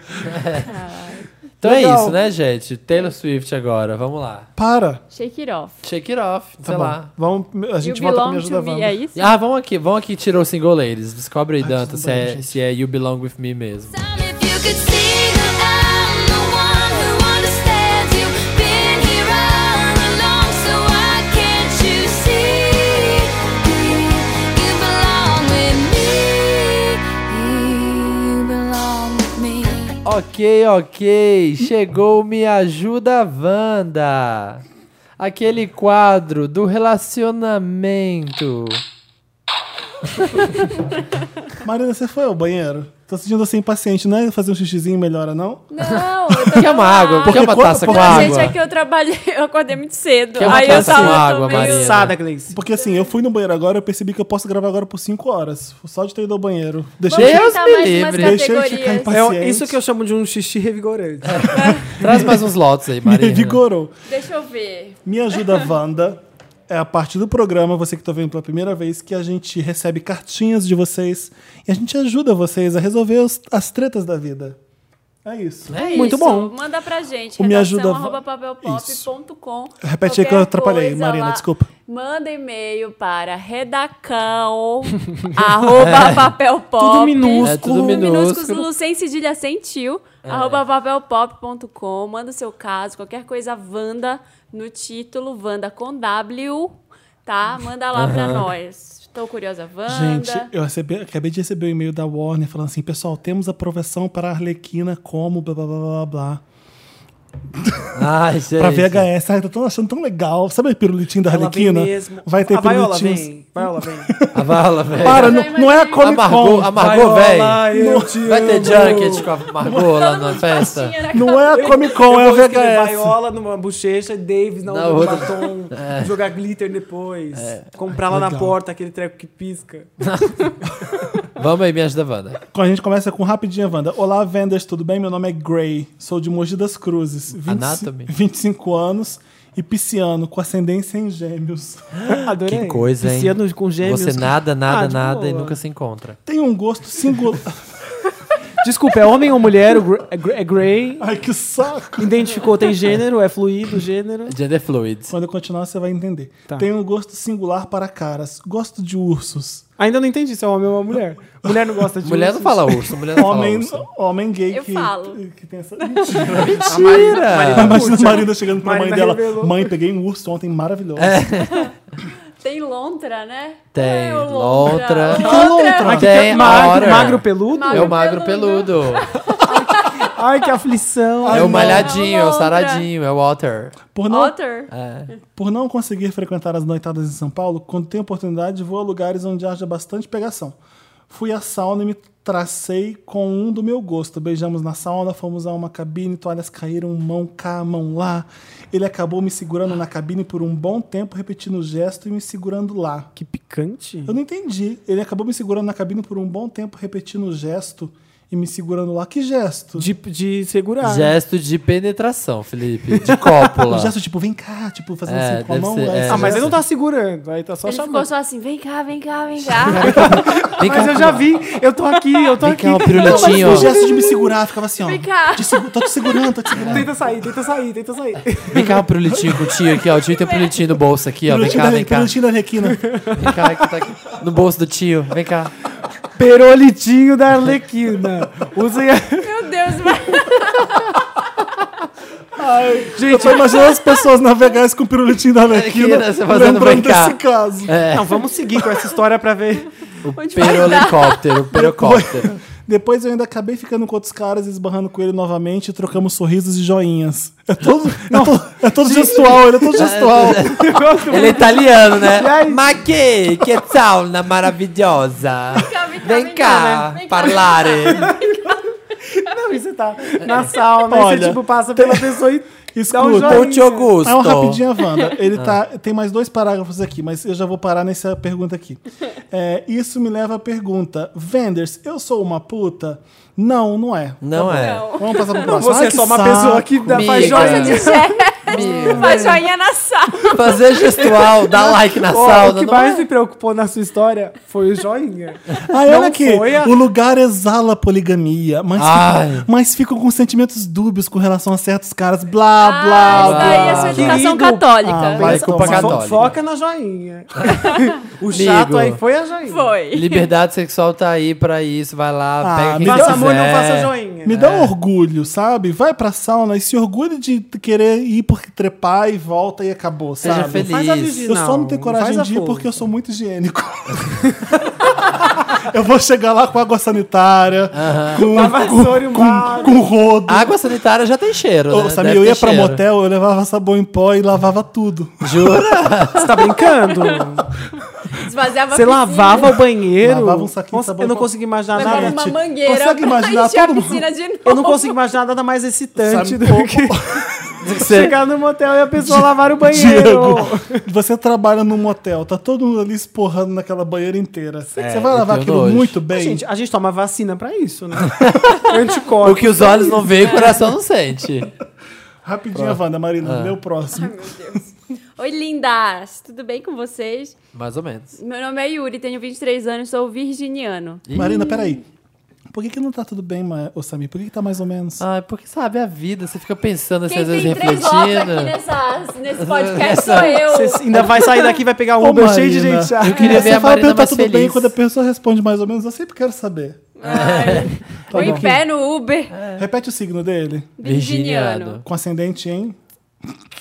S4: Então é
S3: Legal.
S4: isso, né, gente? Taylor Swift agora, vamos lá.
S1: Para.
S2: Shake it off.
S4: Shake it off,
S1: Tá
S4: sei
S1: bom.
S4: lá.
S1: Vamos, a
S2: You
S1: gente volta com Me
S2: belong
S1: Ajuda
S2: to me,
S1: Wanda.
S2: é isso?
S4: Ah, vamos aqui, vamos aqui tirar o single ladies. Descobre aí,
S1: Ai,
S4: Danta,
S1: Ah, tudo
S4: se,
S1: bem,
S4: é,
S1: gente.
S4: se é You Belong With Me mesmo.
S5: Tell me if you could see that I'm the one who understands you. Been here all along, so why can't you see? You belong with me. You belong with me.
S4: Ok, ok, chegou o Me Ajuda Wanda. Aquele quadro do relacionamento.
S1: Marina, você foi ao banheiro? Tô sentindo assim impaciente, não é fazer um xixizinho melhora, não?
S2: Não, eu tô
S4: Quer uma água?
S1: Porque
S4: Quer uma
S1: quando-
S4: taça com
S1: porque,
S2: Não,
S4: água?
S2: gente, é que eu trabalhei, eu acordei muito cedo.
S4: Quer uma
S2: Aí eu
S4: taça
S2: tava
S4: com
S2: eu tô
S4: água,
S2: meio-
S4: Marina?
S3: Cansada, Gleice.
S1: Porque assim, eu fui no banheiro agora, eu percebi que eu posso gravar agora por 5 horas. Só de ter ido ao banheiro. Deixei
S4: Deus
S2: Vamos tentar
S4: me
S2: mais umas
S4: livre.
S1: Deixa eu ficar em
S2: categorias.
S1: paz.
S3: É o-
S1: Paciente.
S3: isso que eu chamo de um xixi revigorante.
S4: Traz mais uns lotes aí,
S1: me
S4: Marina.
S1: revigorou.
S2: Deixa eu ver.
S1: Me Ajuda Wanda é a parte do programa, você que está vendo pela primeira vez, que a gente recebe cartinhas de vocês e a gente ajuda vocês a resolver os- as tretas da vida. É isso.
S2: É
S3: Muito
S2: isso.
S3: bom.
S2: Manda pra gente.
S1: O Me Ajuda
S2: redação arroba papelpop.com.
S1: Repete aí que eu
S2: Qualquer
S1: atrapalhei,
S2: coisa
S1: Marina,
S2: lá.
S1: desculpa.
S2: Manda e-mail para redacão
S1: É.
S2: arroba papelpop.
S3: Tudo minúsculo.
S4: É,
S1: um
S4: tudo minúsculo. É.
S2: minúsculo, sem cedilha, sem tio. Arroba papelpop.com. Manda o seu caso, qualquer coisa Wanda no título, Wanda com W, tá? Manda lá pra nós. Estou curiosa, Wanda.
S1: Gente, eu recebi- acabei de receber o e-mail da Warner falando assim, pessoal, temos aprovação para a Arlequina como blá blá blá blá blá.
S4: Ai, gente.
S1: Pra VHS. Ai, eu tô achando tão legal. Sabe o pirulitinho da
S3: Ela
S1: Arlequina?
S3: vem mesmo.
S1: Vai ter
S3: a Viola
S1: pirulitinhos.
S3: vem. Viola vem.
S4: A Vala, velho.
S1: Para,
S2: Eu já
S1: não, não é a
S2: imaginei.
S1: Comic
S4: Amargou,
S1: Con.
S4: amargou,
S3: Viola,
S4: velho.
S3: eu te
S4: Vai ter
S3: amo.
S4: junket com a Margot lá na festa.
S2: Tinha na
S1: Não é a Comic Con, é
S3: Eu
S1: a
S3: vou escrever
S1: VHS.
S3: Viola numa bochecha, Davis na
S4: Na
S3: outra,
S4: outra. É.
S3: no batom, jogar glitter depois, comprar lá na
S1: Legal.
S3: porta aquele treco que pisca.
S4: Vamos aí, me ajuda, Wanda.
S1: A gente começa com rapidinha, Wanda. Olá, Vendors, tudo bem? Meu nome é Gray, sou de Mogi das Cruzes, 25
S4: Anatomy.
S1: 25 anos e pisciano, com ascendência em gêmeos.
S3: Ah, Adorei.
S4: Que coisa, hein?
S3: Pisciano com gêmeos.
S4: Você nada,
S3: Ah,
S4: nada,
S3: de
S4: nada e
S3: boa.
S4: nunca se encontra.
S1: Tem um gosto singular...
S3: Desculpa, é homem ou mulher? O gr- É gr- é grey?
S1: Ai, que saco!
S3: Identificou, tem gênero, é fluido, gênero.
S4: Gender fluid.
S1: Quando eu continuar, você vai entender.
S3: Tá.
S1: Tem um gosto singular para caras. Gosto de ursos.
S3: Ainda não entendi se é homem ou mulher. Mulher não gosta de
S4: Mulher não
S3: ursos.
S4: fala urso, mulher não fala
S1: Homem,
S4: urso.
S1: homem gay
S2: Eu
S1: que,
S2: falo.
S1: que tem essa. Mentira.
S4: Tira!
S1: Imagina a Marina chegando pra
S3: Marina
S1: mãe dela.
S3: revelou.
S1: Mãe, peguei um urso ontem maravilhoso.
S4: É.
S2: Tem lontra, né?
S4: Tem
S2: Qual é o
S4: lontra.
S2: Lontra.
S1: Que lontra?
S3: Ai, que
S4: Tem
S3: que-
S4: a
S3: magro,
S4: hora.
S3: magro peludo?
S4: É o magro
S2: magro
S4: peludo.
S2: peludo.
S3: Ai, que aflição.
S4: É
S1: Ai,
S4: o
S1: não.
S4: malhadinho, é o
S2: Lontra.
S4: saradinho, é o Walter.
S1: Por não,
S2: Otter.
S1: por não conseguir frequentar as noitadas em São Paulo, quando tenho oportunidade, vou a lugares onde haja bastante pegação. Fui à sauna e me tracei com um do meu gosto. Beijamos na sauna, fomos a uma cabine, toalhas caíram, mão cá, mão lá. Ele acabou me segurando na cabine por um bom tempo, repetindo o gesto e me segurando lá.
S3: Que picante.
S1: Eu não entendi. Ele acabou me segurando na cabine por um bom tempo, repetindo o gesto e me segurando lá. Que gesto?
S3: De, de segurar. né?
S4: Gesto de penetração, Felipe. De cópula.
S1: Um gesto tipo, vem cá, tipo, fazendo
S4: É,
S1: assim com a
S4: deve
S1: mão.
S4: ser,
S1: né?
S4: é.
S1: Esse
S3: Ah, mas ele
S1: gesto.
S3: não tá segurando, aí tá só
S2: Ele ficou
S3: chamando.
S2: só assim, vem cá, vem cá, vem cá.
S4: Vem
S3: Mas
S4: cá,
S3: eu já vi, eu tô aqui, eu tô
S4: Vem
S3: aqui.
S4: cá, um o piruletinho,
S1: O
S4: ó.
S1: um gesto de me segurar ficava assim, ó.
S2: Vem cá.
S1: Te segu- tô te segurando, tô te segurando.
S3: Tenta sair, tenta sair, tenta sair.
S4: Vem cá, o pirulitinho com o tio aqui, ó. O tio tem o pirulitinho no bolso aqui, ó. Vem
S1: um Pirulitinho
S4: cá,
S1: da-
S4: vem cá.
S1: pirulitinho da Arlequina.
S4: Vem cá, que tá aqui. No bolso do tio. Vem cá.
S3: Perolitinho da Arlequina. Usem a...
S2: Meu Deus, mas
S1: Eu tô imaginando as pessoas na VHS com o pirulitinho da Arlequina,
S4: Arlequina, você fazendo
S1: lembrando
S4: vem cá.
S1: desse caso.
S4: É,
S3: Não, vamos seguir com essa história pra ver.
S2: onde vai dar?
S4: perolicóptero, perocóptero.
S1: Depois eu ainda acabei ficando com outros caras, esbarrando com ele novamente, e trocamos sorrisos e joinhas. É todo, é todo, é todo gestual, ele é todo gestual.
S3: Eu gosto
S4: Ele é italiano, né?
S3: Gente.
S4: Ma che, che sauna maravilhosa.
S2: vem cá,
S4: Vem
S2: vem
S4: cá,
S2: cá, né?
S4: parlare.
S3: Não, e você tá na sauna, aí
S1: Olha,
S3: você tipo passa pela pessoa e dá um
S1: Escuta.
S3: joinha.
S4: Ponte Gusto.
S1: É um rapidinho, Wanda. Ele
S4: Ah.
S1: tá. Tem mais dois parágrafos aqui, mas eu já vou parar nessa pergunta aqui. É, isso me leva à pergunta: Venders, eu sou uma puta? Não, não é.
S4: Não é.
S1: Vamos passar pro próximo.
S3: Você
S1: Ai,
S3: é
S1: que
S3: só uma
S1: saco.
S3: pessoa que dá, faz
S4: Miga.
S3: joinha.
S4: Você Amigo,
S2: Faz joinha na sala.
S4: Fazer gestual, dar like na
S3: Ó,
S4: sauna.
S3: o que
S4: não
S3: mais
S4: é?
S3: me preocupou na sua história foi o joinha.
S1: Ai,
S3: Não
S1: olha aqui.
S3: foi a-
S1: O lugar exala poligamia, mas,
S4: Ai.
S1: ficam, mas ficam com sentimentos dúbios com relação a certos caras. Blá, blá,
S2: Ah, isso daí é
S1: blá.
S2: sua
S3: Querido,
S2: educação católica.
S1: ah,
S4: Vai,
S1: Pensa-
S4: É culpa
S1: Fo-
S4: católica.
S3: Foca na joinha. o
S4: Amigo.
S3: chato aí foi a joinha.
S2: Foi.
S4: Liberdade sexual tá aí pra isso, vai lá,
S1: Ah,
S4: pega quem
S1: me dá
S3: Faça
S4: quiser.
S3: amor, não faça joinha.
S1: Me dá um orgulho, sabe? Vai pra sauna e se orgulhe de querer ir porque trepar e volta e acabou,
S3: Ah,
S4: Seja
S1: sabe?
S4: feliz.
S3: Faz a
S1: Eu
S3: virginal,
S1: só não tenho
S3: faz
S1: coragem
S3: a
S1: de ir
S3: força.
S1: porque eu sou muito higiênico. eu vou chegar lá com água sanitária, com,
S3: Uma vassoura e Ah, um
S1: com,
S3: barro.
S1: com rodo.
S4: Água sanitária já tem cheiro,
S1: Ô,
S4: né?
S1: Samir,
S4: Deve
S1: eu
S4: ter
S1: ia pra
S4: cheiro.
S1: motel, eu levava sabão em pó e lavava tudo.
S4: Jura?
S3: Você tá brincando?
S2: Esvaziava
S3: Você
S2: a piscina.
S3: lavava o banheiro.
S1: Lavava um saquinho de
S3: Nossa,
S1: sabão
S3: tá eu não
S1: com-
S3: consigo imaginar
S2: Levava
S3: nada. tipo,
S2: uma
S1: Gente,
S2: mangueira
S1: consegue imaginar
S2: pra encher
S1: todo
S2: a
S1: mundo?
S2: piscina de novo.
S3: Eu não consigo imaginar nada mais excitante
S1: Sabe,
S3: do
S1: o-
S3: que chegar no motel e a pessoa lavar o banheiro.
S1: Diego, você trabalha num motel, tá todo mundo ali esporrando naquela banheira inteira. você vai
S4: É, eu
S1: lavar
S4: tenho
S1: aquilo
S4: nojo.
S1: muito
S3: A
S1: bem?
S3: gente, a gente toma vacina pra isso, né?
S4: O
S3: Anticorpos.
S4: que os olhos não veem, o coração não sente.
S1: Rapidinho, Wanda,
S4: Ah.
S1: Marina, lê o próximo.
S2: Meu Deus. Oi, lindas. Tudo bem com vocês?
S4: Mais ou menos.
S2: Meu nome é Yuri, tenho 23 anos, sou virginiano.
S1: Marina, peraí. Por que, que não tá tudo bem, Ma- ô Samir? Por que, que tá mais ou menos?
S4: Ai, porque sabe a vida, você fica pensando assim,
S2: Quem
S4: às vezes
S2: tem três né? votos aqui
S4: refletindo.
S2: nessa- nesse podcast sou eu.
S3: Você ainda vai sair daqui e vai pegar um Uber cheio de
S1: Marina,
S3: gente. chata.
S4: Eu queria
S1: Você
S4: ver a
S1: fala,
S4: Marina
S1: tá
S4: mais
S1: tudo bem,
S4: feliz.
S1: quando a pessoa responde mais ou menos, eu sempre quero saber.
S2: Ou em pé no Uber.
S1: Repete o signo dele.
S2: Virginiano.
S1: Com ascendente em.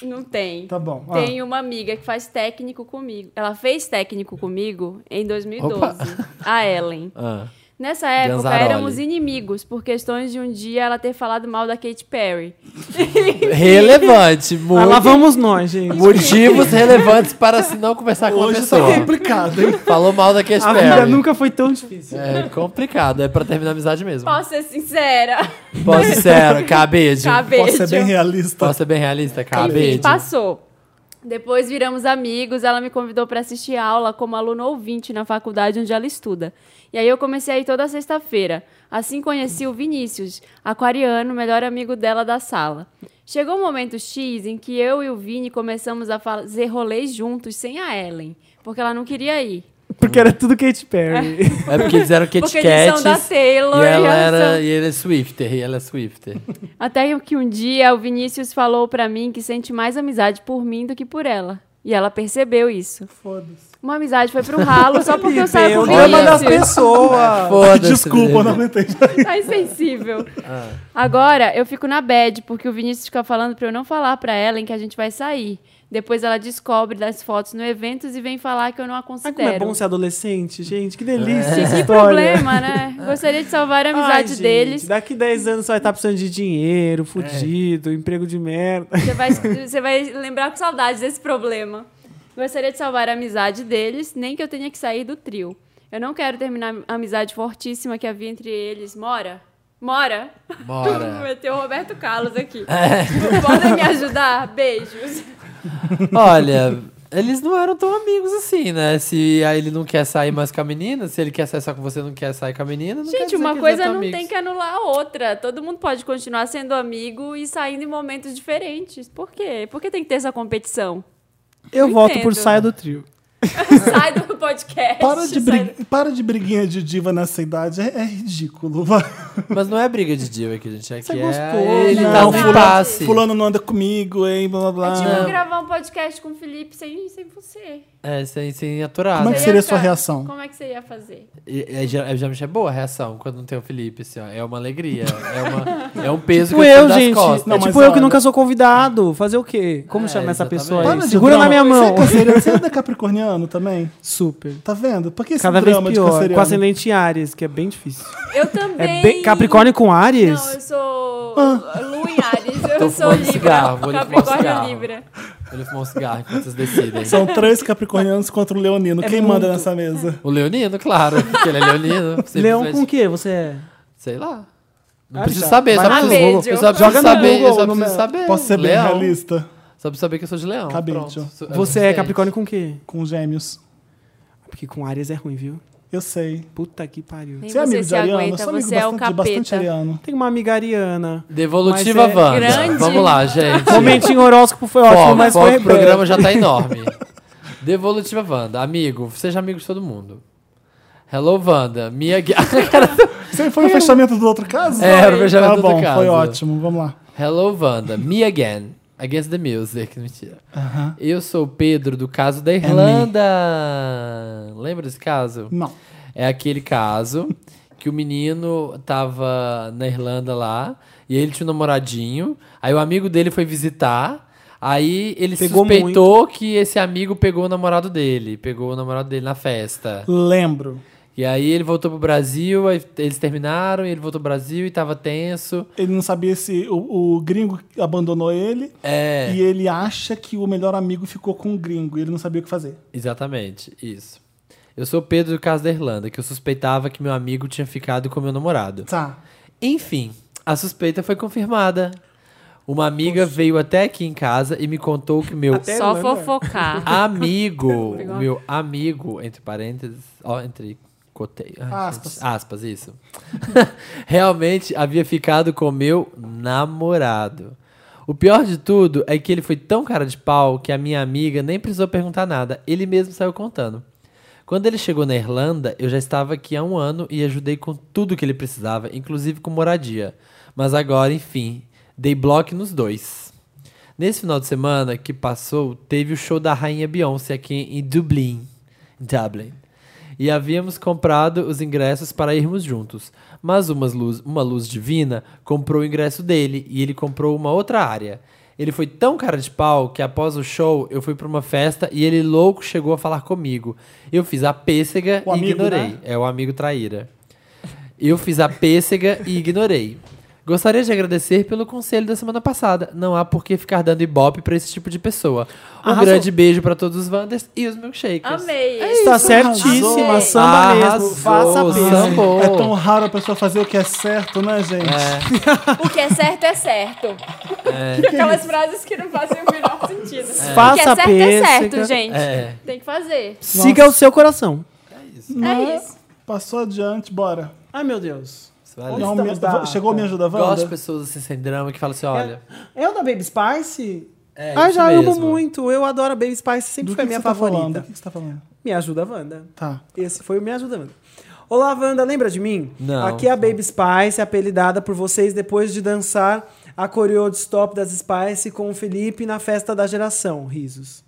S2: Não tem.
S1: Tá bom. Ah,
S2: Tem uma amiga que faz técnico comigo. Ela fez técnico comigo em 2012.
S4: Opa.
S2: A Ellen.
S4: Ah,
S2: Nessa época
S4: Ganzaroli.
S2: éramos inimigos por questões de um dia ela ter falado mal da Katy Perry.
S4: relevante,
S3: Ah, lá
S4: muito.
S3: vamos nós, gente.
S4: Motivos relevantes para se não conversar com a
S1: Hoje tá
S4: pessoa.
S1: complicado, hein?
S4: Falou mal da Katy
S3: A vida
S4: Perry.
S3: nunca foi tão difícil.
S4: É complicado, é pra terminar a amizade mesmo.
S2: Posso ser sincera?
S4: Posso ser sincero, cabeça.
S2: Cabeça.
S1: Posso ser bem realista.
S4: Posso ser bem realista,
S2: Enfim,
S4: cabeça.
S2: passou. Depois viramos amigos, ela me convidou para assistir aula como aluna ouvinte na faculdade onde ela estuda. E aí eu comecei a ir toda sexta-feira. Assim conheci o Vinícius, aquariano, melhor amigo dela da sala. Chegou o momento X em que eu e o Vini começamos a fazer rolês juntos sem a Ellen, porque ela não queria ir.
S3: Porque era tudo Katy Perry.
S4: É porque eles eram Kit
S2: Porque eles são da
S4: Kats,
S2: Taylor,
S4: E ela
S2: e elas
S4: era.
S2: são-
S4: E ele é Swifter, e ela é Swifter.
S2: Até que um dia o Vinícius falou para mim que sente mais amizade por mim do que por ela. E ela percebeu isso.
S1: Foda-se.
S2: Uma amizade foi pro ralo só porque eu saio com
S3: o
S2: o
S3: drama das
S2: Vinícius.
S3: pessoas.
S4: Foda-se.
S1: Desculpa, não aguentei.
S2: Tá insensível.
S3: Ah.
S2: Agora eu fico na bad porque o Vinícius fica falando pra eu não falar pra ela em que a gente vai sair. Depois ela descobre das fotos no evento e vem falar que eu não a
S3: Sabe como é
S2: considero.
S3: bom ser adolescente, gente? Que
S2: É.
S3: delícia essa
S2: que
S3: história.
S2: problema, né? Gostaria de salvar a
S3: Ai,
S2: amizade
S3: gente,
S2: deles.
S3: Daqui 10 anos você vai estar precisando de dinheiro, fudido, emprego de merda.
S2: Você vai, você vai lembrar com saudade desse problema. Gostaria de salvar a amizade deles, nem que eu tenha que sair do trio. Eu não quero terminar a amizade fortíssima que havia entre eles. Mora? Mora?
S4: Bora.
S2: Meteu o Roberto Carlos aqui.
S3: É.
S2: Podem me ajudar? Beijos.
S4: Olha, eles não eram tão amigos assim, né? Se aí ele não quer sair mais com a menina, se ele quer sair só com você, não quer sair com a menina. Não quer
S2: Gente,
S4: dizer
S2: uma
S4: que
S2: coisa
S4: eles
S2: não
S4: eram
S2: tem
S4: amigos.
S2: que anular a outra. Todo mundo pode continuar sendo amigo e saindo em momentos diferentes. Por quê? Por que tem que ter essa competição?
S3: Eu
S2: Eu
S3: volto por
S2: entendo.
S3: saia do trio.
S2: Sai do podcast.
S1: Para de,
S2: sai
S1: brig... Para de briguinha de diva nessa idade, é, é ridículo. vai.
S4: Mas não é briga de Jill aqui, gente. É
S1: Você
S4: que
S1: gostou,
S4: é... Ele
S1: né?
S4: dá
S1: Não,
S4: um
S2: fulano-
S4: passe.
S1: Fulano não anda comigo, hein? Blá blá
S2: É
S1: blá.
S2: tipo gravar um podcast com o Felipe sem, sem você.
S4: É, sem, sem
S1: Como
S4: aturado.
S1: é que
S2: Você
S1: seria
S2: ia
S1: a sua
S2: ficar-
S1: reação?
S2: Como é que você ia fazer?
S4: E- É, já- é, geralmente é boa a reação quando não tem o Felipe, assim, ó. É uma alegria. É, uma, é um peso
S3: Tipo
S4: que eu tiro
S3: eu,
S4: das
S3: gente.
S4: costas.
S1: Não,
S3: é
S1: mas
S3: tipo eu que
S1: olha-
S3: nunca sou convidado. Fazer o quê? Como
S4: É,
S3: chamar essa
S4: exatamente.
S3: pessoa
S1: Para
S3: aí?
S1: de
S3: Segura
S1: drama.
S3: na minha mão.
S1: Você é canceriano, você é capricorniano também?
S3: Super.
S1: Tá vendo? Por que esse
S3: Cada vez
S1: drama de né?
S3: pior.
S1: canceriano?
S3: Com ascendente em Ares, que é bem difícil.
S2: Eu também.
S3: É bem... Capricórnio com Ares?
S2: Não, eu sou
S1: Ah.
S2: Lu em Ares. Eu
S4: Tô
S2: sou
S4: fumando
S2: Libra.
S4: cigarro, vou lhe fumar um
S2: Capricórnio
S4: cigarro.
S2: Libra.
S4: Ele fumou um cigarro enquanto vocês decidem.
S1: São três capricornianos contra um
S2: É
S1: leonino. Quem manda
S3: muito.
S1: nessa mesa?
S4: O Leonino, claro, porque ele é Leonino. simplesmente.
S3: Leão com o quê? Você é...
S4: Sei lá. Não
S3: Ah,
S4: preciso
S3: tá.
S4: saber,
S3: Vai
S4: só
S3: no
S4: preciso,
S2: Google.
S4: eu só preciso
S3: Joga no
S4: saber.
S3: Google, né?
S4: eu só
S3: no
S4: preciso
S3: meu-
S2: É.
S4: saber.
S1: Posso ser bem
S4: leão.
S1: realista?
S4: Só preciso saber que eu sou de leão.
S1: Acabei,
S4: Pronto.
S1: tio.
S4: Su-
S3: Você é
S4: suficiente.
S3: Capricórnio com o quê?
S1: Com gêmeos.
S3: Porque com Ares é ruim, viu?
S1: Eu sei.
S3: Puta que pariu.
S2: Nem
S1: Você é
S2: você
S1: amigo
S2: se
S1: de Ariano?
S2: aguenta,
S1: Eu sou amigo
S2: você é o
S1: bastante, de bastante
S2: capeta.
S1: Ariano.
S3: Tem uma amiga ariana.
S4: Devolutiva
S3: Mas é
S4: Wanda.
S2: grande.
S4: Vamos lá, gente.
S3: Momentinho horóscopo foi ótimo,
S4: Foco,
S3: mas
S4: foco,
S3: foi
S4: o programa já tá enorme. Devolutiva Wanda. Amigo, seja amigo de todo mundo. Hello, Wanda. Minha guia.
S1: Você foi o fechamento do outro caso?
S4: É, era o fechamento
S1: tá
S4: do
S1: bom,
S4: outro
S1: Foi
S4: caso.
S1: ótimo, vamos lá.
S4: Hello, Wanda. Me again. Against the music. Mentira. Eu sou o Pedro do caso
S3: É
S4: da Irlanda. Lembra desse caso?
S1: Não.
S4: É aquele caso que o menino tava na Irlanda lá e ele tinha um namoradinho. Aí o amigo dele foi visitar. Aí ele
S3: Pegou
S4: suspeitou que esse amigo pegou o namorado dele. Pegou o namorado dele na festa.
S1: Lembro.
S4: E aí ele voltou pro Brasil, aí eles terminaram, e ele voltou pro Brasil e tava tenso.
S1: Ele não sabia se o, o gringo abandonou ele
S4: É.
S1: e ele acha que o melhor amigo ficou com o gringo e ele não sabia o que fazer.
S4: Exatamente, isso. Eu sou o Pedro do caso da Irlanda, que eu suspeitava que meu amigo tinha ficado com meu namorado.
S1: Tá.
S4: Enfim, a suspeita foi confirmada. Uma amiga veio até aqui em casa e me contou que meu
S3: Até
S2: Só
S3: Irlanda.
S2: fofocar.
S4: amigo,
S2: Pegou.
S4: o meu amigo, entre parênteses, ó, entre cotei, ai, gente,
S1: Aspas.
S4: aspas, isso, realmente havia ficado com meu namorado. O pior de tudo é que ele foi tão cara de pau que a minha amiga nem precisou perguntar nada, ele mesmo saiu contando. Quando ele chegou na Irlanda, eu já estava aqui há um ano e ajudei com tudo que ele precisava, inclusive com moradia. Mas agora, enfim, dei bloco nos dois. Nesse final de semana que passou, teve o show da Rainha Beyoncé aqui em Dublin. Dublin. E havíamos comprado os ingressos para irmos juntos. Mas umas luz- uma luz divina comprou o ingresso dele e ele comprou uma outra área. Ele foi tão cara de pau que após o show eu fui para uma festa e ele louco chegou a falar comigo. Eu fiz a pêssega
S1: O
S4: e
S1: amigo,
S4: ignorei.
S1: né?
S4: É o amigo traíra. Eu fiz a pêssega e ignorei. Gostaria de agradecer pelo conselho da semana passada. Não há por que ficar dando ibope pra esse tipo de pessoa. Um
S3: Arrasou.
S4: grande beijo pra todos os Wanders e os milkshakers.
S2: Amei.
S3: Tá
S1: Isso,
S3: certíssima,
S1: arrasou.
S3: samba
S4: Arrasou,
S3: mesmo. Faça mesmo.
S4: samba. Pô.
S1: É tão raro a pessoa fazer o que é certo, né, gente?
S2: O que é certo é certo.
S4: É.
S2: Aquelas frases que não fazem o menor sentido. O que
S3: Faça
S2: é certo é certo,
S3: pêssega.
S2: gente.
S4: É.
S2: Tem que fazer.
S3: Siga o seu coração.
S2: É isso.
S1: Passou adiante, bora.
S3: Ai, meu Deus.
S4: Vale.
S1: Não,
S3: estamos Tá.
S1: me-
S3: da-
S1: Chegou a me ajudar,
S4: Gosto de
S1: Wanda?
S4: pessoas assim sem drama que falam assim: olha.
S3: Eu da Baby Spice?
S4: É,
S3: Ai,
S4: isso
S3: já amo
S4: mesmo.
S3: muito. Eu adoro a Baby Spice, sempre
S1: Do que
S3: foi a minha
S1: você tá falando?
S3: favorita.
S1: Do que você tá falando?
S3: Me ajuda, Wanda.
S1: Tá.
S3: Esse foi o Me Ajuda, Wanda. Olá, Wanda, lembra de mim?
S4: Não.
S3: Aqui é a Baby Spice, apelidada por vocês depois de dançar a coreo de Stop das Spice com o Felipe na festa da geração. Risos.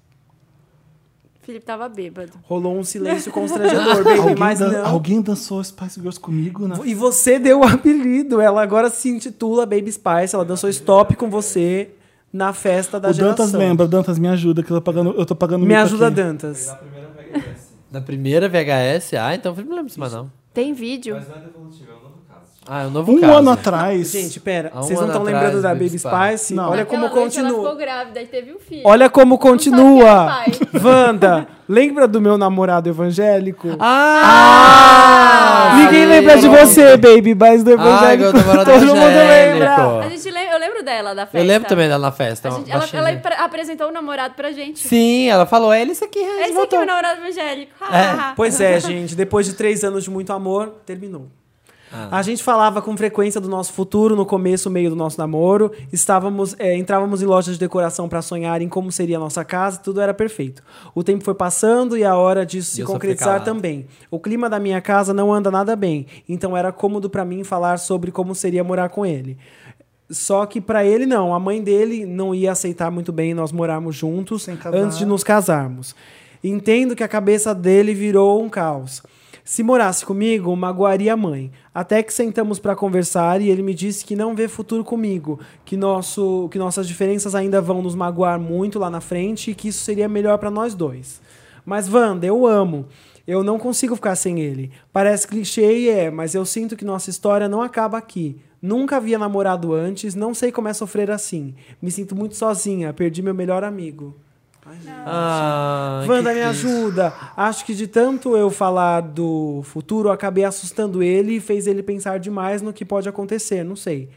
S2: Felipe tava bêbado.
S3: Rolou um silêncio constrangedor, baby,
S1: Alguém,
S3: mas
S1: dan-
S3: não.
S1: alguém dançou Spice Girls comigo né? na
S3: E você deu o apelido. Ela agora se intitula Baby Spice. Ela dançou Stop com você na festa da
S1: o
S3: geração.
S1: Dantas lembra, Dantas me ajuda, que eu tô pagando, eu tô pagando
S3: Me
S1: mico
S3: ajuda,
S1: aqui.
S3: Dantas.
S4: Na primeira VHS, ah, então eu não lembro disso mais não.
S2: Tem vídeo?
S4: Ah, é um novo
S1: Um
S4: caso.
S1: ano atrás.
S3: Gente, pera.
S4: Há um
S3: Vocês não
S4: ano
S3: estão
S4: atrás,
S3: lembrando da
S4: Baby
S3: Baby
S4: Spice.
S3: Spice?
S1: Não.
S3: Olha
S2: Naquela
S3: como
S2: noite É Ela ficou
S3: continua.
S2: grávida e teve um filho.
S3: Olha como continua.
S2: sabe quem
S3: Wanda, lembra do meu namorado evangélico?
S4: Ah!
S3: Ninguém
S4: sim.
S3: lembra de você, baby, mas do
S4: Ah,
S3: evangélico
S4: meu namorado
S3: todo mundo lembra.
S2: A
S4: evangélico.
S2: gente lem- Eu lembro dela da festa.
S4: Eu lembro também dela na festa.
S2: A gente-
S4: uma
S2: ela,
S4: baixinha.
S2: ela é apre- apresentou o namorado pra gente.
S4: Sim, ela falou, é ele isso aqui, é,
S2: Esse aqui é o meu namorado evangélico.
S4: É,
S3: Pois é, gente, depois de três anos de muito amor, terminou.
S4: Ah.
S3: A gente falava com frequência do nosso futuro no começo, meio do nosso namoro. Estávamos, é, entrávamos em lojas de decoração para sonhar em como seria a nossa casa, tudo era perfeito. O tempo foi passando e a hora disso
S4: E
S3: se
S4: eu só fiquei
S3: concretizar
S4: calado.
S3: também. O clima da minha casa não anda nada bem, então era cômodo para mim falar sobre como seria morar com ele. Só que para ele não, a mãe dele não ia aceitar muito bem nós morarmos juntos
S1: Sem casar.
S3: antes de nos casarmos. Entendo que a cabeça dele virou um caos. Se morasse comigo, magoaria a mãe. Até que sentamos para conversar e ele me disse que não vê futuro comigo, que, nosso, que nossas diferenças ainda vão nos magoar muito lá na frente e que isso seria melhor para nós dois. Mas, Wanda, eu amo. Eu não consigo ficar sem ele. Parece clichê e é, mas eu sinto que nossa história não acaba aqui. Nunca havia namorado antes, não sei como é sofrer assim. Me sinto muito sozinha, perdi meu melhor amigo.
S4: Ah,
S3: Wanda,
S4: que
S3: me
S4: triste.
S3: ajuda. Acho que de tanto eu falar do futuro, eu acabei assustando ele e fez ele pensar demais no que pode acontecer, não sei.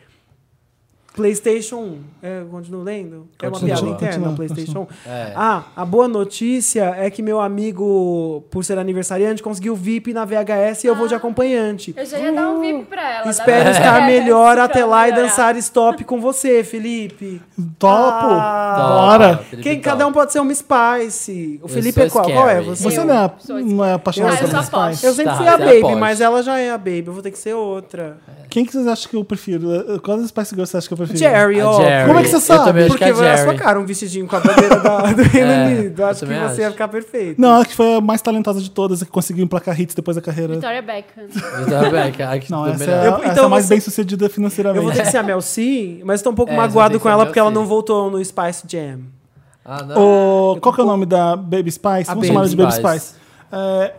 S3: PlayStation 1. É, eu continuo lendo? É uma
S4: Continua.
S3: piada interna,
S1: Continua,
S3: PlayStation 1.
S4: É.
S3: Ah, a boa notícia é que meu amigo, por ser aniversariante, conseguiu VIP na VHS e eu vou de acompanhante.
S2: Ah,
S3: Uh,
S2: Eu já ia dar um VIP pra ela.
S3: Espero
S4: É.
S2: dar-
S3: estar melhor
S2: Pra
S3: até lá e
S2: melhorar.
S3: dançar stop com você, Felipe.
S1: Topo!
S3: ah,
S4: Topa,
S1: Bora!
S4: Felipe
S3: Quem,
S4: Topa.
S3: cada um pode ser uma Spice. O
S4: Eu
S3: Felipe
S4: sou
S3: é qual? Qual é
S4: scary.
S3: você?
S1: Você
S2: Eu
S1: não é,
S2: sou-
S1: não é apaixonado
S2: Ah, eu
S1: pelos
S2: sou
S1: Spice?
S2: aposta.
S3: Eu sempre
S4: Tá,
S3: fui a
S4: você
S3: Baby,
S4: aposta.
S3: mas ela já é a Baby. Eu vou ter que ser outra.
S1: Quem que vocês acham que eu prefiro? Eh, Qual das Spice Girls você acha que eu prefiro?
S3: Jerry,
S4: A
S3: ó.
S4: Jerry.
S1: Como é que você sabe?
S4: Eu também acho que
S3: Porque
S4: é a
S3: vai na sua
S4: Jerry.
S3: cara um vestidinho com a bandeira da- do Reino
S4: É,
S3: Unido.
S4: eu
S3: Acho que
S4: também acho.
S3: você ia ficar perfeito.
S1: Não, a que foi a mais talentosa de todas, a que conseguiu emplacar hits depois da carreira.
S2: Victoria Beckham.
S4: Vitória Becker, a que
S1: Não,
S4: tudo
S1: essa é,
S4: melhor.
S1: a-
S3: Então, Eu-
S1: essa é
S3: então
S1: a mais
S3: você-
S1: bem sucedida financeiramente.
S3: Eu vou ter que ser a Mel C, mas tô um pouco
S4: É, você tem
S3: magoado
S4: que
S3: com
S4: ser a
S3: ela
S4: Mel
S3: porque ela
S4: C.
S3: não voltou no Spice Jam.
S4: Ah, não.
S1: O- qual que é o nome da Baby Spice?
S3: A
S1: Vamos chamar ela de
S4: Baby
S1: Baby Spice.
S4: Spice.
S1: É,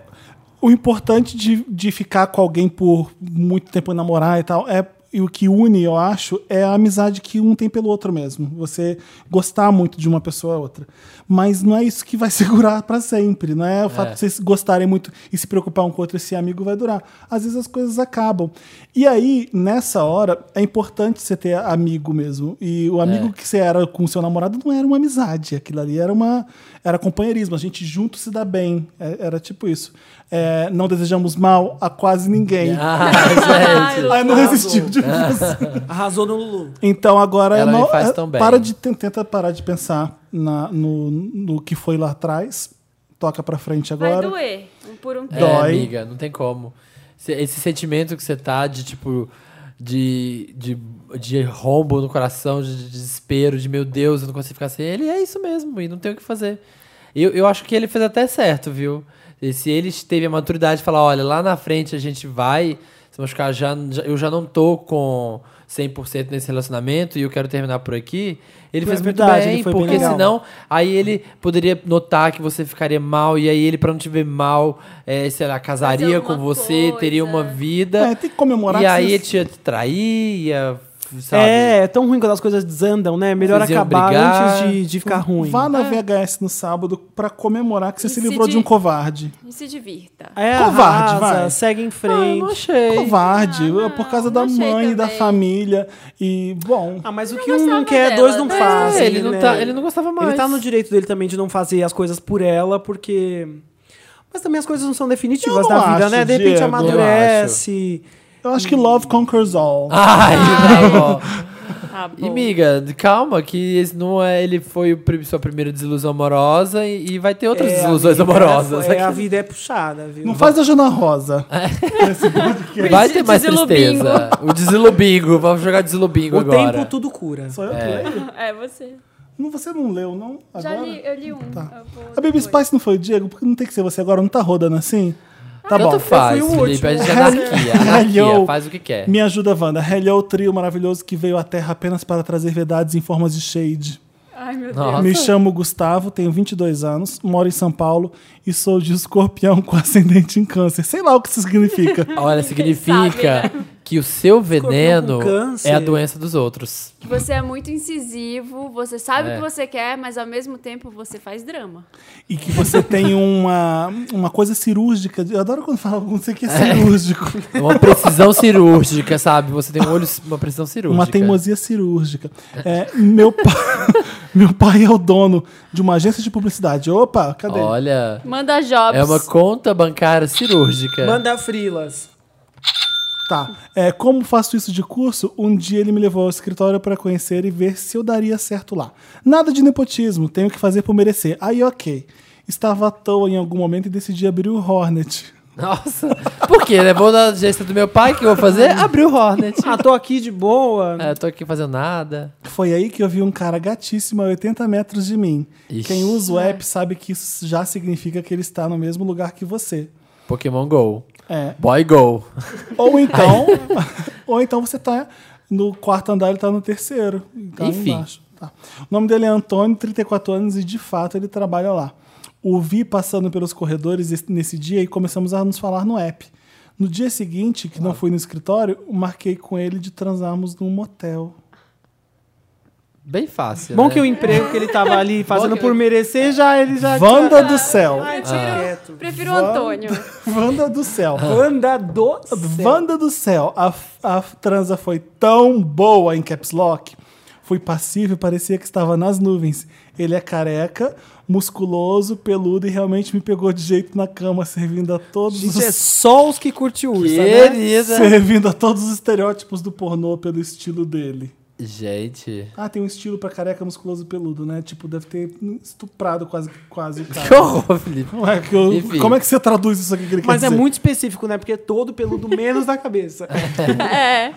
S1: o importante de, de ficar com alguém por muito tempo e namorar e tal é e o que une, eu acho, é a amizade que um tem pelo outro mesmo. Você gostar muito de uma pessoa a outra. Mas não é isso que vai segurar pra sempre, não é o fato
S4: É.
S1: de vocês gostarem muito e se preocupar um com o outro, esse amigo vai durar. Às vezes as coisas acabam. E aí, nessa hora, é importante você ter amigo mesmo. E o amigo
S4: É.
S1: que você era com o seu namorado não era uma amizade. Aquilo ali era uma. Era companheirismo. A gente junto se dá bem. É- era tipo isso. É, não desejamos mal a quase ninguém.
S4: Ah,
S2: Ai,
S4: gente.
S1: Aí não resistiu de
S3: Arrasou no Lulu.
S1: Então agora
S4: Ela me
S1: não-
S4: faz
S1: é,
S4: tão bem.
S1: Para de, ten- tenta parar de pensar na- no, no que foi lá atrás. Toca pra frente
S2: Vai
S1: agora.
S2: doer um por um tempo.
S1: Dói.
S4: É, amiga, não tem como. Se- Esse sentimento que você tá de, tipo, de, de, de rombo no coração, de de desespero, de meu Deus, eu não consigo ficar sem ele, é isso mesmo, e não tem o que fazer. Eu, eu acho que ele fez até certo, viu? E se ele teve a maturidade de falar, olha, lá na frente a gente vai se machucar, já, já- eu já não tô com 100% nesse relacionamento e eu quero terminar por aqui, ele
S3: Foi
S4: fez muito
S3: é verdade,
S4: bem,
S3: ele foi bem
S4: porque
S3: legal.
S4: senão então, aí ele poderia notar que você ficaria mal, e aí ele, pra não te ver mal, é, sei lá, casaria com
S2: alguma
S4: você,
S2: coisa.
S4: teria uma vida.
S1: É, tem que comemorar
S4: e
S1: que
S4: aí
S1: vocês-
S4: ele ia te trair, ia, sabe?
S3: É, é tão ruim quando as coisas desandam, né? Melhor
S4: Vocês iam
S3: acabar
S4: brigar.
S3: antes de, de ficar ruim.
S1: Vá na VHS no sábado pra comemorar que você
S2: É. E
S1: se
S2: se
S1: livrou de
S2: di-
S1: um covarde.
S2: E se divirta.
S3: É,
S1: Covarde,
S3: arrasa,
S1: vai.
S3: segue
S4: Ah,
S3: em
S4: eu não
S3: frente.
S4: achei.
S1: Covarde, é
S2: não,
S1: por causa
S2: não
S1: da
S2: achei
S1: mãe, da
S2: também.
S1: família. E, bom,
S3: Ah, mas o
S2: não
S3: que um não
S2: gostava
S3: quer,
S2: dela,
S3: dois não
S2: né?
S3: fazem.
S4: É, ele, não
S3: né?
S4: tá, ele não gostava mais.
S3: Ele tá no direito dele também de não fazer as coisas por ela, porque. Mas também as coisas não são
S1: Eu
S3: definitivas
S1: não
S3: da vida,
S1: acho,
S3: né? De repente
S1: Diego.
S3: amadurece.
S1: eu acho
S3: Hum.
S1: que Love Conquers All.
S4: Ai, tá bom.
S2: Tá bom.
S4: E, miga, calma, que esse não é, ele foi o prim- sua primeira desilusão amorosa e, e vai ter outras
S3: É,
S4: desilusões
S3: amiga,
S4: amorosas.
S3: É, a vida é puxada, viu?
S1: Não faz a Jana Rosa.
S3: É.
S4: Vai ter mais
S2: Desilubingo.
S4: tristeza. O desilubingo, vamos jogar desilubingo
S3: o
S4: agora.
S3: tempo tudo cura.
S1: Sou eu que leio?
S2: É você.
S1: Não, você não leu, não?
S2: Já
S1: Agora?
S2: li, eu li um. Eu vou
S1: A Baby
S2: depois.
S1: Spice não foi o Diego? Porque não tem que ser você agora, não tá rodando assim?
S2: Ah,
S1: Tá
S4: Tanto
S1: bom.
S4: faz,
S3: Eu fui o
S4: Felipe. A gente é
S1: último.
S4: anarquia. anarquia
S1: Ralhou.
S4: faz o que quer.
S1: Me ajuda, Wanda. Hello, trio maravilhoso que veio à Terra apenas para trazer verdades em formas de shade.
S2: Ai, meu
S4: Nossa.
S1: Me chamo Gustavo, tenho 22 anos, moro em São Paulo e sou de escorpião com ascendente em câncer. Sei lá o que isso significa.
S4: Olha, significa que o seu veneno
S3: com câncer.
S4: é a doença dos outros.
S2: Deus. Você é muito incisivo, você sabe
S4: É.
S2: o que você quer, mas ao mesmo tempo você faz drama.
S1: E que você tem uma, uma coisa cirúrgica. Eu adoro quando fala não sei o que é cirúrgico.
S4: É Uma precisão cirúrgica, sabe? Você tem um olho, uma precisão cirúrgica.
S1: Uma teimosia cirúrgica. É, meu, pa- meu pai é o dono de uma agência de publicidade. Opa, cadê?
S4: Olha,
S2: Manda jobs.
S4: é uma conta bancária cirúrgica.
S3: Manda frilas.
S1: Tá. É, como faço isso de curso? Um dia ele me levou ao escritório para conhecer e ver se eu daria certo lá. Nada de nepotismo, tenho que fazer por merecer. Aí, ok. Estava à toa em algum momento e decidi abrir o Hornet.
S4: Nossa, por quê? né? Vou na agência do meu pai, o que eu vou fazer? Abrir o Hornet.
S3: Ah, tô aqui de boa.
S4: É, eu tô aqui fazendo nada.
S1: Foi aí que eu vi um cara gatíssimo a 80 metros de mim.
S4: Ixi.
S1: Quem usa o app sabe que isso já significa que ele está no mesmo lugar que você.
S4: Pokémon GO.
S1: É.
S4: Boy GO.
S1: Ou então, ou então você tá no quarto andar, ele tá no terceiro. Tá
S4: Enfim.
S1: embaixo. Tá. O nome dele é Antônio, 34 anos, e de fato ele trabalha lá. O vi passando pelos corredores esse- nesse dia e começamos a nos falar no app. No dia seguinte, que não fui no escritório, marquei com ele de transarmos num motel.
S4: Bem fácil,
S3: Bom
S4: né?
S3: que o emprego que ele tava ali fazendo
S4: que-
S3: por merecer, já ele já.
S1: Vanda do céu!
S2: Ah. Prefiro, prefiro o Antônio.
S1: Vanda do céu!
S3: Vanda do céu.
S1: Wanda do céu, a, a transa foi tão boa em caps lock. Fui passivo e parecia que estava nas nuvens. Ele é careca, musculoso, peludo e realmente me pegou de jeito na cama, servindo a todos
S3: Gente, é
S1: os
S3: só os que curte ursa, né?
S4: Querida.
S1: servindo a todos os estereótipos do pornô pelo estilo dele.
S4: Gente.
S1: Ah, tem um estilo pra careca, musculoso e peludo, né? Tipo, deve ter estuprado quase quase o
S4: Que
S1: cara.
S4: horror, Felipe.
S1: Ué, que eu-
S4: Enfim.
S1: como é que você traduz isso aqui que ele quer
S3: Mas é
S1: dizer?
S3: muito específico, né? Porque é todo peludo menos da cabeça.
S2: É.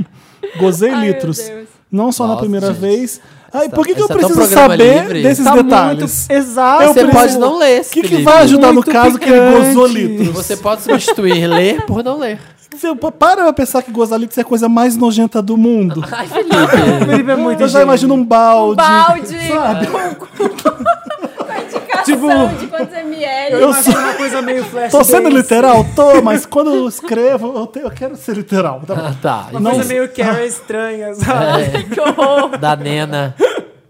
S1: Gozei
S2: Ai, meu
S1: litros.
S2: Deus.
S1: Não só na
S4: Nossa,
S1: primeira
S4: gente.
S1: vez. Ai,
S4: Essa-
S1: por que, que eu
S4: essa é tão
S1: preciso
S4: programa
S1: saber
S4: livre.
S1: desses
S3: Tá
S1: detalhes?
S3: muito. Exato.
S1: Eu
S4: Você
S1: preciso-
S4: pode não ler
S1: O
S4: esse
S1: que, que
S4: Felipe.
S1: vai ajudar no
S3: Muito
S1: caso que ele
S3: picante.
S1: gozou litros?
S4: Você pode substituir ler por não ler.
S1: Você pa- para pra pensar que gozar litros é a coisa mais nojenta do mundo.
S4: Ai, Felipe.
S3: O Felipe é muito
S1: eu já
S3: gênio.
S1: imagino um balde.
S2: Um balde.
S1: Sabe?
S2: Indicação
S3: Tipo-
S2: de quantos ml.
S1: Eu
S3: Imagina uma coisa meio flash.
S1: Tô sendo
S3: dance,
S1: literal?
S4: assim.
S1: Tô, mas quando eu escrevo, eu, te- eu quero ser literal. tá bom?
S4: Ah, tá.
S3: Uma coisa
S1: Não- É.
S3: meio Karen estranha, sabe?
S4: Da Nena.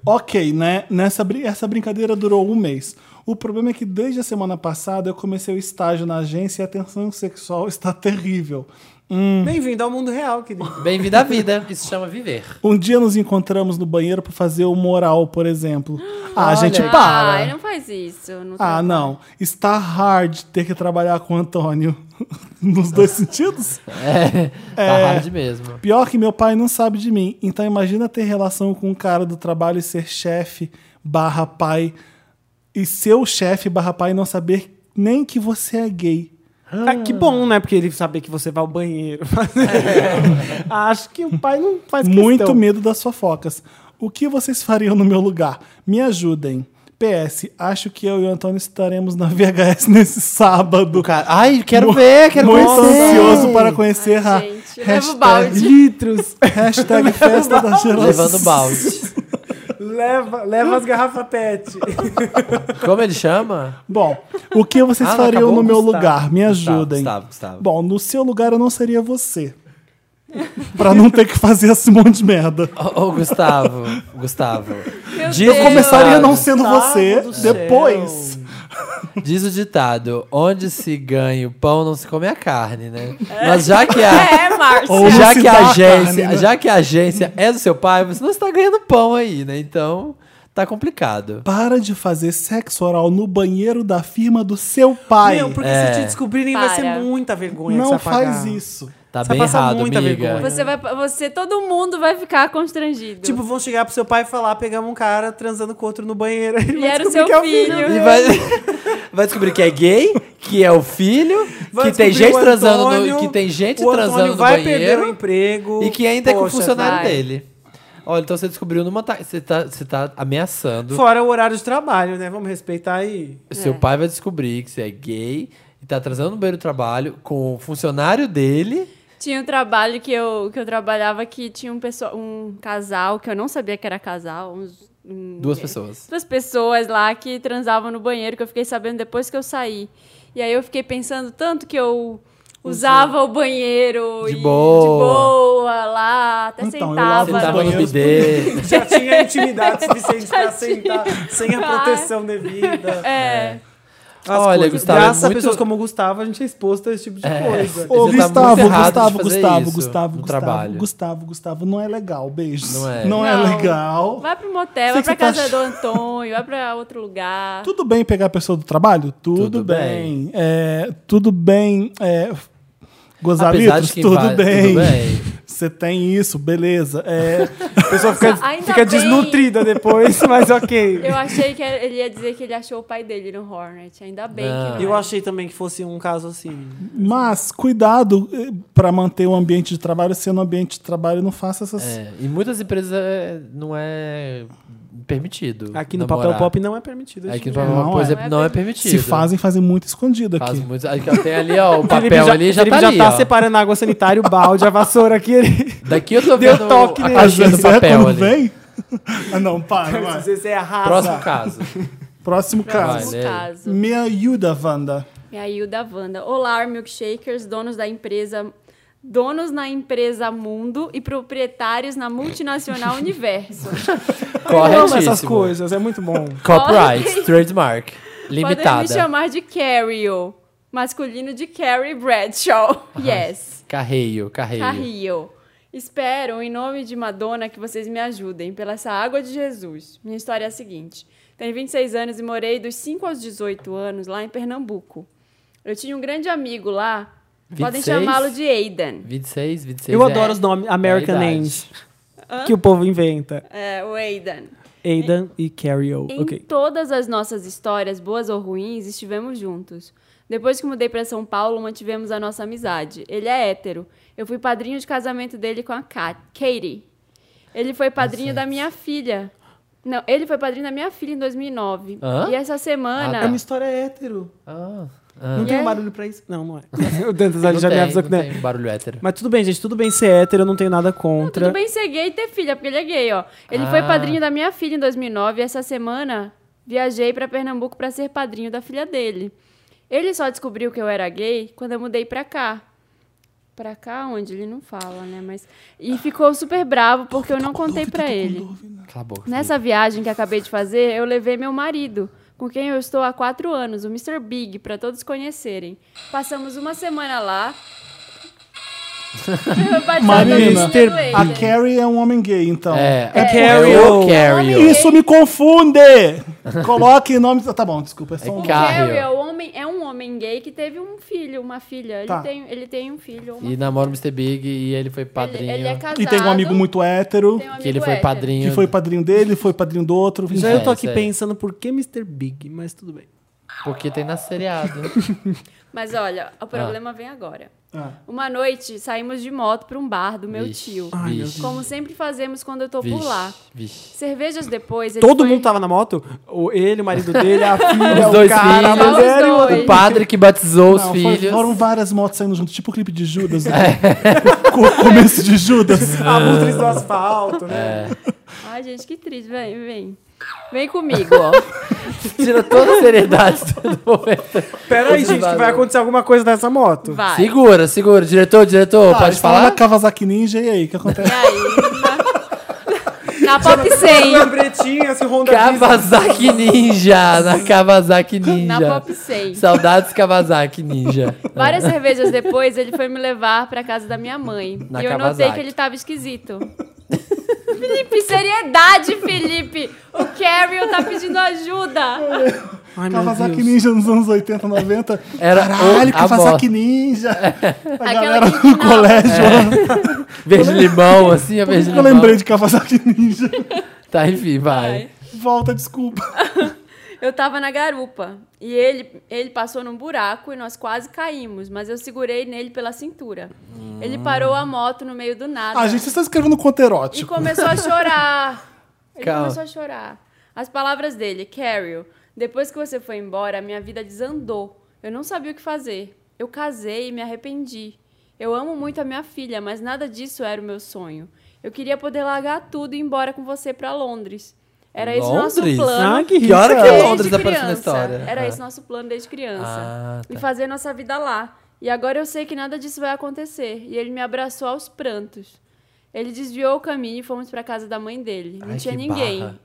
S1: Ok, né? Nessa brin- essa brincadeira durou um mês. O problema é que desde a semana passada eu comecei o estágio na agência e a tensão sexual está terrível. Hum.
S3: Bem-vindo ao mundo real, querido.
S4: Bem-vindo à vida. Isso se chama viver.
S1: Um dia nos encontramos no banheiro pra fazer o moral, por exemplo. Ah,
S4: Olha.
S1: gente,
S2: Ai,
S1: para.
S2: não faz isso. Não
S1: Ah, não. Está hard ter que trabalhar com o Antônio. Nos dois sentidos?
S4: É, tá hard mesmo.
S1: Pior que meu pai não sabe de mim. Então imagina ter relação com um cara do trabalho e ser chefe barra pai. E seu chefe barra pai não saber nem que você é gay.
S3: Ah, que bom, né? Porque ele saber que você vai ao banheiro. Acho que o pai não faz questão.
S1: É. Muito medo das fofocas. O que vocês fariam no meu lugar? Me ajudem. PS, acho que eu e o Antônio estaremos na VHS nesse sábado.
S4: Cara, ai, quero ver, quero
S1: Muito
S4: conhecer.
S1: ansioso para conhecer
S2: Ai,
S1: a
S2: gente, leva o balde.
S1: hashtag,
S3: Litros.
S1: hashtag festa da geração.
S4: Levando balde.
S3: leva, leva as garrafas pet.
S4: Como ele chama?
S1: Bom, o que vocês
S4: Ah, não,
S1: fariam
S4: acabou
S1: no
S4: o
S1: meu
S4: Gustavo.
S1: lugar? Me ajudem.
S4: Gustavo, Gustavo.
S1: Bom, no seu lugar eu não seria você. pra não ter que fazer esse monte de merda.
S4: Ô, ô, Gustavo, Gustavo.
S2: Meu
S4: Diz-
S2: Deus.
S4: Eu
S1: Começaria
S4: Gustavo.
S1: não sendo
S3: Gustavo
S1: você,
S3: do céu.
S1: depois.
S4: Diz o ditado: onde se ganha o pão, não se come a carne, né? Mas já que a.
S2: É, Márcio.
S1: Ou
S4: Já
S1: não se
S4: que
S1: dá
S4: a
S1: a
S4: agência,
S1: carne, né?
S4: já que a agência é do seu pai, você não está ganhando pão aí, né? Então, tá complicado.
S1: Para de fazer sexo oral no banheiro da firma do seu pai.
S3: Meu, porque
S4: É.
S3: se te descobrirem vai ser
S2: Para.
S3: muita vergonha
S1: não
S3: que você vai
S1: faz
S3: pagar.
S1: isso.
S4: Tá
S3: Você
S4: bem
S3: passa
S4: errado,
S3: muita
S4: amiga.
S3: vergonha.
S2: Você vai, você, todo mundo vai ficar constrangido.
S3: Tipo, vão chegar pro seu pai e falar, pegamos um cara transando com outro no banheiro. Ele
S2: E
S3: vai
S2: era o
S3: descobrir
S2: seu
S3: que é
S2: filho.
S4: E vai, vai descobrir que é gay, que é o filho,
S3: Vai
S4: que tem
S3: descobrir
S4: gente
S3: o
S4: transando no,
S3: Antônio,
S4: que tem gente
S3: o Antônio
S4: transando no
S3: vai perder o
S4: banheiro
S3: emprego.
S4: e que ainda é com o
S3: Poxa,
S4: funcionário
S2: vai.
S4: dele. Olha, então você descobriu numa ta... você tá você tá ameaçando.
S3: Fora o horário de trabalho, né? Vamos respeitar aí.
S4: Seu
S2: É.
S4: pai vai descobrir que você é gay e tá transando no banheiro do trabalho com o funcionário dele.
S2: Tinha um trabalho que eu, que eu trabalhava que tinha um, pessoal, um casal, que eu não sabia que era casal, uns- um-
S4: Duas
S3: Tá
S4: pessoas.
S2: duas pessoas lá que transavam no banheiro, que eu fiquei sabendo depois que eu saí. E aí eu fiquei pensando tanto que eu usava o banheiro
S4: De
S2: e-
S4: boa.
S2: de boa lá, até
S1: Então, eu
S2: sentava.
S1: lavo
S4: Você tava
S1: banheiro.
S4: no bidê.
S3: Já tinha intimidade suficiente pra
S2: Já tinha.
S3: sentar sem a proteção devida.
S2: É,
S3: As
S4: Olha,
S3: coisas-
S4: Gustavo, é
S3: Graças a
S4: muito-
S3: pessoas como o Gustavo, a gente é exposto a esse tipo de
S4: É.
S3: coisa.
S4: Você
S1: Ô,
S4: tá muito errado
S1: Gustavo,
S4: de
S1: Gustavo,
S4: fazer
S1: Gustavo,
S4: isso
S1: Gustavo,
S4: no
S1: Gustavo,
S4: trabalho.
S1: Gustavo, Gustavo. Não é legal, beijos.
S4: Não é.
S2: Não.
S1: legal.
S2: vai pro motel,
S1: Sei que
S2: vai pra
S1: você tá
S2: casa
S1: ach-
S2: do Antônio, vai pra outro lugar.
S1: Tudo bem pegar a pessoa do trabalho? Tudo,
S4: Tudo
S1: bem. É, tudo bem. é, gozar
S4: Apesar de
S1: litros?
S4: que
S1: Tudo,
S4: vai- tudo
S1: bem.
S4: bem.
S1: Você tem isso, beleza. É,
S3: A pessoa fica,
S2: Ainda
S3: fica
S2: bem.
S3: desnutrida depois, mas ok.
S2: Eu achei que ele ia dizer que ele achou o pai dele no Hornet. Ainda bem
S4: Não.
S2: que é
S3: Eu achei também que fosse um caso assim.
S1: mas cuidado para manter o ambiente de trabalho sendo um ambiente de trabalho. Não faça essas.
S4: É, e muitas empresas é, não é permitido.
S3: Aqui no
S4: namorar.
S3: Papel Pop não é permitido.
S4: Aqui no
S3: hoje em
S4: papel
S1: Não
S4: pop, por
S1: é.
S4: exemplo, não é permitido.
S1: Se fazem, fazem muito escondido aqui.
S4: Faz muito. Aqui, ó, tem ali, ó, o
S3: dia. Felipe
S4: papel ali já
S3: Felipe
S4: tá ali.
S3: já tá
S4: ó.
S3: separando a água sanitária, o balde, a vassoura aqui. Ele...
S4: Daqui eu tô
S3: Deu
S4: vendo
S3: toque
S4: a
S3: nele.
S1: Às
S4: caixinha do
S1: vezes é
S4: papel
S1: quando
S4: ali.
S1: vem. Ah, não, para. vai.
S3: Você arrasa.
S4: Próximo caso.
S1: Próximo caso.
S4: Vai,
S2: No
S4: né?
S2: caso.
S1: Me ajuda, Wanda.
S2: E aí o da Wanda. Olá, milkshakers, donos da empresa. Donos na empresa Mundo e proprietários na multinacional Universo.
S3: Eu amo
S4: Corretíssimo.
S3: essas coisas, é muito bom.
S4: Copyright, trademark,
S2: Podem me
S4: limitada.
S2: chamar de Carrio. Masculino de Carrie Bradshaw. Yes.
S4: Carreio, carreio.
S2: Carrio. Espero, em nome de Madonna, que vocês me ajudem pela essa água de Jesus. Minha história é a seguinte. Tenho 26 anos e morei dos 5 aos 18 anos lá em Pernambuco. Eu tinha um grande amigo lá. Podem
S4: 26?
S2: chamá-lo de Aidan.
S4: 26, 26.
S3: Eu
S4: é-
S3: adoro os nomes American
S4: é a idade.
S3: Names que o povo inventa.
S2: É, o Aidan.
S3: Aidan e Carrie-O.
S2: Em
S3: Ok.
S2: todas as nossas histórias, boas ou ruins, estivemos juntos. Depois que mudei para São Paulo, mantivemos a nossa amizade. Ele é hétero. Eu fui padrinho de casamento dele com a Kat, Katie. Ele foi padrinho da minha filha. Não, ele foi padrinho da minha filha em 2009.
S4: Hã?
S2: E essa semana.
S4: Ah,
S3: É
S4: tá.
S3: uma história hétero.
S4: Ah,
S3: Não
S4: ah.
S3: tem
S2: é?
S3: barulho pra isso? Não, não é. o Dantas ali
S4: Não
S3: já
S4: tem,
S3: me avisou que
S4: não
S3: não é.
S4: tem barulho hétero.
S3: Mas tudo bem, gente. Tudo bem ser hétero, eu não tenho nada contra.
S2: Tudo bem ser gay e ter filha, porque ele é gay, ó. Ele foi
S4: Ah.
S2: padrinho da minha filha em 2009 e essa semana viajei pra Pernambuco pra ser padrinho da filha dele. Ele só descobriu que eu era gay quando eu mudei pra cá. Pra cá, onde ele não fala, né? Mas e ficou super bravo porque eu não contei pra ele.
S4: Cala a boca.
S2: Nessa viagem que acabei de fazer, eu levei meu marido, com quem eu estou há quatro anos, o Mr. Big, pra todos conhecerem. Passamos uma semana lá. Eu batizado
S1: Marina,
S2: pelo Pedro
S1: A
S2: Eider.
S1: Carrie é um homem gay, então.
S4: É,
S3: É
S4: Carrie
S3: Carrie-O.
S4: ou Carrie.
S1: Isso me confunde! Coloque nome. Tá bom, desculpa. É só um
S2: O
S4: Ca- Carrie.
S2: Carrie é, o homem, é um homem gay que teve um filho, uma filha. Ele,
S1: Tá.
S2: tem, ele tem um filho. Uma...
S4: E namora o Mr. Big e ele foi
S2: Ele,
S4: padrinho.
S2: ele é casado.
S1: E tem um amigo muito hétero,
S2: tem um
S4: que ele
S2: amigo
S4: foi
S2: hétero.
S4: padrinho.
S1: que foi padrinho dele, foi padrinho do outro.
S3: Já
S1: enfim.
S3: eu tô
S4: É,
S3: aqui
S4: isso aí.
S3: pensando por que Mr. Big, mas tudo bem.
S4: Porque tem na seriado.
S2: Mas olha,
S4: Ah.
S2: o problema vem agora.
S1: Ah.
S2: Uma noite saímos de moto para um bar do meu
S4: Vixe,
S2: tio.
S4: Ai, meu Deus.
S2: Como sempre fazemos quando eu tô por
S4: Vixe,
S2: lá.
S4: vixe.
S2: Cervejas depois. ele
S3: Todo
S2: foi-
S3: mundo tava na moto? O, ele, o marido dele, a filha,
S4: Os
S3: o
S4: dois
S3: cara, a
S4: filhos,
S3: mulher e o outro.
S2: dois.
S4: o padre que batizou os
S1: Não, foi-
S4: filhos. É.
S1: Foram várias motos saindo junto, tipo o clipe de Judas. Né? Co- começo de Judas.
S3: A mulher do asfalto,
S4: É.
S3: né?
S2: Ai, gente, que triste. Vem, vem. Vem comigo, ó.
S4: Tira toda a seriedade do momento.
S3: Peraí, gente, que vai acontecer alguma coisa nessa moto.
S2: Vai.
S4: Segura, segura. Diretor, diretor,
S1: Ah,
S4: pode
S1: eles falam
S4: falar?
S1: da Kawasaki Ninja, e aí, o que acontece?
S2: E aí? Na, na pop 100.
S3: Lambretinha, esse Honda Bis.
S4: Kawasaki Ninja, na Kawasaki
S2: Na
S4: Ninja.
S2: pop 100.
S4: Saudades Kawasaki Ninja.
S2: Várias cervejas depois, ele foi me levar pra casa da minha mãe.
S4: Na
S2: e eu notei
S4: Kawasaki.
S2: que ele tava esquisito. Felipe, seriedade, Felipe! O Carrion tá pedindo ajuda!
S3: Ai, meu
S1: Kawasaki
S3: Deus.
S1: Ninja nos anos 80, 90.
S4: Era
S1: Caralho,
S4: o- a É,
S1: Kawasaki Ninja. A galera
S2: que-
S1: do
S2: não.
S1: colégio.
S4: Verde limão, assim, a
S1: Por
S4: verde
S1: que que
S4: limão.
S1: eu lembrei de Kawasaki Ninja.
S4: Tá, enfim, vai.
S1: Volta, desculpa.
S2: Eu tava na garupa e ele, ele passou num buraco e nós quase caímos, mas eu segurei nele pela cintura.
S4: Hum.
S2: Ele parou a moto no meio do nada.
S1: Ah, gente, vocês estão escrevendo conto
S2: E
S1: erótico.
S2: começou a chorar.
S4: Tipo,
S2: Ele
S4: Calma.
S2: começou a chorar. As palavras dele, Carol, depois que você foi embora, minha vida desandou. Eu não sabia o que fazer. Eu casei e me arrependi. Eu amo muito a minha filha, mas nada disso era o meu sonho. Eu queria poder largar tudo e ir embora com você pra Londres. Era esse nosso
S4: Londres?
S2: plano.
S3: Ah, que
S4: Que hora que
S2: desde
S4: Londres apareceu na
S2: criança.
S4: história?
S2: Era
S4: Ah.
S2: esse nosso plano desde criança.
S4: Ah,
S2: E fazer nossa vida lá. E agora eu sei que nada disso vai acontecer. E ele me abraçou aos prantos. Ele desviou o caminho e fomos pra casa da mãe dele. Não
S4: Ai,
S2: tinha
S4: que
S2: ninguém.
S4: barra.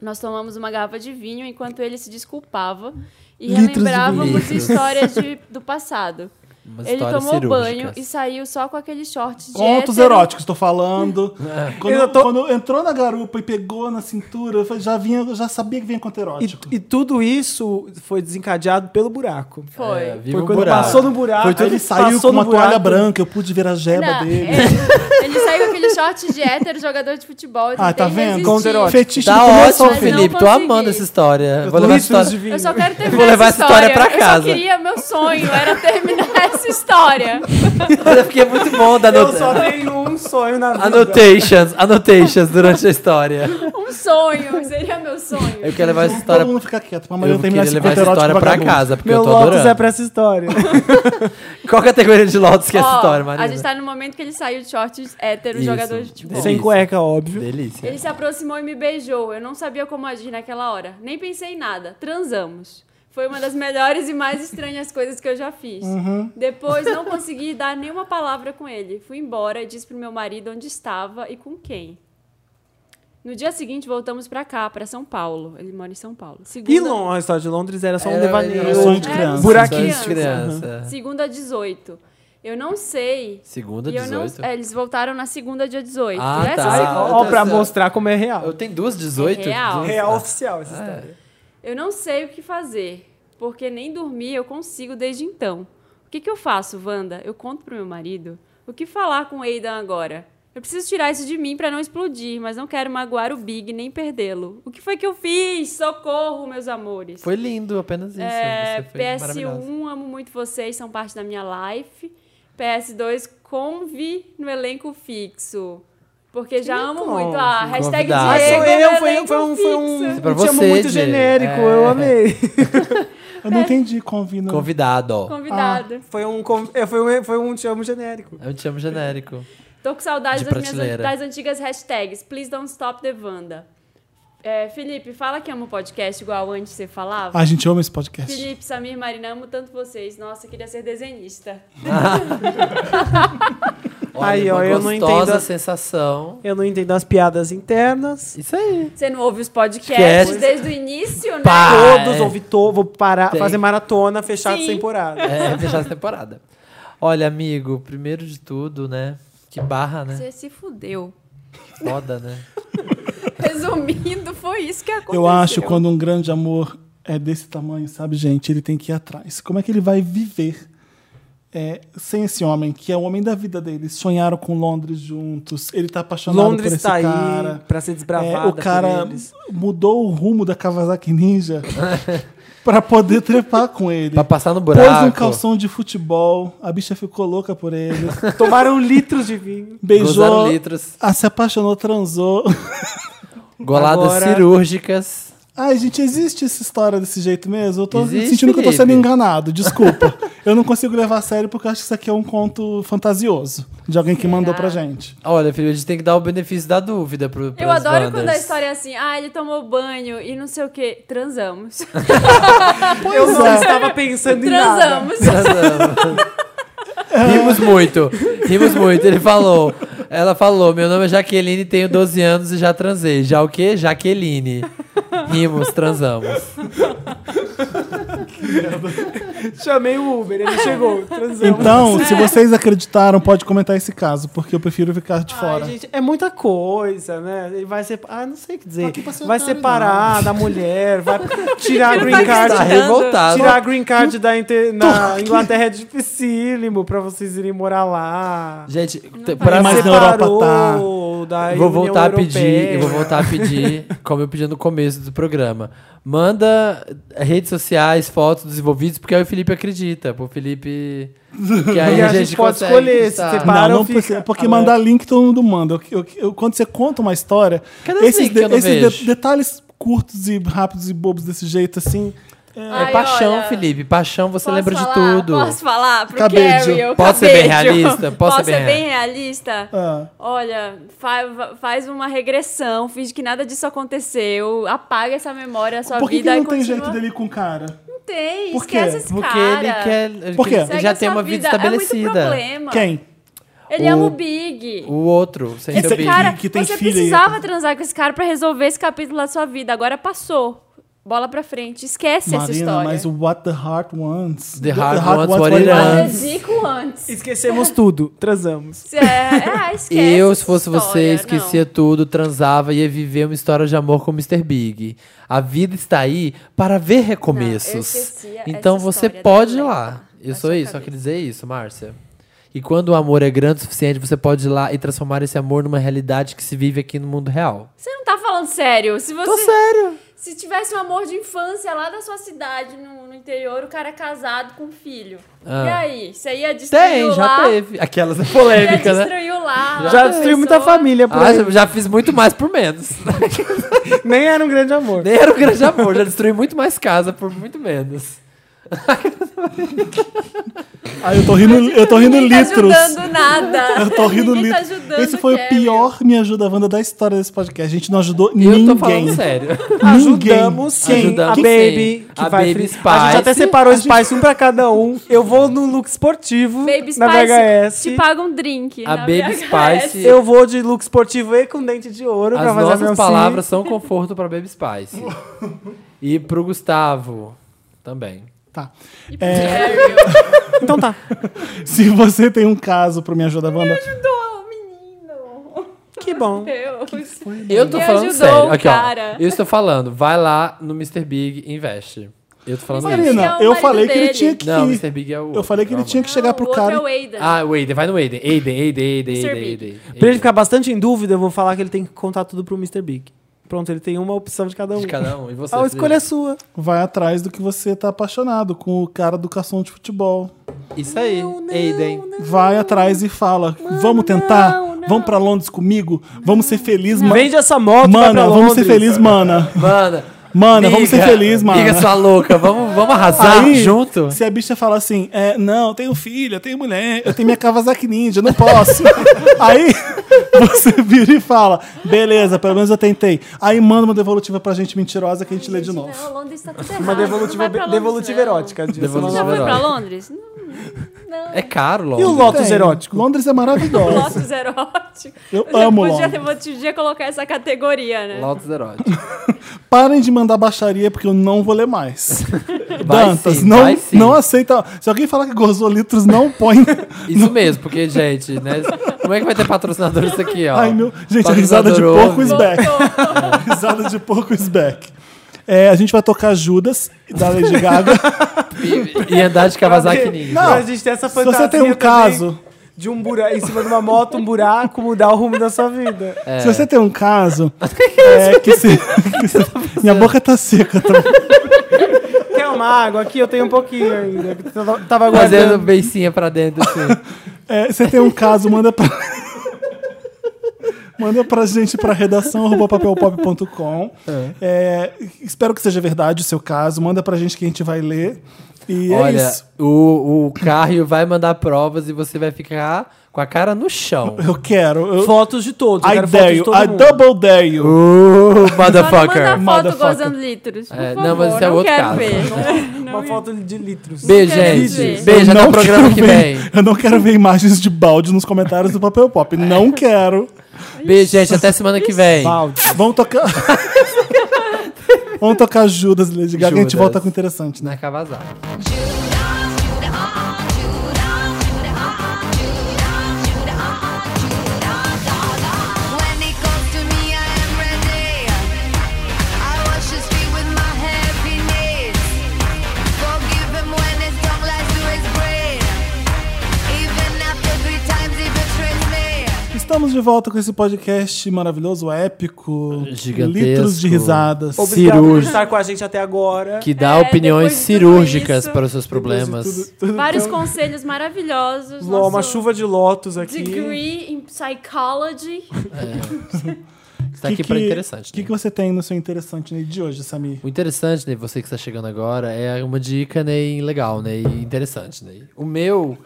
S2: Nós tomamos uma garrafa de vinho enquanto ele se desculpava e
S1: Litros de
S2: relembrávamos
S4: vinho.
S2: histórias de- do passado.
S4: Umas
S2: ele
S4: histórias
S2: tomou banho
S4: cirúrgicas.
S2: e saiu só com né? aqueles shorts de
S1: Contos
S2: hétero.
S1: eróticos, tô falando.
S3: Eu
S4: É.
S1: Quando,
S3: tô-
S1: quando entrou na garupa e pegou na cintura, eu falei, já, vinha, eu já sabia que vinha conto erótico.
S3: E, e tudo isso foi desencadeado pelo buraco.
S2: Foi.
S4: É, viva
S3: Foi
S4: o
S3: quando
S4: buraco.
S3: passou no buraco.
S4: tá,
S1: Foi tudo
S3: ele
S1: ele saiu com
S3: passou no
S1: uma toalha
S3: buraco.
S1: branca, eu pude ver a jeba
S2: Não, é,
S1: dele.
S2: Ele, ele saiu com aquele short de hétero, jogador de futebol. Eu
S1: Ah, tá
S2: tentei
S1: vendo?
S2: resistir.
S3: Conto erótico.
S1: Fetiche
S4: Tá
S1: do começo
S4: ótimo,
S1: ao
S2: mas
S1: fim.
S2: não
S4: Felipe. Tô
S2: consegui.
S4: amando essa história. Vou levar essa
S3: Litros de
S4: história.
S3: vinho.
S2: Eu só quero terminar
S4: vou levar
S2: essa
S4: essa
S2: história.
S4: história pra
S2: Eu
S4: casa.
S2: só queria, meu sonho era terminar essa história.
S4: Eu fiquei muito bom da
S3: Eu
S4: anota-
S3: só tenho um sonho na vida.
S4: Annotations, annotations durante a história.
S2: Um sonho, seria meu sonho.
S4: Eu quero levar essa história.
S1: Todo mundo fica quieto, pra amanhã
S4: Eu queria
S1: terminar esse
S4: levar
S1: conto
S4: essa
S1: erótico
S4: história pra
S1: vagabundo.
S4: casa, porque
S3: Meu
S4: eu tô
S3: Lotus
S4: adorando.
S3: é pra essa história.
S4: Qual categoria de Lotus que é essa
S2: Ó,
S4: história,
S2: A
S4: Marina?
S2: gente tá no momento que ele saiu de shorts hétero,
S4: Isso.
S2: jogador de futebol.
S3: Sem
S4: Delícia.
S3: cueca, óbvio.
S4: Delícia.
S2: Ele se aproximou e me beijou. Eu não sabia como agir naquela hora. Nem pensei em nada. Transamos. Foi uma das melhores e mais estranhas coisas que eu já fiz.
S3: Uhum.
S2: Depois não consegui dar nenhuma palavra com ele. Fui embora e disse pro meu marido onde estava e com quem. No dia seguinte voltamos pra cá, pra São Paulo. Ele mora em São Paulo. Segunda...
S3: E Lon- a história de Londres era só um devaneio.
S1: era
S4: É.
S1: sonho de
S2: Era um sonho de
S3: Buraquinho.
S4: Sonho de criança.
S2: Segunda 18. Eu não sei.
S4: Segunda,
S2: e eu não-
S4: 18.
S2: é, eles voltaram na segunda dia 18.
S4: Ah,
S2: Nessa
S4: tá.
S2: segunda-
S3: Ó, ó, pra
S4: Aconteceu.
S3: mostrar como é
S4: Eu
S3: real.
S4: tenho duas 18?
S2: Real.
S4: Duas-
S3: Real
S4: Ah.
S3: oficial essa história.
S2: Eu não sei o que fazer, porque nem dormir eu consigo desde então. O que, que eu faço, Wanda? Eu conto pro meu marido. O que falar com o Aidan agora? Eu preciso tirar isso de mim pra não explodir, mas não quero magoar o Big nem perdê-lo. O que foi que eu fiz? Socorro, meus amores.
S4: Foi lindo, apenas isso.
S2: É,
S4: Você foi maravilhosa.
S2: PS1, amo muito vocês, são parte da minha life. PS2, convi no elenco fixo. Porque já amo
S3: convi?
S2: muito a hashtag Diego.
S4: Convidado.
S3: Ah, sou
S2: no
S3: eu, foi,
S2: elenco
S3: foi um. Foi um
S2: fixo.
S4: Isso é pra
S3: um termo
S4: você,
S3: muito
S4: Diego.
S3: genérico,
S4: É.
S3: eu amei.
S1: Eu não entendi, convino.
S4: Convidado, ó.
S2: Convidado.
S3: Foi um, com- é, foi um, foi um te amo genérico.
S4: Eu te amo genérico.
S2: Tô com saudade
S4: De
S2: das, minhas,
S4: prateleira.
S2: das antigas hashtags. Please don't stop the Wanda. É, Felipe, fala que ama o podcast igual antes você falava.
S1: Ah, gente, eu amo esse podcast.
S2: Felipe, Samir, Marina, amo tanto vocês. Nossa, queria ser desenhista.
S4: Olha,
S3: Aí, ó,
S4: uma
S3: eu não
S4: gostosa
S3: entendo a-
S4: sensação.
S3: Eu não entendo as piadas internas.
S4: Isso aí.
S2: Você não ouve os podcasts
S4: Esquece.
S2: desde o início, né?
S4: Pá. Ah,
S3: Todos,
S4: é.
S3: ouvi to, vou parar,
S4: Tem.
S3: fazer maratona, fechar
S2: Sim.
S3: a temporada.
S4: É, fechar essa temporada. Olha, amigo, primeiro de tudo, né? Que barra, né?
S2: Você se fudeu.
S4: Foda, né?
S2: Resumindo, foi isso que aconteceu.
S1: Eu acho quando um grande amor é desse tamanho, sabe, gente? Ele tem que ir atrás. Como é que ele vai viver é, sem esse homem, que é o homem da vida dele? Sonharam com Londres juntos, ele tá apaixonado por
S3: Londres
S1: esse
S3: tá aí
S1: cara.
S3: pra ser
S1: É,
S3: desbravada
S1: o cara
S3: por eles.
S1: mudou o rumo da Kawasaki Ninja pra poder trepar com ele.
S4: Pra passar no
S1: Pôs
S4: buraco.
S1: um calção de futebol, a bicha ficou louca por ele,
S3: Tomaram litros de vinho.
S1: beijou,
S4: Gozaram litros.
S1: ah, se apaixonou, transou.
S4: Goladas
S3: Agora-
S4: cirúrgicas.
S1: Ai, gente, existe essa história desse jeito mesmo? Eu tô
S4: Existe,
S1: sentindo que eu tô sendo
S4: Felipe.
S1: enganado, desculpa. eu não consigo levar a sério porque eu acho que isso aqui é um conto fantasioso de alguém que mandou pra gente.
S4: Olha, filho, a gente tem que dar o benefício da dúvida pro,
S2: Eu
S4: pras
S2: adoro
S4: bandas.
S2: quando a história é assim, ah, ele tomou banho e não sei o que, transamos.
S3: Eu não
S1: é.
S3: estava pensando em nada.
S2: transamos.
S4: Rimos muito, rimos muito. Ele falou, ela falou, meu nome é Jaqueline, tenho 12 anos e já transei. Já o quê? Jaqueline. Rimos, transamos.
S3: Chamei o Uber, ele chegou. Transamos.
S1: Então, se vocês acreditaram, pode comentar esse caso, porque eu prefiro ficar de fora.
S3: Ai, gente, é muita coisa, né? Ele vai ser. Ah, não sei o que dizer.
S1: Aqui pra ser
S3: Vai
S1: otário,
S3: separar da mulher, vai tirar a green
S4: Tá
S3: card.
S4: revoltado.
S3: Tirar a green card da inter- na Inglaterra é dificílimo pra vocês irem morar lá.
S4: Gente, t- pra
S1: Mas
S4: ser-
S1: na Europa
S3: Separou da
S4: tá. vou
S3: União
S4: voltar a pedir,
S3: Europeia.
S4: eu vou voltar a pedir, como eu pedi no começo do programa. Manda redes sociais, fotos dos envolvidos, porque aí o Felipe acredita. Pro Felipe. Que aí
S3: E
S4: a gente
S3: pode
S4: consegue
S3: escolher se
S4: estar.
S3: separa-
S1: Não,
S3: Para,
S1: não
S3: eu fico-
S1: precisa, porque
S3: Alerta.
S1: mandar link todo mundo manda. Eu- eu- eu- quando você conta uma história,
S4: Cadê os
S1: esses,
S4: links que eu não
S1: esses de-
S4: vejo?
S1: detalhes curtos e rápidos e bobos desse jeito, assim,
S4: É paixão, Felipe. Paixão, você
S2: Posso
S4: lembra
S2: falar?
S4: de tudo.
S2: Posso falar pro
S1: Cabedio.
S2: Carrie? eu
S4: Posso ser bem
S2: cabedio.
S4: realista? Posso ser bem
S2: realista?
S1: Ah.
S2: Olha, fa- faz uma regressão, finge que nada disso aconteceu, apaga essa memória, sua
S1: por que, que
S2: vida
S1: não
S2: e
S1: tem
S2: continua.
S1: jeito dele ir com o cara?
S2: Não tem,
S1: Por quê?
S2: esquece esse
S4: Porque
S2: cara.
S4: ele quer. Ele
S1: Por quê?
S4: ele
S2: Segue
S4: já
S2: a
S4: tem
S2: sua
S4: uma vida
S2: vida.
S4: estabelecida.
S2: É muito problema.
S1: Quem?
S2: Ele
S4: O-
S2: ama o Big.
S4: o outro, sem
S1: Esse
S4: ser
S2: Esse
S4: bem.
S2: cara,
S1: que tem
S2: você
S1: filho aí.
S2: precisava transar com esse cara pra resolver esse capítulo da sua vida. Agora passou. Bola pra frente. Esquece essa
S1: Marina, um
S2: história.
S1: mas o What the Heart Wants.
S4: The Heart Wants What It
S2: Mas
S4: Wants.
S2: é zico antes.
S3: Esquecemos tudo, transamos.
S2: É, é, esquece
S4: Eu, se
S2: essa
S4: fosse você,
S2: história,
S4: esquecia tudo, transava e ia viver uma história de amor com o Mr. Big. A vida está aí para ver
S2: Não, eu
S4: recomeços.
S2: esquecia
S4: então
S2: essa
S4: você
S2: história,
S4: pode ir
S2: deixa eu
S4: lá.
S2: levantar
S4: Eu
S2: da
S4: sou
S2: sua
S4: isso, só
S2: cabeça.
S4: queria dizer isso, Márcia. E quando o amor é grande o suficiente, você pode ir lá e transformar esse amor numa realidade que se vive aqui no mundo real.
S2: Você não tá falando sério. Se
S4: Tô
S2: você
S4: sério.
S2: se tivesse um amor de infância lá da sua cidade, no, no interior, o cara é casado com um filho.
S4: Ah.
S2: E aí? Você ia destruir
S4: Tem,
S2: lá?
S4: já teve. Aquelas
S2: Ia
S4: polêmicas, né?
S2: destruir lá. lá
S3: Já
S2: a
S3: destruiu muita
S2: pessoa.
S3: família por
S4: Ah,
S3: aí.
S4: já- já fiz muito mais por menos.
S3: Nem era um grande amor.
S4: Nem era um grande amor, já destruí muito mais casa por muito menos.
S1: Ah, eu tô rindo, eu tô rindo
S2: Ninguém
S1: litros.
S2: Tá ajudando nada.
S1: Eu tô rindo
S2: Ninguém tá
S1: litros.
S2: ajudando
S1: Esse foi o
S2: Kevin.
S1: pior Me Ajuda Wanda da história desse podcast. A gente não ajudou
S4: E eu
S1: ninguém.
S4: tô falando sério.
S1: Ninguém.
S3: Ajudamos sim
S4: Ajudamos
S3: a Baby,
S4: sim.
S3: que
S4: A
S3: vai
S4: Baby
S3: fri-
S4: Spice.
S3: A gente até separou o Spice um pra cada um. Eu vou no look esportivo
S2: Baby Spice
S3: na VHS.
S2: te paga um drink.
S4: A
S2: na
S4: Baby
S2: VHS.
S4: Spice.
S3: Eu vou de look esportivo e com dente de ouro pra
S4: As
S3: fazer
S4: nossas
S3: meu
S4: palavras são conforto pra Baby Spice. e pro Gustavo também.
S1: Tá.
S2: E pro Jerry,
S3: sim. Então tá.
S1: Se você tem um caso pro Me Ajuda Wanda,
S2: Ajudou, menino.
S3: Que bom.
S2: Meu Deus.
S4: Eu tô
S2: Me
S4: falando
S2: ajudou,
S4: sério. Aqui,
S2: cara.
S4: ó. Eu estou falando, vai lá no Mr. Big e investe. Eu tô falando isso.
S1: Marina,
S2: é o
S1: eu
S2: marido
S1: falei que ele
S2: dele.
S1: tinha que.
S4: Não, Mr. Big é o.
S1: eu falei que ele tinha que chegar
S2: Não,
S1: pro
S2: o outro
S1: cara.
S2: é o Aiden.
S4: Ah, o Aiden, vai no Aiden. Aiden, Aiden, Aiden,
S2: Mr.
S4: Aiden,
S2: Big.
S4: Aiden.
S3: Pra ele ficar bastante em dúvida, eu vou falar que ele tem que contar tudo pro Mr. Big. Pronto, ele tem uma opção de cada um.
S4: de cada um. E você?
S3: A
S4: Felipe?
S3: escolha é sua.
S1: Vai atrás do que você tá apaixonado com o cara do cação de futebol.
S4: Isso aí. Aiden.
S1: Vai atrás e fala: vamos tentar? Vamos pra Londres comigo? Vamos ser felizes, ma-
S3: Vende essa moto, vai pra
S1: mana. Vamos ser
S3: Londres.
S1: felizes, mana.
S4: Mana.
S1: Mana, vamos ser
S4: miga,
S1: felizes, mana.
S4: Miga sua louca, vamos, vamos arrasar
S1: Aí,
S4: tá junto.
S1: Se a bicha fala assim, é, não, eu tenho filho, eu tenho mulher, eu tenho minha Kawasaki Ninja, eu não posso. Aí você vira e fala, beleza, pelo menos eu tentei. Aí manda uma devolutiva pra gente mentirosa que a gente lê de
S2: Gente,
S1: novo.
S2: Não, Londres tá tudo errado.
S1: Ah,
S3: Uma devolutiva,
S2: não vai pra Londres,
S3: devolutiva
S1: né?
S2: não.
S3: erótica. disso.
S4: Devolutiva
S2: Já foi pra
S4: erótica.
S2: Londres? Não,
S4: É caro, logo.
S3: E o Lotus
S1: Tem.
S3: erótico?
S1: Londres é maravilhoso.
S2: Lotus erótico.
S1: Eu
S2: Você
S1: amo
S2: podia,
S1: Londres.
S2: Vou te dia colocar essa categoria, né?
S4: Lotus erótico.
S1: Parem de mandar baixaria porque eu não vou ler mais.
S4: Vai
S1: Dantas,
S4: sim,
S1: não,
S4: vai sim.
S1: não aceita. Se alguém falar que gozou litros, não põe.
S4: Isso mesmo, porque, gente, né? Como é que vai ter patrocinador isso aqui, ó?
S1: Ai, meu. Gente, a risada de
S4: Patrocinador
S1: porco
S4: ouve.
S1: back. Risada de porco is back. É, a gente vai tocar Judas, da Lady Gaga.
S4: E, e andar de Kawasaki Ninja.
S1: Não.
S3: Pra gente ter essa
S1: Se
S3: fantasia
S1: você tem um
S3: também
S1: caso,
S3: De um buraco, em cima de uma moto, um buraco, mudar o rumo da sua vida.
S4: É.
S1: se você tem um é caso, é que se, que se- minha boca tá seca, tá?
S3: Quer Quer uma água? Aqui eu tenho um pouquinho ainda. que eu tava- Tava
S4: Fazendo
S3: aguardando.
S4: beicinha pra dentro, assim.
S1: É, você tem um caso, manda pra. Manda pra gente pra redação arroba papelpop.com. É, espero que seja verdade o seu caso. Manda pra gente que a gente vai ler. E é
S4: Olha,
S1: isso.
S4: o, o Caio vai mandar provas e você vai ficar com a cara no chão.
S1: Eu quero. Eu,
S3: Fotos de todos. Eu
S1: I
S3: quero fotos
S1: dare
S3: de
S1: you.
S3: todo
S1: I
S3: mundo.
S1: double dare you.
S4: Uh,
S2: Só não
S4: motherfucker.
S2: manda
S1: Motherfucker.
S2: foto gozando litros. Por
S4: É, não,
S2: favor,
S4: mas isso é outro
S2: quero
S4: caso.
S2: ver.
S3: Uma foto de litros.
S4: Beijo,
S2: quero
S4: gente.
S2: ver.
S4: Beijo,
S1: Eu
S4: até
S1: não
S4: o programa
S1: quero
S4: que
S1: ver-
S4: vem.
S1: Eu não quero ver imagens de balde nos comentários do Papel Pop. Não quero.
S4: Beijo, gente. Até semana que vem.
S3: Balde.
S1: Vamos tocar. Vamos tocar Judas e Lady Gaga e a gente
S4: Judas.
S1: volta com o interessante, né?
S4: Na Cavazada.
S2: É,
S5: When it comes to me, I am ready. I wash his feet with my happiness. Forgive him when his tongue lies to his brain. Even after three times he betrays me.
S1: Estamos de volta com esse podcast maravilhoso, épico,
S4: Gigantesco.
S1: litros de risadas.
S3: Obrigado por
S4: Cirúrgico.
S3: estar com a gente até agora.
S4: Que dá
S2: É,
S4: opiniões
S2: depois de tudo
S4: cirúrgicas
S2: isso,
S4: para os seus problemas.
S2: Vários conselhos maravilhosos.
S3: Ló, uma
S2: nosso
S3: chuva de lotos aqui.
S2: Degree in Psychology.
S4: Está aqui para interessante.
S1: O que,
S4: né?
S1: que você tem no seu interessante Ney, de hoje, Samir?
S4: O interessante, né, você que está chegando agora, é uma dica né, legal, né? E interessante, né? O meu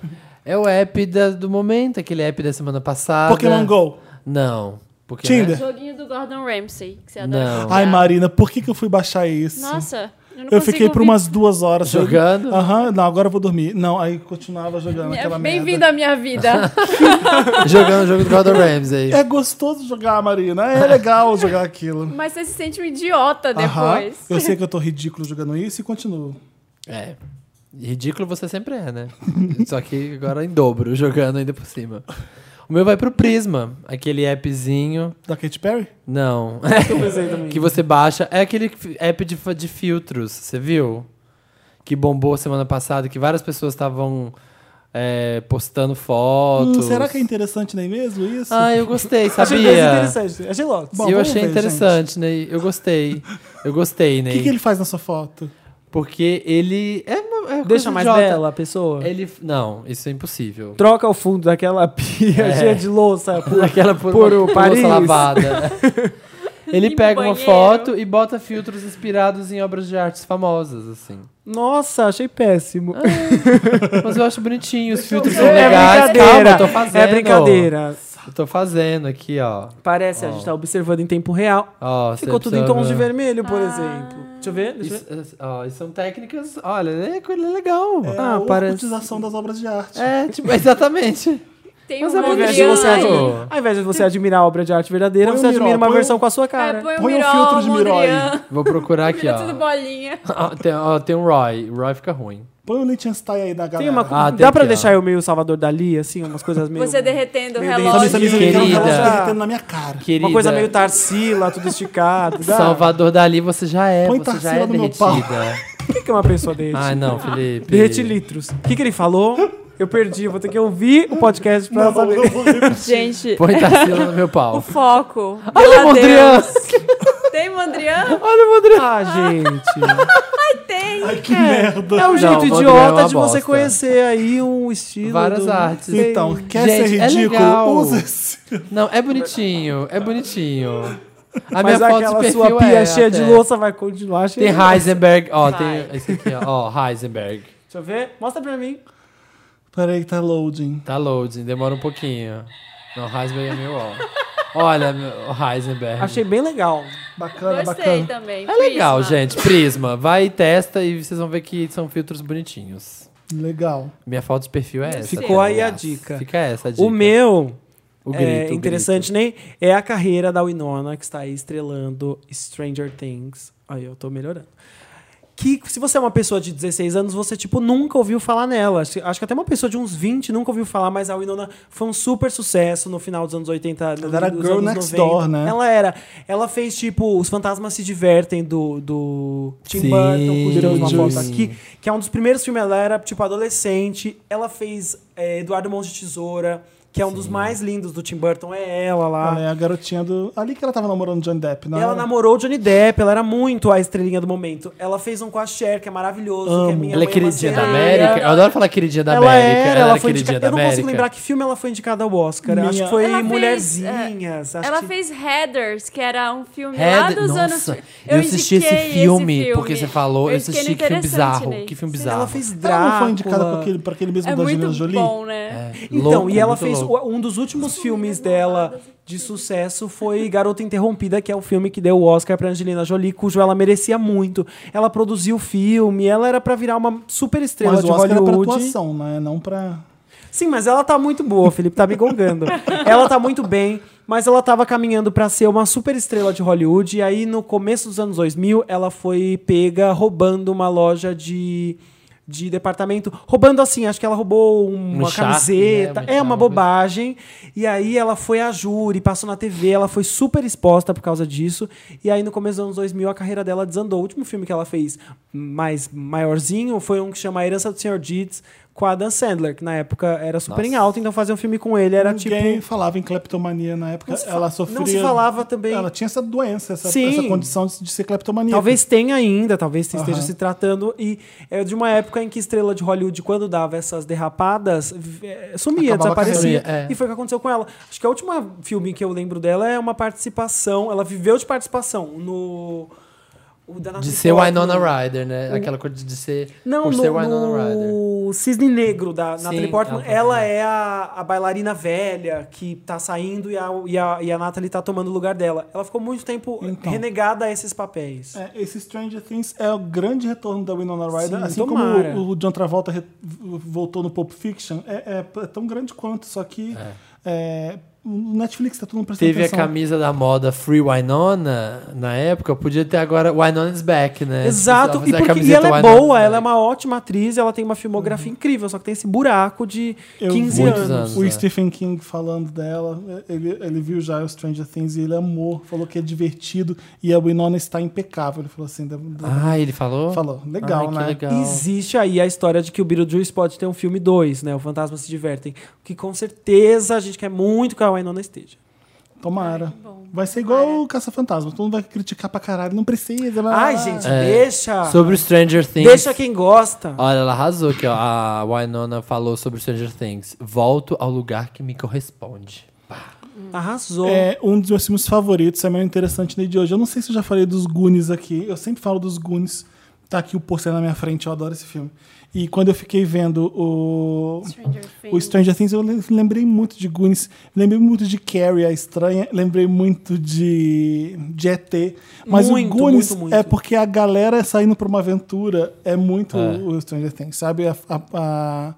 S4: é o app da- do momento, aquele app da semana passada.
S1: Pokémon Go.
S4: Não. Porque, né?
S1: Tinder.
S2: Joguinho do Gordon Ramsay, que você adora.
S4: Não.
S2: jogar.
S1: Ai, Marina, por que, que eu fui baixar isso?
S2: Nossa, eu não
S1: eu fiquei
S2: consigo
S1: por umas duas horas
S4: Jogando?
S1: Aham, não, agora eu vou dormir. Não, aí continuava jogando
S2: ouvir.
S1: aquela
S2: É, Bem-vindo
S1: merda.
S2: à minha vida.
S1: Ah.
S4: né, jogando o jogo do Gordon Ramsay.
S1: É gostoso jogar, Marina. É legal jogar aquilo.
S2: Mas você se sente um idiota
S1: Aham.
S2: depois.
S1: Eu sei que eu tô ridículo jogando isso e continuo.
S4: É. Ridículo você sempre é, né? Só que agora em dobro, jogando ainda por cima. O meu vai pro Prisma, aquele appzinho.
S1: Da Katy Perry?
S4: Não.
S3: Eu pensei também.
S4: que você baixa. É aquele fi- app de, fa- de filtros, você viu? Que bombou semana passada, que várias pessoas estavam é, postando fotos.
S1: Hum, será que é interessante nem mesmo isso?
S4: Ah, eu gostei,
S3: Achei bem
S4: sabia?
S3: interessante. Achei lotos.
S1: Bom,
S4: eu
S1: vamos
S4: achei
S1: ver,
S4: interessante, Ney. Eu gostei. Eu gostei,
S1: O
S4: Ney.
S1: que, que ele faz na sua foto?
S4: Porque ele. É uma, é uma
S3: Deixa
S4: coisa
S3: mais
S4: idiota.
S3: bela a pessoa.
S4: Ele. Não, isso é impossível.
S3: Troca o fundo daquela pia
S4: É.
S3: cheia de louça por,
S4: Aquela por,
S3: por o
S4: uma
S3: Paris.
S4: louça lavada. Ele
S2: E
S4: pega uma
S2: banheiro.
S4: foto e bota filtros inspirados em obras de artes famosas, assim.
S3: Nossa, achei péssimo.
S4: Mas eu acho bonitinho, os filtros
S3: É,
S4: são legais. Calma,
S3: brincadeira.
S4: eu tô fazendo.
S3: É brincadeira.
S4: Eu tô fazendo aqui, ó.
S3: Parece, a gente tá observando em tempo real.
S4: ó você
S3: Ficou tudo em
S4: observa-
S3: tons de vermelho,
S2: Ah.
S3: por exemplo. Deixa eu ver. Deixa eu ver.
S4: Isso, isso- ó, isso são técnicas. Olha, é, coisa legal.
S1: É
S3: Ah,
S1: a
S3: parece-
S1: utilização das obras de arte.
S4: É, tipo, exatamente.
S2: Tem
S4: Mas
S2: um
S4: é
S3: Ao
S4: bom
S3: invés,
S4: Adriano.
S3: de você
S2: Mondrian aí.
S3: admirar, ao invés de você admirar a obra de arte verdadeira,
S1: Põe
S3: você
S1: um
S3: admira
S1: miró,
S3: uma
S1: põe
S3: versão
S1: um-
S3: com a sua cara.
S2: É, põe um
S1: Põe um
S2: Miró,
S1: filtro de Miró aí.
S2: Mondrian.
S4: Vou procurar aqui,
S2: Vira
S4: ó.
S2: tudo bolinha.
S4: Ó, tem, ó, tem um Roy. Roy fica ruim.
S1: Põe o Liechtenstein aí na
S2: um
S1: galera.
S3: Tem uma,
S4: Ah, tem
S3: dá pra
S4: aqui, ó.
S3: deixar eu meio Salvador Dali, assim, umas coisas meio.
S2: Você derretendo o
S3: Meu Deus.
S1: Samir,
S2: relógio.
S1: Samir, Samir,
S4: Querida.
S1: Samir, Samir, Samir, derretendo na minha cara.
S4: Querida,
S3: Uma coisa meio Tarsila, tudo esticado. Dá.
S4: Salvador Dali, você já é.
S1: Põe
S4: você já
S1: Tarsila
S4: é
S1: no meu
S4: derretida.
S1: pau.
S3: Por que, que uma pessoa derrete?
S4: Ai, não, Felipe.
S3: derrete litros. O que, que ele falou? Eu perdi, eu vou ter que ouvir o podcast pra
S1: Não,
S3: saber.
S1: não vou repetir.
S2: Gente,
S4: Põe Tarsila no meu
S2: o
S4: pau.
S2: foco.
S4: é Olha o
S2: Meu
S4: Mondrian!
S2: Deus. Tem Mondrian?
S4: Olha o Mondrian!
S3: Ah, gente.
S2: Tem.
S1: Ai, que merda.
S3: É um
S4: Não,
S3: jeito
S4: Mondrian é
S3: idiota
S4: uma
S3: de você
S4: bosta.
S3: conhecer aí um estilo.
S4: Várias
S3: do-
S4: artes.
S3: Sei.
S1: Então, quer
S4: Gente,
S1: ser
S4: é
S1: ridículo?
S4: legal.
S1: usa esse.
S4: Não, é bonitinho, é bonitinho. A minha
S3: Mas
S4: foto de
S3: aquela
S4: perfil
S3: sua pia
S4: é
S3: cheia de
S4: até.
S3: louça vai continuar cheia
S4: Tem
S3: de louça.
S4: Heisenberg, ó,
S2: Vai.
S4: tem esse aqui, ó, ó, Heisenberg.
S3: Deixa eu ver. Mostra pra mim.
S1: Peraí, tá loading.
S4: Tá loading, demora um pouquinho. Não, Heisenberg é meio ó. Olha, meu- o Heisenberg.
S3: Achei bem legal.
S1: Bacana,
S2: Gostei
S1: bacana.
S2: também.
S4: É legal,
S2: Prisma.
S4: gente. Prisma, vai e testa e vocês vão ver que são filtros bonitinhos.
S1: Legal.
S4: Minha foto de perfil é essa.
S3: Ficou
S4: tá,
S3: aí
S4: aliás.
S3: a dica.
S4: Fica essa a dica.
S3: O meu
S4: O
S3: é
S4: grito, o
S3: interessante, nem é a carreira da Winona que está aí estrelando Stranger Things. Aí eu tô melhorando. Que se você é uma pessoa de 16 anos, você tipo nunca ouviu falar nela. Acho, acho que até uma pessoa de uns 20 nunca ouviu falar, mas a Winona foi um super sucesso no final dos anos 80,
S1: Ela era
S3: dos
S1: Girl
S3: anos
S1: Next Door, né?
S3: Ela era. Ela fez tipo Os Fantasmas se Divertem do, do Tim
S4: Sim,
S3: Burton, tirou uma foto
S4: Beetlejuice.
S3: aqui que é um dos primeiros filmes, ela era tipo adolescente. Ela fez é, Eduardo Mãos de Tesoura, que é um dos mais lindos do Tim Burton, é ela lá.
S1: Ela é a garotinha do. Ali que ela tava namorando o Johnny Depp, não
S3: Ela
S1: era?
S3: namorou o Johnny Depp, ela era muito a estrelinha do momento. Ela fez um com a Cher, que é maravilhoso, que é minha
S4: Ela é
S3: mãe,
S4: queridinha da
S3: uma
S4: América.
S3: sereia.
S4: Eu adoro falar queridinha da
S3: Ela
S4: América.
S3: era,
S4: ela
S3: ela
S4: era
S3: foi
S4: queridinha
S3: indicada.
S4: da
S3: Eu não
S4: América.
S3: consigo lembrar que filme ela foi indicada ao Oscar. Eu Acho
S1: Minha-
S3: que foi
S2: Ela fez,
S3: Mulherzinhas. acho
S2: Ela
S3: que-
S2: fez Headers, que era um filme lá
S4: Heather-
S2: dos
S4: Nossa,
S2: anos.
S4: eu assisti esse
S2: indiquei
S4: filme, porque você falou, eu
S2: indiquei
S4: assisti,
S2: no
S4: que filme
S2: Interessante,
S4: bizarro,
S2: Ney.
S4: que filme
S2: Sim.
S4: bizarro.
S3: Ela fez Drácula.
S1: Ela não foi indicada para aquele, pra aquele mesmo
S2: É
S1: da Angelina
S2: muito
S1: Jolie?
S2: bom, né?
S3: Então,
S4: Louco, é
S1: é
S3: e ela
S4: muito
S3: fez
S4: louco.
S3: o- um dos últimos filmes dela de sucesso foi Garota Interrompida, que é o filme que deu o Oscar pra Angelina Jolie, cujo ela merecia muito. Ela produziu o filme, ela era pra virar uma super estrela
S1: Mas
S3: de
S1: o Oscar é pra
S3: Hollywood.
S1: atuação, né? Não pra.
S3: Sim, mas ela tá muito boa, Felipe, tá me gongando. ela tá muito bem, mas ela tava caminhando pra ser uma super estrela de Hollywood e aí no começo dos anos 2000 ela foi pega roubando uma loja de de departamento, roubando assim, acho que ela roubou uma
S4: charme,
S3: camiseta,
S4: né?
S3: é uma
S4: Uma coisa-
S3: bobagem. E aí ela foi a júri, passou na TV, ela foi super exposta por causa disso. E aí no começo dos anos 2000 a carreira dela desandou. O último filme que ela fez mais maiorzinho foi um que chama A Herança do Sr. Deeds com a Adam Sandler, que na época era super em alta, então fazer um filme com ele era
S1: Ninguém
S3: tipo
S1: falava em kleptomania na época.
S3: se fa-
S1: ela
S3: não
S1: sofria.
S3: se falava também-
S1: Ela tinha essa doença, essa,
S3: Sim.
S1: essa condição de de ser kleptomania.
S3: Talvez tenha ainda, talvez esteja
S1: Uhum. Aham.
S3: se tratando. E é de uma época em que estrela de Hollywood, quando dava essas derrapadas, v- eh, sumia,
S1: Acabava a
S3: desaparecia.
S4: carreira, é.
S3: E foi o que aconteceu com ela. Acho que a última filme que eu lembro dela é uma participação. Ela viveu de participação no. O da
S4: De
S3: Natalie
S4: ser
S3: Portman.
S4: Winona Ryder, né? Aquela coisa de ser.
S3: Ah, Não,
S4: por ser Winona Ryder.
S3: no, no Cisne Negro da
S4: é. Sim,
S3: Natalie Portman,
S4: ela tá
S3: ela
S4: fazendo.
S3: é a, a bailarina velha que tá saindo e a, e a, e a Natalie tá tomando o lugar dela. Ela ficou muito tempo
S1: Então.
S3: renegada a esses papéis.
S1: É, esse Stranger Things é o grande retorno da Winona Ryder,
S3: Sim,
S1: assim
S3: tomara.
S1: como o, o John Travolta re- voltou no Pulp Fiction, é, é tão grande quanto, só que é, o Netflix tá todo mundo prestando
S4: Teve a
S1: atenção.
S4: camisa da moda Free Winona na época, podia ter agora Winona is back, né? Precisava
S3: Exato, e,
S4: fazer a
S3: porque, e
S4: camiseta
S3: ela é
S4: Winona is
S3: boa,
S4: Back.
S3: ela é uma ótima atriz, ela tem uma
S4: Uhum.
S3: filmografia incrível, só que tem esse buraco de
S1: Eu
S3: 15
S1: vi
S4: Muitos
S3: anos.
S4: anos,
S1: O
S4: né?
S1: Stephen King falando dela, ele, ele viu já o Stranger Things e ele amou, falou que é divertido e a Winona está impecável. Ele falou assim, da- da-
S4: Ah, ele falou?
S1: falou, legal,
S4: Ai, que
S1: né?
S4: legal.
S3: Existe aí a história de que o Beetlejuice pode ter um filme 2, né? O Fantasma se divertem. Que com certeza a gente quer muito que a Winona esteja.
S1: Tomara.
S2: bom.
S1: Vai ser igual o Caça-Fantasma, todo mundo vai criticar pra caralho, não precisa. né? blá, blá,
S3: Ai,
S1: blá.
S3: gente,
S4: É.
S3: deixa.
S4: Sobre Ah. o Stranger Things.
S3: Deixa quem gosta.
S4: Olha, ela arrasou aqui, ó. A Winona falou sobre Stranger Things. Volto ao lugar que me corresponde.
S3: Arrasou.
S1: É, um dos meus filmes favoritos, é meio interessante no de hoje. Eu não sei se eu já falei dos Goonies aqui. Eu sempre falo dos Goonies. Tá aqui o pôster na minha frente, eu adoro esse filme. E quando eu fiquei vendo o
S2: Stranger
S1: o Stranger Things, eu lem- lembrei muito de Goonies, lembrei muito de Carrie, a estranha, lembrei muito de, de ET. Mas
S3: Muito,
S1: o Goonies
S3: muito, muito.
S1: é porque a galera saindo pra uma aventura é muito
S4: É.
S1: o Stranger Things, sabe? A- a- a-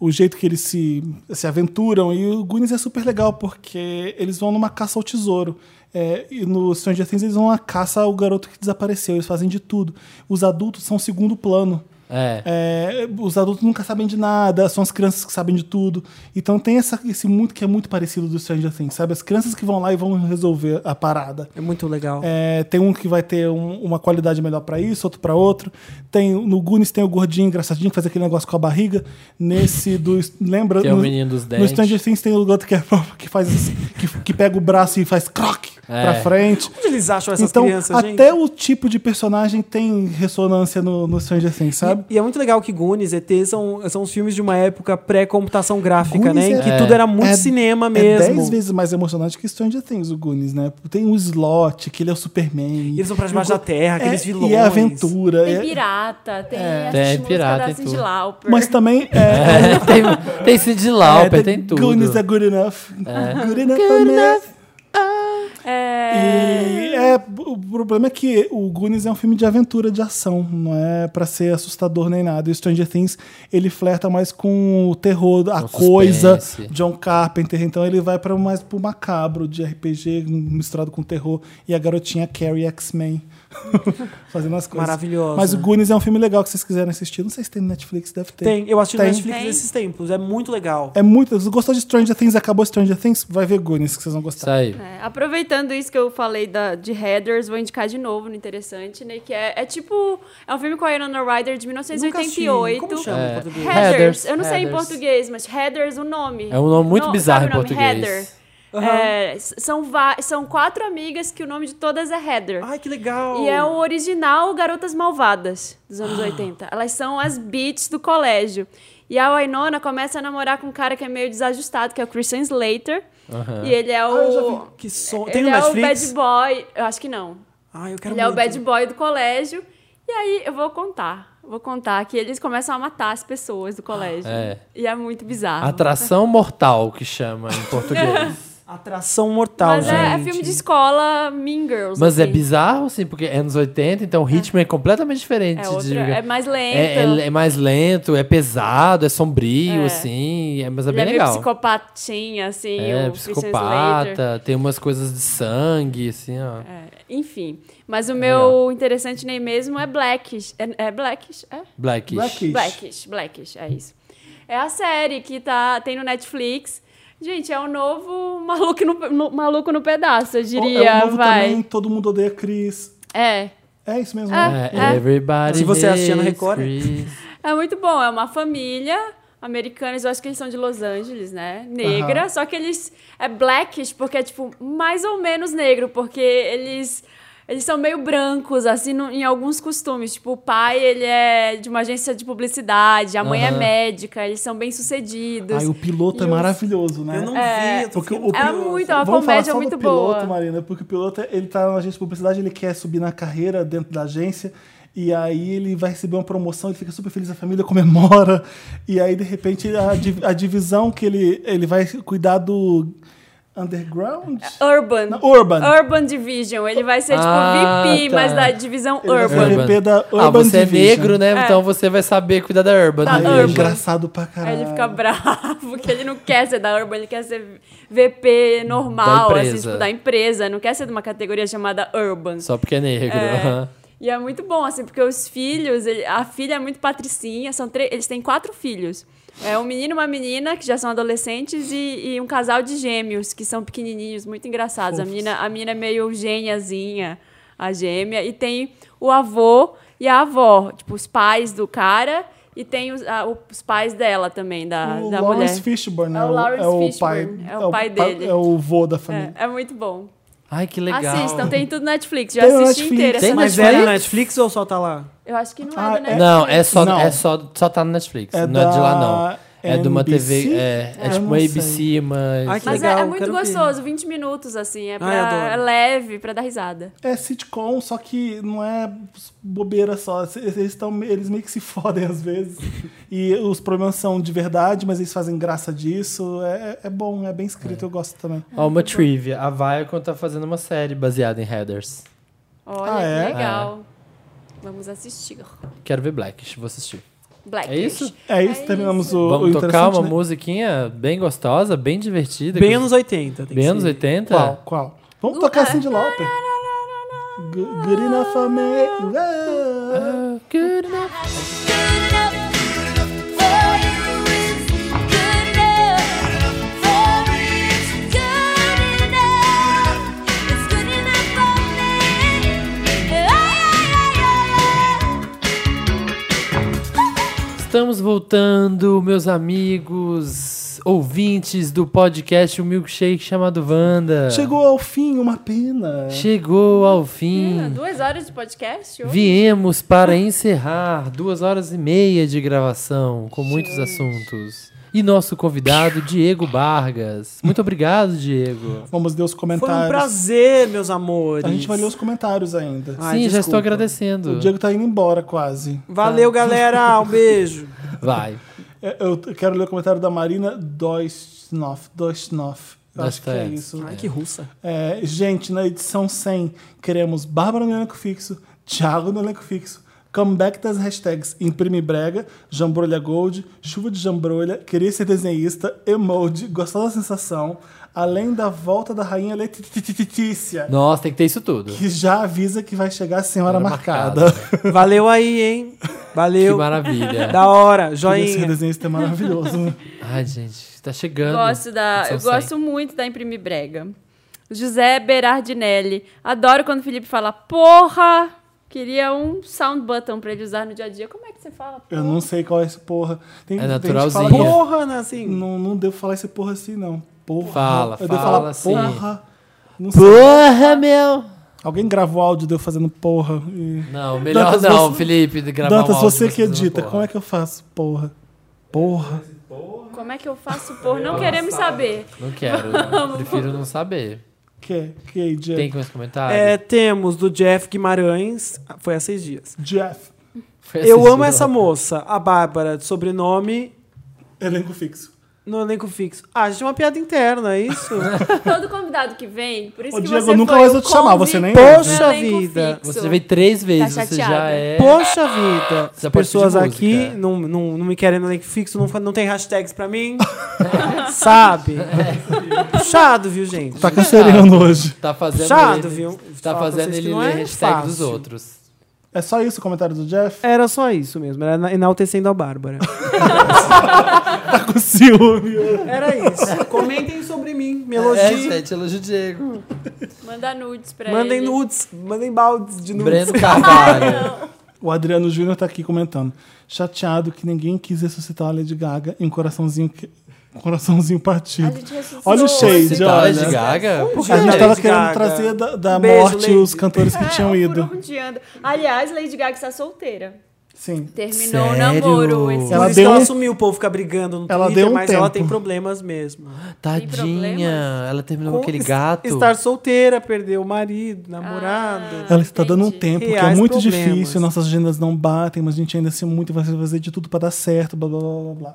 S1: o jeito que eles se, se aventuram. E o Goonies é super legal porque eles vão numa caça ao tesouro. É, e no Stranger Things eles vão à caça ao garoto que desapareceu. Eles fazem de tudo. Os adultos são segundo plano.
S4: É.
S1: É, os adultos nunca sabem de nada, são as crianças que sabem de tudo. Então tem essa- esse muito que é muito parecido do Stranger Things, sabe? As crianças que vão lá e vão resolver a parada.
S3: É muito legal.
S1: É, tem um que vai ter um- uma qualidade melhor pra isso, outro pra outro. Tem no Goonies tem o gordinho engraçadinho que faz aquele negócio com a barriga. Nesse do lembra
S4: Tem é o
S1: no,
S4: menino dos
S1: no
S4: dentes.
S1: Stranger Things tem o outro que, é, que faz assim, que, que pega o braço e faz croc
S4: É.
S1: pra frente.
S3: Onde eles acham essas
S1: então
S3: crianças, gente?
S1: até o tipo de personagem tem ressonância no, no Stranger Things, sabe?
S3: E, e é muito legal que Goonies, ET, são, são os filmes de uma época pré-computação gráfica,
S1: Goonies
S3: né? Em
S1: é-
S3: que tudo era muito
S1: é-
S3: cinema
S1: É
S3: mesmo.
S1: dez vezes mais emocionante que Stranger Things, o Goonies, né? Tem o Slot, que ele é o Superman.
S3: Eles vão pra debaixo
S1: E o
S3: da terra, aqueles
S1: é,
S3: vilões.
S1: E é aventura.
S2: Tem
S1: é-
S2: pirata, tem é.
S4: Tem pirata, tem
S2: Cindy
S4: tudo.
S2: Lauper.
S1: mas também é,
S4: É, tem, tem Cindy Lauper,
S1: é,
S4: tem tudo. É.
S1: Goonies é good enough. Good enough. né?
S2: É...
S1: E é, o problema é que o Goonies é um filme de aventura, de ação, não é pra ser assustador nem nada. E o Stranger Things, ele flerta mais com o terror, a
S4: Com
S1: coisa,
S4: suspense.
S1: John Carpenter, então ele vai para mais pro macabro, de RPG misturado com terror, e a garotinha Carrie X-Men. fazendo as coisas.
S3: Maravilhosa.
S1: Mas o Goonies é um filme legal que vocês quiserem assistir. Não sei se tem no Netflix, deve ter.
S3: Tem, eu assisti no
S1: Tem.
S3: Netflix
S2: Tem.
S3: nesses tempos, é muito legal.
S1: É muito. Se gostou de Stranger Things, acabou Stranger Things, vai ver Goonies que vocês vão
S4: Isso
S1: gostar.
S4: aí.
S2: É, aproveitando isso que eu falei da, de Headers, vou indicar de novo no Interessante, né? Que é, é tipo. É um filme com a Winona Ryder de
S3: Nunca assisti.
S2: 1988.
S3: Como chama
S4: É.
S3: em português?
S4: Head-
S2: Headers.
S4: Headers,
S2: Eu não sei em
S4: Headers.
S2: português, mas Headers, o nome.
S4: É um nome muito
S2: No-
S4: bizarro
S2: sabe
S4: em
S2: o nome?
S4: português.
S2: Heather.
S3: Aham.
S2: É, s- são, va- são quatro amigas que o nome de todas é Heather.
S3: Ai, que legal.
S2: E é o original Garotas Malvadas dos
S3: Ah.
S2: anos 80. Elas são as beats do colégio. E a Wainona começa a namorar com um cara que é meio desajustado, que é o Christian Slater. E ele é
S3: Ah, eu já
S2: o.
S3: vi. Que som.
S2: Ele
S3: Tem no
S2: é
S3: Netflix?
S2: o bad boy. Eu acho que não.
S3: Ai, eu quero
S2: Ele é o
S3: muito.
S2: bad boy do colégio. E aí eu vou contar. Vou contar que eles começam a matar as pessoas do colégio.
S4: É.
S2: E é muito
S3: Ah,
S2: bizarro.
S4: Atração mortal que chama em português.
S3: Atração mortal,
S2: Mas
S3: tá, gente.
S2: é, é filme de escola, Mean Girls.
S4: Mas é
S2: assim.
S4: bizarro, assim, porque é anos 80, então o ritmo é, completamente diferente.
S2: É,
S4: de-
S2: outra, é mais lento.
S4: É- é- é mais lento, é pesado, é sombrio,
S2: É.
S4: assim, é- mas é
S2: Ele
S4: bem
S2: é meio
S4: legal.
S2: psicopatinha, assim.
S4: É,
S2: o psicopata.
S4: psicopata, tem umas coisas de sangue, assim, ó.
S2: É, Enfim.
S4: É
S2: Mas o meu interessante nem mesmo é Blackish. É, é Blackish? É?
S4: Blackish.
S1: Blackish.
S2: Blackish, Blackish, é isso. É a série que tá, tem no Netflix. Gente, é o novo maluco no, no- maluco no pedaço, eu diria.
S1: é o novo
S2: vai. Ah,
S1: também, Todo Mundo Odeia Chris.
S2: É.
S1: É isso mesmo. né?
S4: É, Everybody
S3: Se você assistia no
S4: hates
S3: Record.
S4: Chris.
S2: É muito bom. É uma família americana, eu acho que eles são de Los Angeles, né? Negra. Só que eles. É blackish, porque é tipo mais ou menos negro, porque eles. Eles são meio brancos, assim, no- em alguns costumes. Tipo, o pai, ele é de uma agência de publicidade, a mãe é
S4: Aham.
S2: médica, eles são bem-sucedidos.
S1: Aí o piloto é
S2: E os-
S1: maravilhoso, né?
S3: Eu não vi. eu tô
S1: Porque o
S3: ficando
S1: pi-
S2: É muito, é uma
S1: Vamos falar
S2: comédia
S1: só
S2: muito
S1: do piloto,
S2: boa.
S1: Marina, porque o piloto ele tá na agência de publicidade, ele quer subir na carreira dentro da agência. E aí ele vai receber uma promoção, ele fica super feliz, a família comemora. E aí, de repente, a, di- a divisão que ele, ele vai cuidar do underground?
S2: Urban.
S1: Não, Urban.
S2: É, Urban Division. Ele vai ser, tipo,
S4: Ah,
S2: VP,
S4: tá.
S2: mas da divisão
S1: Ele vai ser
S2: Urban.
S1: VP. VP da
S4: ah,
S1: Urban
S4: você é
S1: Division.
S4: negro, né?
S2: É.
S4: Então você vai saber cuidar da Urban.
S2: Da
S1: Aí
S4: Division.
S1: é
S2: Urban.
S1: engraçado pra
S2: Aí
S1: caralho.
S2: ele fica bravo, que ele não quer ser da Urban, ele quer ser VP normal,
S4: Da
S2: assim,
S4: empresa.
S2: tipo, da empresa, não quer ser de uma categoria chamada Urban.
S4: Só porque é negro. aham.
S2: E é muito bom, assim, porque os filhos, ele- a filha é muito patricinha, são três, eles têm quatro filhos. É um menino e uma menina, que já são adolescentes, e, e um casal de gêmeos, que são pequenininhos, muito engraçados. A menina, a menina é meio gêniazinha, a gêmea. E tem o avô e a avó, tipo, os pais do cara, e tem os, a- os pais dela também, da,
S1: O
S2: da mulher.
S1: Lawrence Fishburne
S2: É o Lawrence
S1: é o
S2: Fishburne,
S1: pai,
S2: é o pai dele.
S1: É o vô da família.
S2: É, é muito bom.
S4: Ai, que legal.
S2: Assistam, tem tudo Netflix. Já
S1: Tem no
S2: assisti
S1: Netflix.
S2: inteira
S4: Tem
S2: essa
S3: Mas
S4: Netflix?
S3: é no Netflix ou só tá lá?
S2: Eu acho que não
S1: Ah,
S2: é do
S1: é-
S2: Netflix.
S4: Não, é só,
S1: Não.
S4: É só, só tá no Netflix.
S1: É
S4: não é de lá, não.
S1: da
S4: É de uma
S1: NBC?
S4: TV. É, é
S1: Ah, Eu
S4: tipo
S1: não
S4: uma
S1: sei.
S4: ABC, mas.
S3: Ai, que
S2: Mas
S3: legal,
S2: é, é muito
S3: quero ver.
S2: gostoso, 20 minutos, assim. É, pra,
S3: eu adoro.
S2: é leve, pra dar risada.
S1: É sitcom, só que não é bobeira só. Eles, tão, eles meio que se fodem às vezes. E os problemas são de verdade, mas eles fazem graça disso. É, é bom, é bem escrito, eu gosto também.
S4: Ó, uma trivia. A Viacom tá fazendo uma série baseada em Headers.
S2: Olha,
S1: Ah, é?
S2: que legal. Vamos assistir.
S4: Quero ver Blackish, vou assistir.
S2: Black.
S4: É isso?
S1: É isso, terminamos o, o
S4: Vamos tocar
S1: interessante,
S4: uma
S1: né?
S4: musiquinha bem gostosa, bem divertida.
S3: Bem
S4: que-
S3: anos 80. Tem
S4: bem
S3: que
S4: anos
S3: ser.
S4: 80?
S1: Qual? Qual? Vamos tocar Cindy Lauper. Good good enough for me. Ah.
S4: Ah, good enough.
S5: Good enough for you is good enough for me. It's good enough. It's good enough for me.
S4: Estamos voltando, meus amigos, ouvintes do podcast O Milkshake chamado Wanda.
S1: Chegou ao fim, uma pena.
S4: Chegou ao
S2: Menina,
S4: fim.
S2: Duas horas de podcast hoje?
S4: Viemos para encerrar duas horas e meia de gravação com muitos assuntos. E nosso convidado, Diego Vargas. Muito obrigado, Diego.
S1: Vamos ler os
S3: Foi
S1: comentários.
S3: um prazer, meus amores.
S1: A gente vai ler os comentários ainda.
S3: Ai,
S4: Sim, já
S3: desculpa.
S4: estou
S1: O
S4: agradecendo.
S1: Diego tá indo embora quase.
S3: Valeu, galera. Um beijo.
S4: Vai.
S1: É, Eu t- quero ler o comentário da Marina Doisnov. Doisnov. Eu Acho que é
S4: Dostoiévski.
S1: isso.
S3: Ai, que russa.
S1: É, gente, na edição 100, queremos Bárbara no elenco fixo, Thiago no elenco fixo, Comeback das hashtags Imprime Brega, Jambrolha Gold, Chuva de Jambrolha, Queria Ser Desenhista, Emoji, Gostou da Sensação, além da volta da Rainha Letícia,
S4: Nossa, tem que ter isso tudo.
S1: que já avisa que vai chegar a Senhora
S4: Hora
S1: Marcada.
S3: Valeu aí, hein?
S4: Que
S3: Valeu.
S4: maravilha.
S3: Da hora,
S1: Queria Ser
S3: joinha.
S1: Desenhista é maravilhoso. né?
S4: Ai, gente, tá chegando.
S2: Gosto da,
S4: Edição
S2: eu gosto
S4: 100.
S2: muito da Imprimir Brega. José Berardinelli. Adoro quando o Felipe fala, porra! Queria um sound button pra ele usar no dia a dia. Como é que você fala?
S1: Eu não sei qual é esse porra. Tem,
S4: É
S1: tem gente que
S4: naturalzinho.
S1: fala, "Porra!"
S3: Porra, né, assim.
S1: não, não devo falar esse porra assim, não. Porra.
S4: Fala,
S1: eu devo
S4: fala
S1: falar
S4: assim.
S1: porra. Não sei.
S4: Porra, meu!
S1: Alguém gravou áudio de eu fazendo porra. E...
S4: Não, melhor
S1: Dantas,
S4: não,
S1: você-
S4: Felipe, de gravar
S1: Dantas,
S4: um áudio
S1: você que
S4: fazendo
S1: edita,
S4: porra.
S1: como é que eu faço? Porra. Porra.
S2: Como é que eu faço, porra? Não queremos saber.
S4: Não quero, eu prefiro não saber.
S1: Que, é, que Jeff?
S4: Tem que mais comentários?
S3: É, temos do Jeff Guimarães. Foi há seis dias.
S1: Jeff.
S4: Foi
S3: Eu
S4: assistir
S3: amo
S4: o-
S3: essa moça, a Bárbara, de sobrenome
S1: Elenco fixo.
S3: no elenco fixo. Ah, a gente tem uma piada interna, é isso?
S2: Todo convidado que vem, por isso
S1: Ô,
S2: que
S1: Diego,
S2: você
S1: eu nunca
S2: foi
S1: mais
S2: o
S1: vou te chamar,
S2: convi-
S1: você nem-
S3: assim?
S4: é.
S3: Poxa
S2: elenco
S3: vida.
S2: fixo.
S4: Você já veio três vezes, você já
S2: chateada?
S4: é...
S3: Poxa vida. As
S4: Já pode
S3: pessoas
S4: pedir
S3: aqui
S4: música.
S3: não, não, não me querem no elenco fixo, não, fa- não tem hashtags pra mim. Sabe?
S4: É.
S3: Puxado, viu, gente?
S1: Tá canceriano hoje.
S4: Tá fazendo
S3: Puxado,
S4: ele,
S3: viu?
S4: Tá
S3: Falo pra
S4: fazendo
S3: vocês que
S4: ele
S3: não
S4: ler
S3: é
S4: hashtag dos
S3: fácil.
S4: outros.
S1: É só isso o comentário do Jeff?
S3: Era só isso mesmo, era na- enaltecendo a Bárbara.
S1: Tá
S4: É.
S1: com ciúme.
S3: Era isso. Comentem sobre mim, me
S4: É,
S3: elogiem.
S4: gente, elogio o Diego.
S2: Manda nudes pra
S3: Mandem
S2: ele.
S3: nudes, mandem baldes de nudes.
S4: Breno Carvalho.
S1: O Adriano Júnior tá aqui comentando. Chateado que ninguém quis ressuscitar a Lady Gaga em um coraçãozinho, que- um coraçãozinho
S2: A
S1: partido.
S2: gente ressuscitou.
S1: Olha o shade,
S4: Você tá
S1: olha.
S4: de Gaga? Por
S1: A gente tá tava
S3: Lady
S1: querendo
S3: Gaga.
S1: trazer da, da
S3: Um beijo,
S1: morte
S3: Lady.
S1: os cantores que
S2: É,
S1: tinham ido.
S2: furundeando. Aliás, Lady Gaga está solteira.
S1: Sim.
S2: Terminou o
S4: Sério?
S2: namoro. Esse
S1: Ela
S3: Ela,
S1: deu
S3: deu ela
S1: um-
S3: assumiu, o povo fica brigando no
S1: Ela
S3: Twitter,
S1: deu um
S3: mas ela
S1: tempo.
S3: tem problemas mesmo.
S4: Tadinha,
S2: problemas?
S4: ela terminou com aquele
S3: es-
S4: gato.
S3: Estar solteira, perder o marido,
S2: Ah.
S3: namorado.
S1: Ela está dando um
S2: Entendi.
S1: tempo, que é
S3: Reais
S1: muito
S3: problemas.
S1: difícil, nossas agendas não batem, mas a gente ainda se muito e vai fazer de tudo para dar certo, blá blá blá blá blá.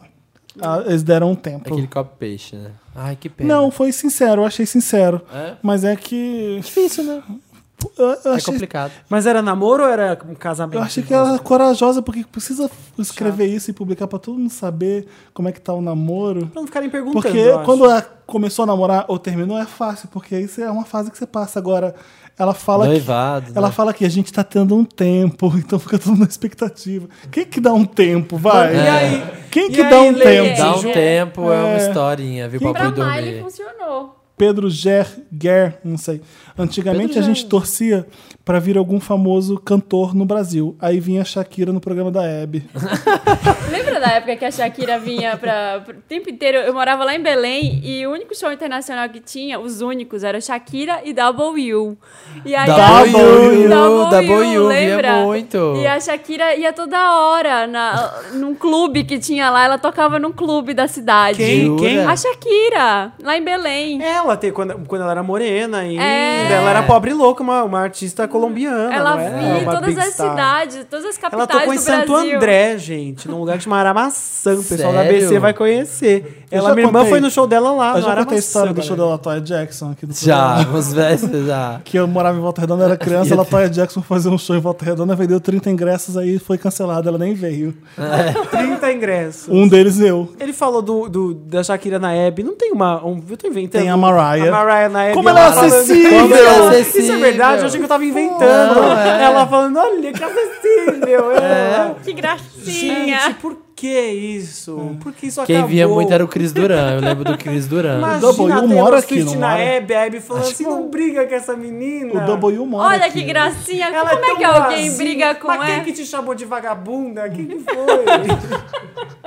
S1: Ah, eles deram um tempo.
S4: Aquele copo peixe, né? Ai, que pena.
S1: Não, foi sincero, eu achei sincero.
S4: É?
S1: Mas é que. Difícil, né? Eu, eu
S4: É
S1: achei,
S4: complicado. né?
S3: Mas era namoro ou era um casamento?
S1: eu achei que ela era corajosa, porque precisa escrever isso e publicar para todo mundo saber como é que tá o namoro.
S3: Pra não ficarem perguntando.
S1: Porque
S3: eu acho.
S1: quando ela começou a namorar ou terminou é fácil, porque isso é uma fase que você passa. Agora, ela fala
S4: Noivado,
S1: que. Ela
S4: né?
S1: fala que a gente tá tendo um tempo, então fica todo mundo na expectativa. Quem que dá um tempo, vai?
S3: E
S2: É.
S3: aí?
S1: Quem
S3: E
S1: que
S3: aí,
S1: dá um
S3: Lele?
S1: tempo?
S4: Dá
S2: Gente,
S4: um
S2: é.
S4: tempo, é, uma
S1: É.
S4: historinha, viu? Pra
S2: Pra
S4: eu dormir.
S2: Miley funcionou.
S1: Pedro Ger, Ger, não sei. Antigamente
S4: Pedro
S1: a
S4: Ger.
S1: gente torcia pra vir algum famoso cantor no Brasil. Aí vinha a Shakira no programa da Hebe.
S2: Lembra da época que a Shakira vinha pra, pro tempo inteiro? Eu morava lá em Belém e o único show internacional que tinha, os únicos, era Shakira e Double U. E aí,
S1: Double U,
S4: Double U, via muito.
S2: E a Shakira ia toda hora na, num clube que tinha lá, ela tocava num clube da cidade.
S3: Quem?
S4: Jura?
S3: Quem?
S2: A Shakira, lá em Belém.
S3: Ela, te, quando, quando ela era morena ainda,
S2: É.
S3: ela era pobre e louca, uma, uma artista colombiana.
S2: Ela
S3: não era
S2: vinha em
S3: uma
S2: todas
S3: big
S2: as
S3: star.
S2: cidades, todas as
S3: Ela
S2: capitais do
S3: tocou em
S2: Brasil.
S3: Santo André, gente, num lugar que chama Aramaçã. O pessoal da
S4: Sério?
S3: ABC vai conhecer.
S1: Eu
S3: Ela,
S1: já
S3: minha irmã
S1: contei-
S3: foi no show dela lá,
S1: Eu
S3: no
S1: já
S3: Aramaçã.
S1: contei a história do show
S3: galera.
S1: da Latoya Jackson aqui do
S4: Já,
S1: programa.
S4: umas vezes já.
S1: Que eu morava em Volta Redonda, era criança, a
S3: é
S1: Latoya Jackson foi fazer um show em Volta Redonda, vendeu 30 ingressos, aí foi cancelada, ela nem veio.
S3: Então 30 ingressos.
S1: Um deles eu.
S3: Ele falou do, do- da Shakira na Hebe. Não tem uma. Um, eu tô inventando.
S1: Tem a Mariah.
S3: A Mariah na Hebe.
S1: Como ela é
S3: falando-
S1: acessível!
S3: Como ela- Isso é
S4: acessível!
S3: verdade, eu achei que eu tava inventando.
S4: Não, é.
S3: Ela falando, olha que acessível. É.
S2: Que gracinha.
S3: Gente, por que isso?
S1: É.
S3: Por que isso
S4: Quem
S3: acabou?
S4: via é muito era o Cris Duran. Eu lembro do Cris Duran.
S3: Imagina
S1: O W
S3: a Taylor
S1: um mora aqui,
S3: Swift
S1: não é?
S3: na
S1: mora?
S3: Hebe, a Hebe falando assim, não briga com essa menina.
S1: O W mora
S2: Olha
S1: aqui.
S2: que gracinha.
S3: Ela
S2: Como é
S3: tão
S2: que alguém
S3: vazia.
S2: briga com
S3: Mas
S2: ela?
S3: quem que te chamou de vagabunda? Quem que foi?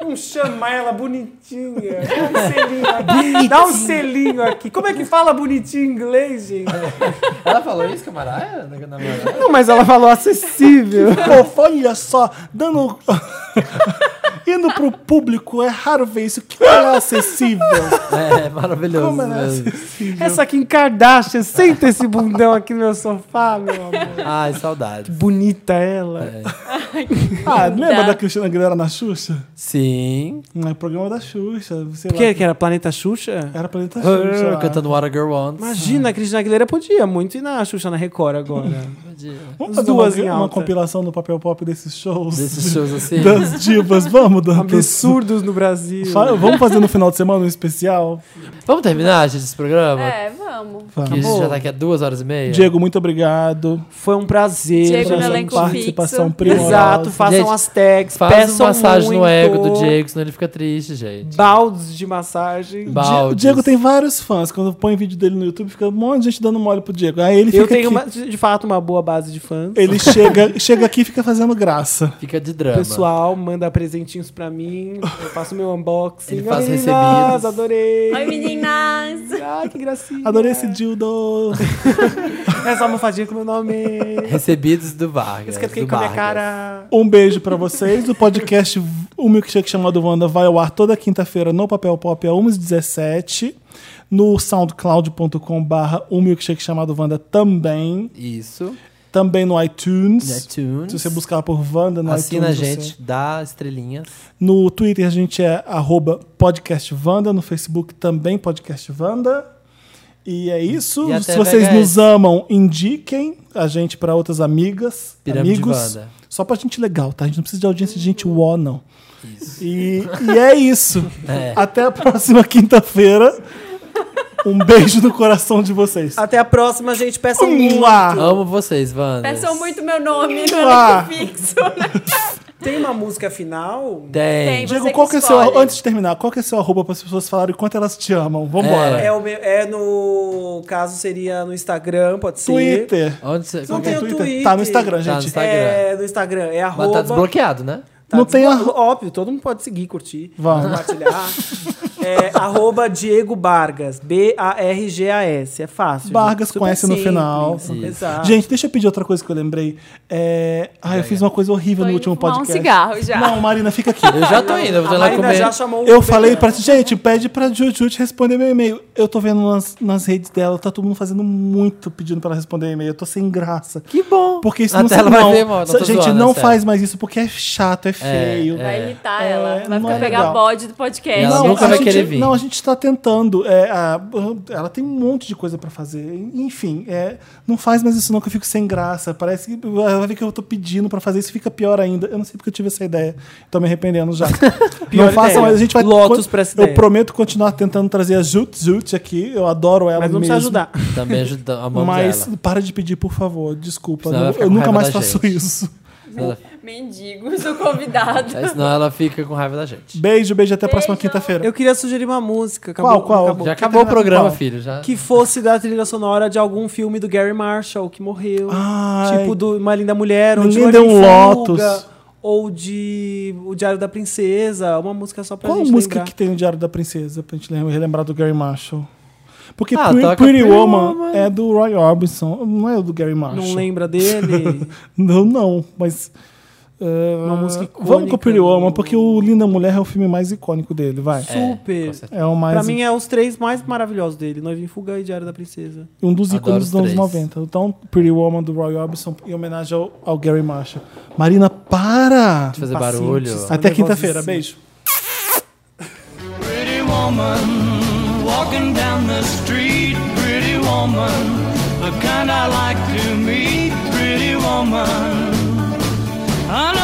S3: Não chama ela bonitinha. Dá um selinho aqui. Dá um selinho aqui. Como é que fala bonitinho em inglês, gente?
S4: Ela falou isso, camarada? Na, na Mariah?
S3: Não, mas ela falou acessível.
S1: Pô, olha só, dando Indo pro público é raro ver isso. Que ela é acessível.
S4: É, maravilhoso.
S1: Como ela é
S4: mesmo.
S1: acessível.
S3: Essa Kim Kardashian, senta esse bundão aqui no meu sofá, meu amor.
S4: Ai, saudade.
S3: Bonita ela.
S1: Ah, lembra
S2: Dá.
S1: da Cristina Aguilera na Xuxa?
S4: Sim.
S1: Não, é programa da Xuxa. Sei
S3: O
S1: lá.
S3: que, é? que era? Planeta Xuxa?
S1: Era planeta Xuxa.
S4: Her,
S1: lá.
S4: cantando What a Girl Wants.
S3: Imagina, a Cristina Aguilera podia muito ir na Xuxa na Record agora.
S1: Vamos
S3: As
S1: fazer
S3: duas
S1: uma,
S3: em
S1: uma
S3: alta.
S1: compilação do papel pop desses shows.
S4: Desses shows assim.
S1: Das divas. Vamos, Dan.
S3: Absurdos no Brasil.
S1: Fa- Vamos fazer no final de semana um especial.
S4: Vamos terminar, gente, esse programa?
S2: É, vamos.
S4: Que a
S1: Vamos.
S4: gente já tá aqui há duas horas e meia.
S1: Diego, muito obrigado.
S3: Foi um prazer.
S2: Diego
S1: pela
S2: no
S1: sua
S2: elenco
S1: participação
S2: fixo.
S1: primorosa.
S3: Exato, façam
S4: Gente,
S3: as tags,
S4: Faz
S3: peçam
S4: uma massagem
S3: muito,
S4: no ego do Diego, senão ele fica triste, gente.
S3: Baldes de massagem.
S4: Ba-
S1: Di-
S4: Baldes.
S1: Diego tem vários fãs. Quando põe vídeo dele no YouTube, fica um monte de gente dando mole pro Diego. Aí ele fica
S3: Eu tenho,
S1: aqui.
S3: uma- de fato, uma boa base de fãs.
S1: Ele chega, chega aqui e fica fazendo graça.
S4: Fica de drama.
S3: Pessoal, manda presentinhos pra mim. Eu faço meu unboxing.
S4: Ele faz
S3: Ai, meninas,
S4: recebidos.
S3: adorei.
S2: Oi, meninas!
S3: Ai, que gracinha.
S1: Adorei esse dildo.
S3: Essa almofadinha com meu nome.
S4: Recebidos do Vargas.
S3: Isso que eu fiquei
S4: do
S3: com a minha
S4: Vargas.
S3: cara.
S1: Um beijo pra vocês. O podcast O Milkshake Chamado Wanda vai ao ar toda quinta-feira no Papel Pop a 1h17. No soundcloud.com barra O Milkshake Chamado Wanda também.
S4: Isso.
S1: Também no iTunes.
S4: iTunes.
S1: Se você buscar por Wanda no
S4: Assina a
S1: iTunes.
S4: gente,
S1: você-
S4: dá estrelinhas.
S1: No Twitter a gente é arroba podcastvanda. No Facebook também podcastvanda. E é isso.
S4: E até
S1: Se vocês
S4: VHS.
S1: nos amam, indiquem a gente pra outras amigas,
S4: Pirâmide
S1: amigos.
S4: Wanda.
S1: Só pra gente legal, tá? A gente não precisa de audiência de gente uó, não. E, e é isso.
S4: É.
S1: Até a próxima quinta-feira. Um beijo no coração de vocês.
S3: Até a próxima, gente. Peçam
S1: Um
S2: Assim,
S3: muito.
S1: lá.
S4: Amo vocês, Wanda.
S2: Peçam muito meu nome no
S1: Ah.
S2: elenco fixo. né?
S3: Tem uma música final?
S4: Tem.
S2: Tem. Você
S1: Diego,
S2: que
S1: qual que é seu.
S2: escolhe.
S1: Antes de terminar, qual que é seu arroba para as pessoas falarem o quanto elas te amam? Vambora.
S3: É, o meu- é no caso seria no Instagram, pode ser.
S1: Twitter.
S4: Onde você...
S3: Não
S4: qual que é?
S3: tem o Twitter.
S1: Tá no Instagram,
S4: Tá no
S1: gente.
S4: Instagram.
S3: É, no Instagram. É
S4: Mas tá
S3: arroba.
S4: desbloqueado, né?
S3: tá
S1: Não tem
S3: desblo-
S1: arro-
S3: Óbvio, todo mundo pode seguir, curtir,
S1: Vamos.
S3: compartilhar. é arroba Diego Bargas. B-A-R-G-A-S. É fácil.
S1: Bargas
S3: gente.
S1: com
S3: Super
S1: S no final.
S3: simples,
S4: Isso.
S3: Exato.
S1: Gente, deixa eu pedir outra coisa que eu lembrei. É... Ah, eu fiz uma coisa horrível
S2: Tô
S1: no
S2: indo
S1: último
S2: fumar um
S1: podcast.
S2: cigarro já.
S1: Não, Marina, fica aqui.
S4: Eu já tô indo, eu vou
S3: Ah, a
S4: lá
S3: Marina
S4: comer.
S3: já chamou o
S1: Eu falei
S3: Pedro.
S1: pra gente, pede pra Juju te responder meu e-mail. Eu tô vendo nas, nas redes dela, tá todo mundo fazendo muito pedindo pra ela responder e-mail. Eu tô sem graça.
S4: Que bom.
S1: Porque isso
S4: Até
S1: não
S4: ela vai
S1: não,
S4: ver, mano,
S1: sa-
S4: tô
S1: Gente,
S4: zoando,
S1: não
S4: é sério.
S1: faz mais isso porque é chato, é feio.
S2: Vai
S4: É.
S2: irritar
S1: É,
S2: ela. Vai
S1: não
S2: ficar
S1: é
S2: pegar
S1: legal.
S2: bode do podcast.
S4: Ela nunca
S1: a
S4: vai
S1: gente-
S4: querer vir.
S1: Não, a gente tá tentando. É, a- ela tem um monte de coisa pra fazer. Enfim, é, não faz mais isso não, que eu fico sem graça. Parece que ela vai ver que eu tô pedindo pra fazer isso fica pior ainda. Eu não sei porque eu tive essa ideia. Tô me arrependendo já. não
S3: Pior
S1: façam,
S3: ideia.
S1: mas a gente vai...
S3: Lotus pra essa
S1: Eu
S3: ideia.
S1: prometo continuar tentando trazer a Jut Jut aqui. Eu adoro ela
S3: Mas não
S1: mesmo.
S3: precisa ajudar.
S4: Também ajudamos, amamos
S1: Mas
S4: ela.
S1: para de pedir, por favor. Desculpa.
S4: Senão ela vai
S1: Eu,
S4: ficar
S1: eu
S4: com
S1: nunca
S4: raiva
S1: mais
S4: da
S1: faço
S4: gente.
S1: isso.
S4: Ela-
S2: Mendigo, sou convidado.
S4: é, Senão ela fica com raiva da gente.
S1: Beijo, beijo. Até a próxima
S2: Beijo.
S1: quinta-feira.
S3: Eu queria sugerir uma música. Acabou,
S1: Qual, qual?
S3: acabou.
S4: Já
S1: que
S4: acabou o
S1: tá-
S4: programa,
S1: qual?
S4: filho. Já.
S3: Que fosse da trilha sonora de algum filme do Gary Marshall que morreu.
S1: Ai.
S3: Tipo do Uma Linda Mulher, ou de
S1: Ninguém
S3: Olho
S1: deu
S3: em
S1: um
S3: Fuga,
S1: Lotus.
S3: Ou de O Diário da Princesa. Uma música só pra
S1: Qual
S3: gente
S1: música
S3: lembrar.
S1: que tem no Diário da Princesa pra gente lem- relembrar do Gary Marshall? Porque
S4: Ah,
S1: Pre-
S3: tá,
S4: toca
S1: Pretty,
S4: Pretty
S1: Woman,
S4: Woman.
S1: é do Roy Orbison, não é do Gary Marshall.
S3: Não lembra dele?
S1: Não, não, mas. eh,
S3: Uma música
S1: Vamos com
S3: icônica né?
S1: o Pretty
S3: do-
S1: Woman, porque o Linda Mulher é o filme mais icônico dele, vai.
S3: Super.
S4: certeza.
S1: É o mais.
S3: Pra mim é os três mais maravilhosos dele. Noiva em Fuga e Diário da Princesa.
S1: um dos
S4: Adoro os
S1: ícones dos anos
S4: três.
S1: 90. Então, Pretty Woman do Roy Orbison em homenagem ao, ao Gary Marshall. Marina, para!
S4: Fazer
S3: Pacientes.
S4: barulho.
S1: Até
S3: nervosíssima.
S1: quinta-feira, beijo.
S6: Pretty woman, walking down the street, pretty woman, the kind I like to meet, pretty woman. I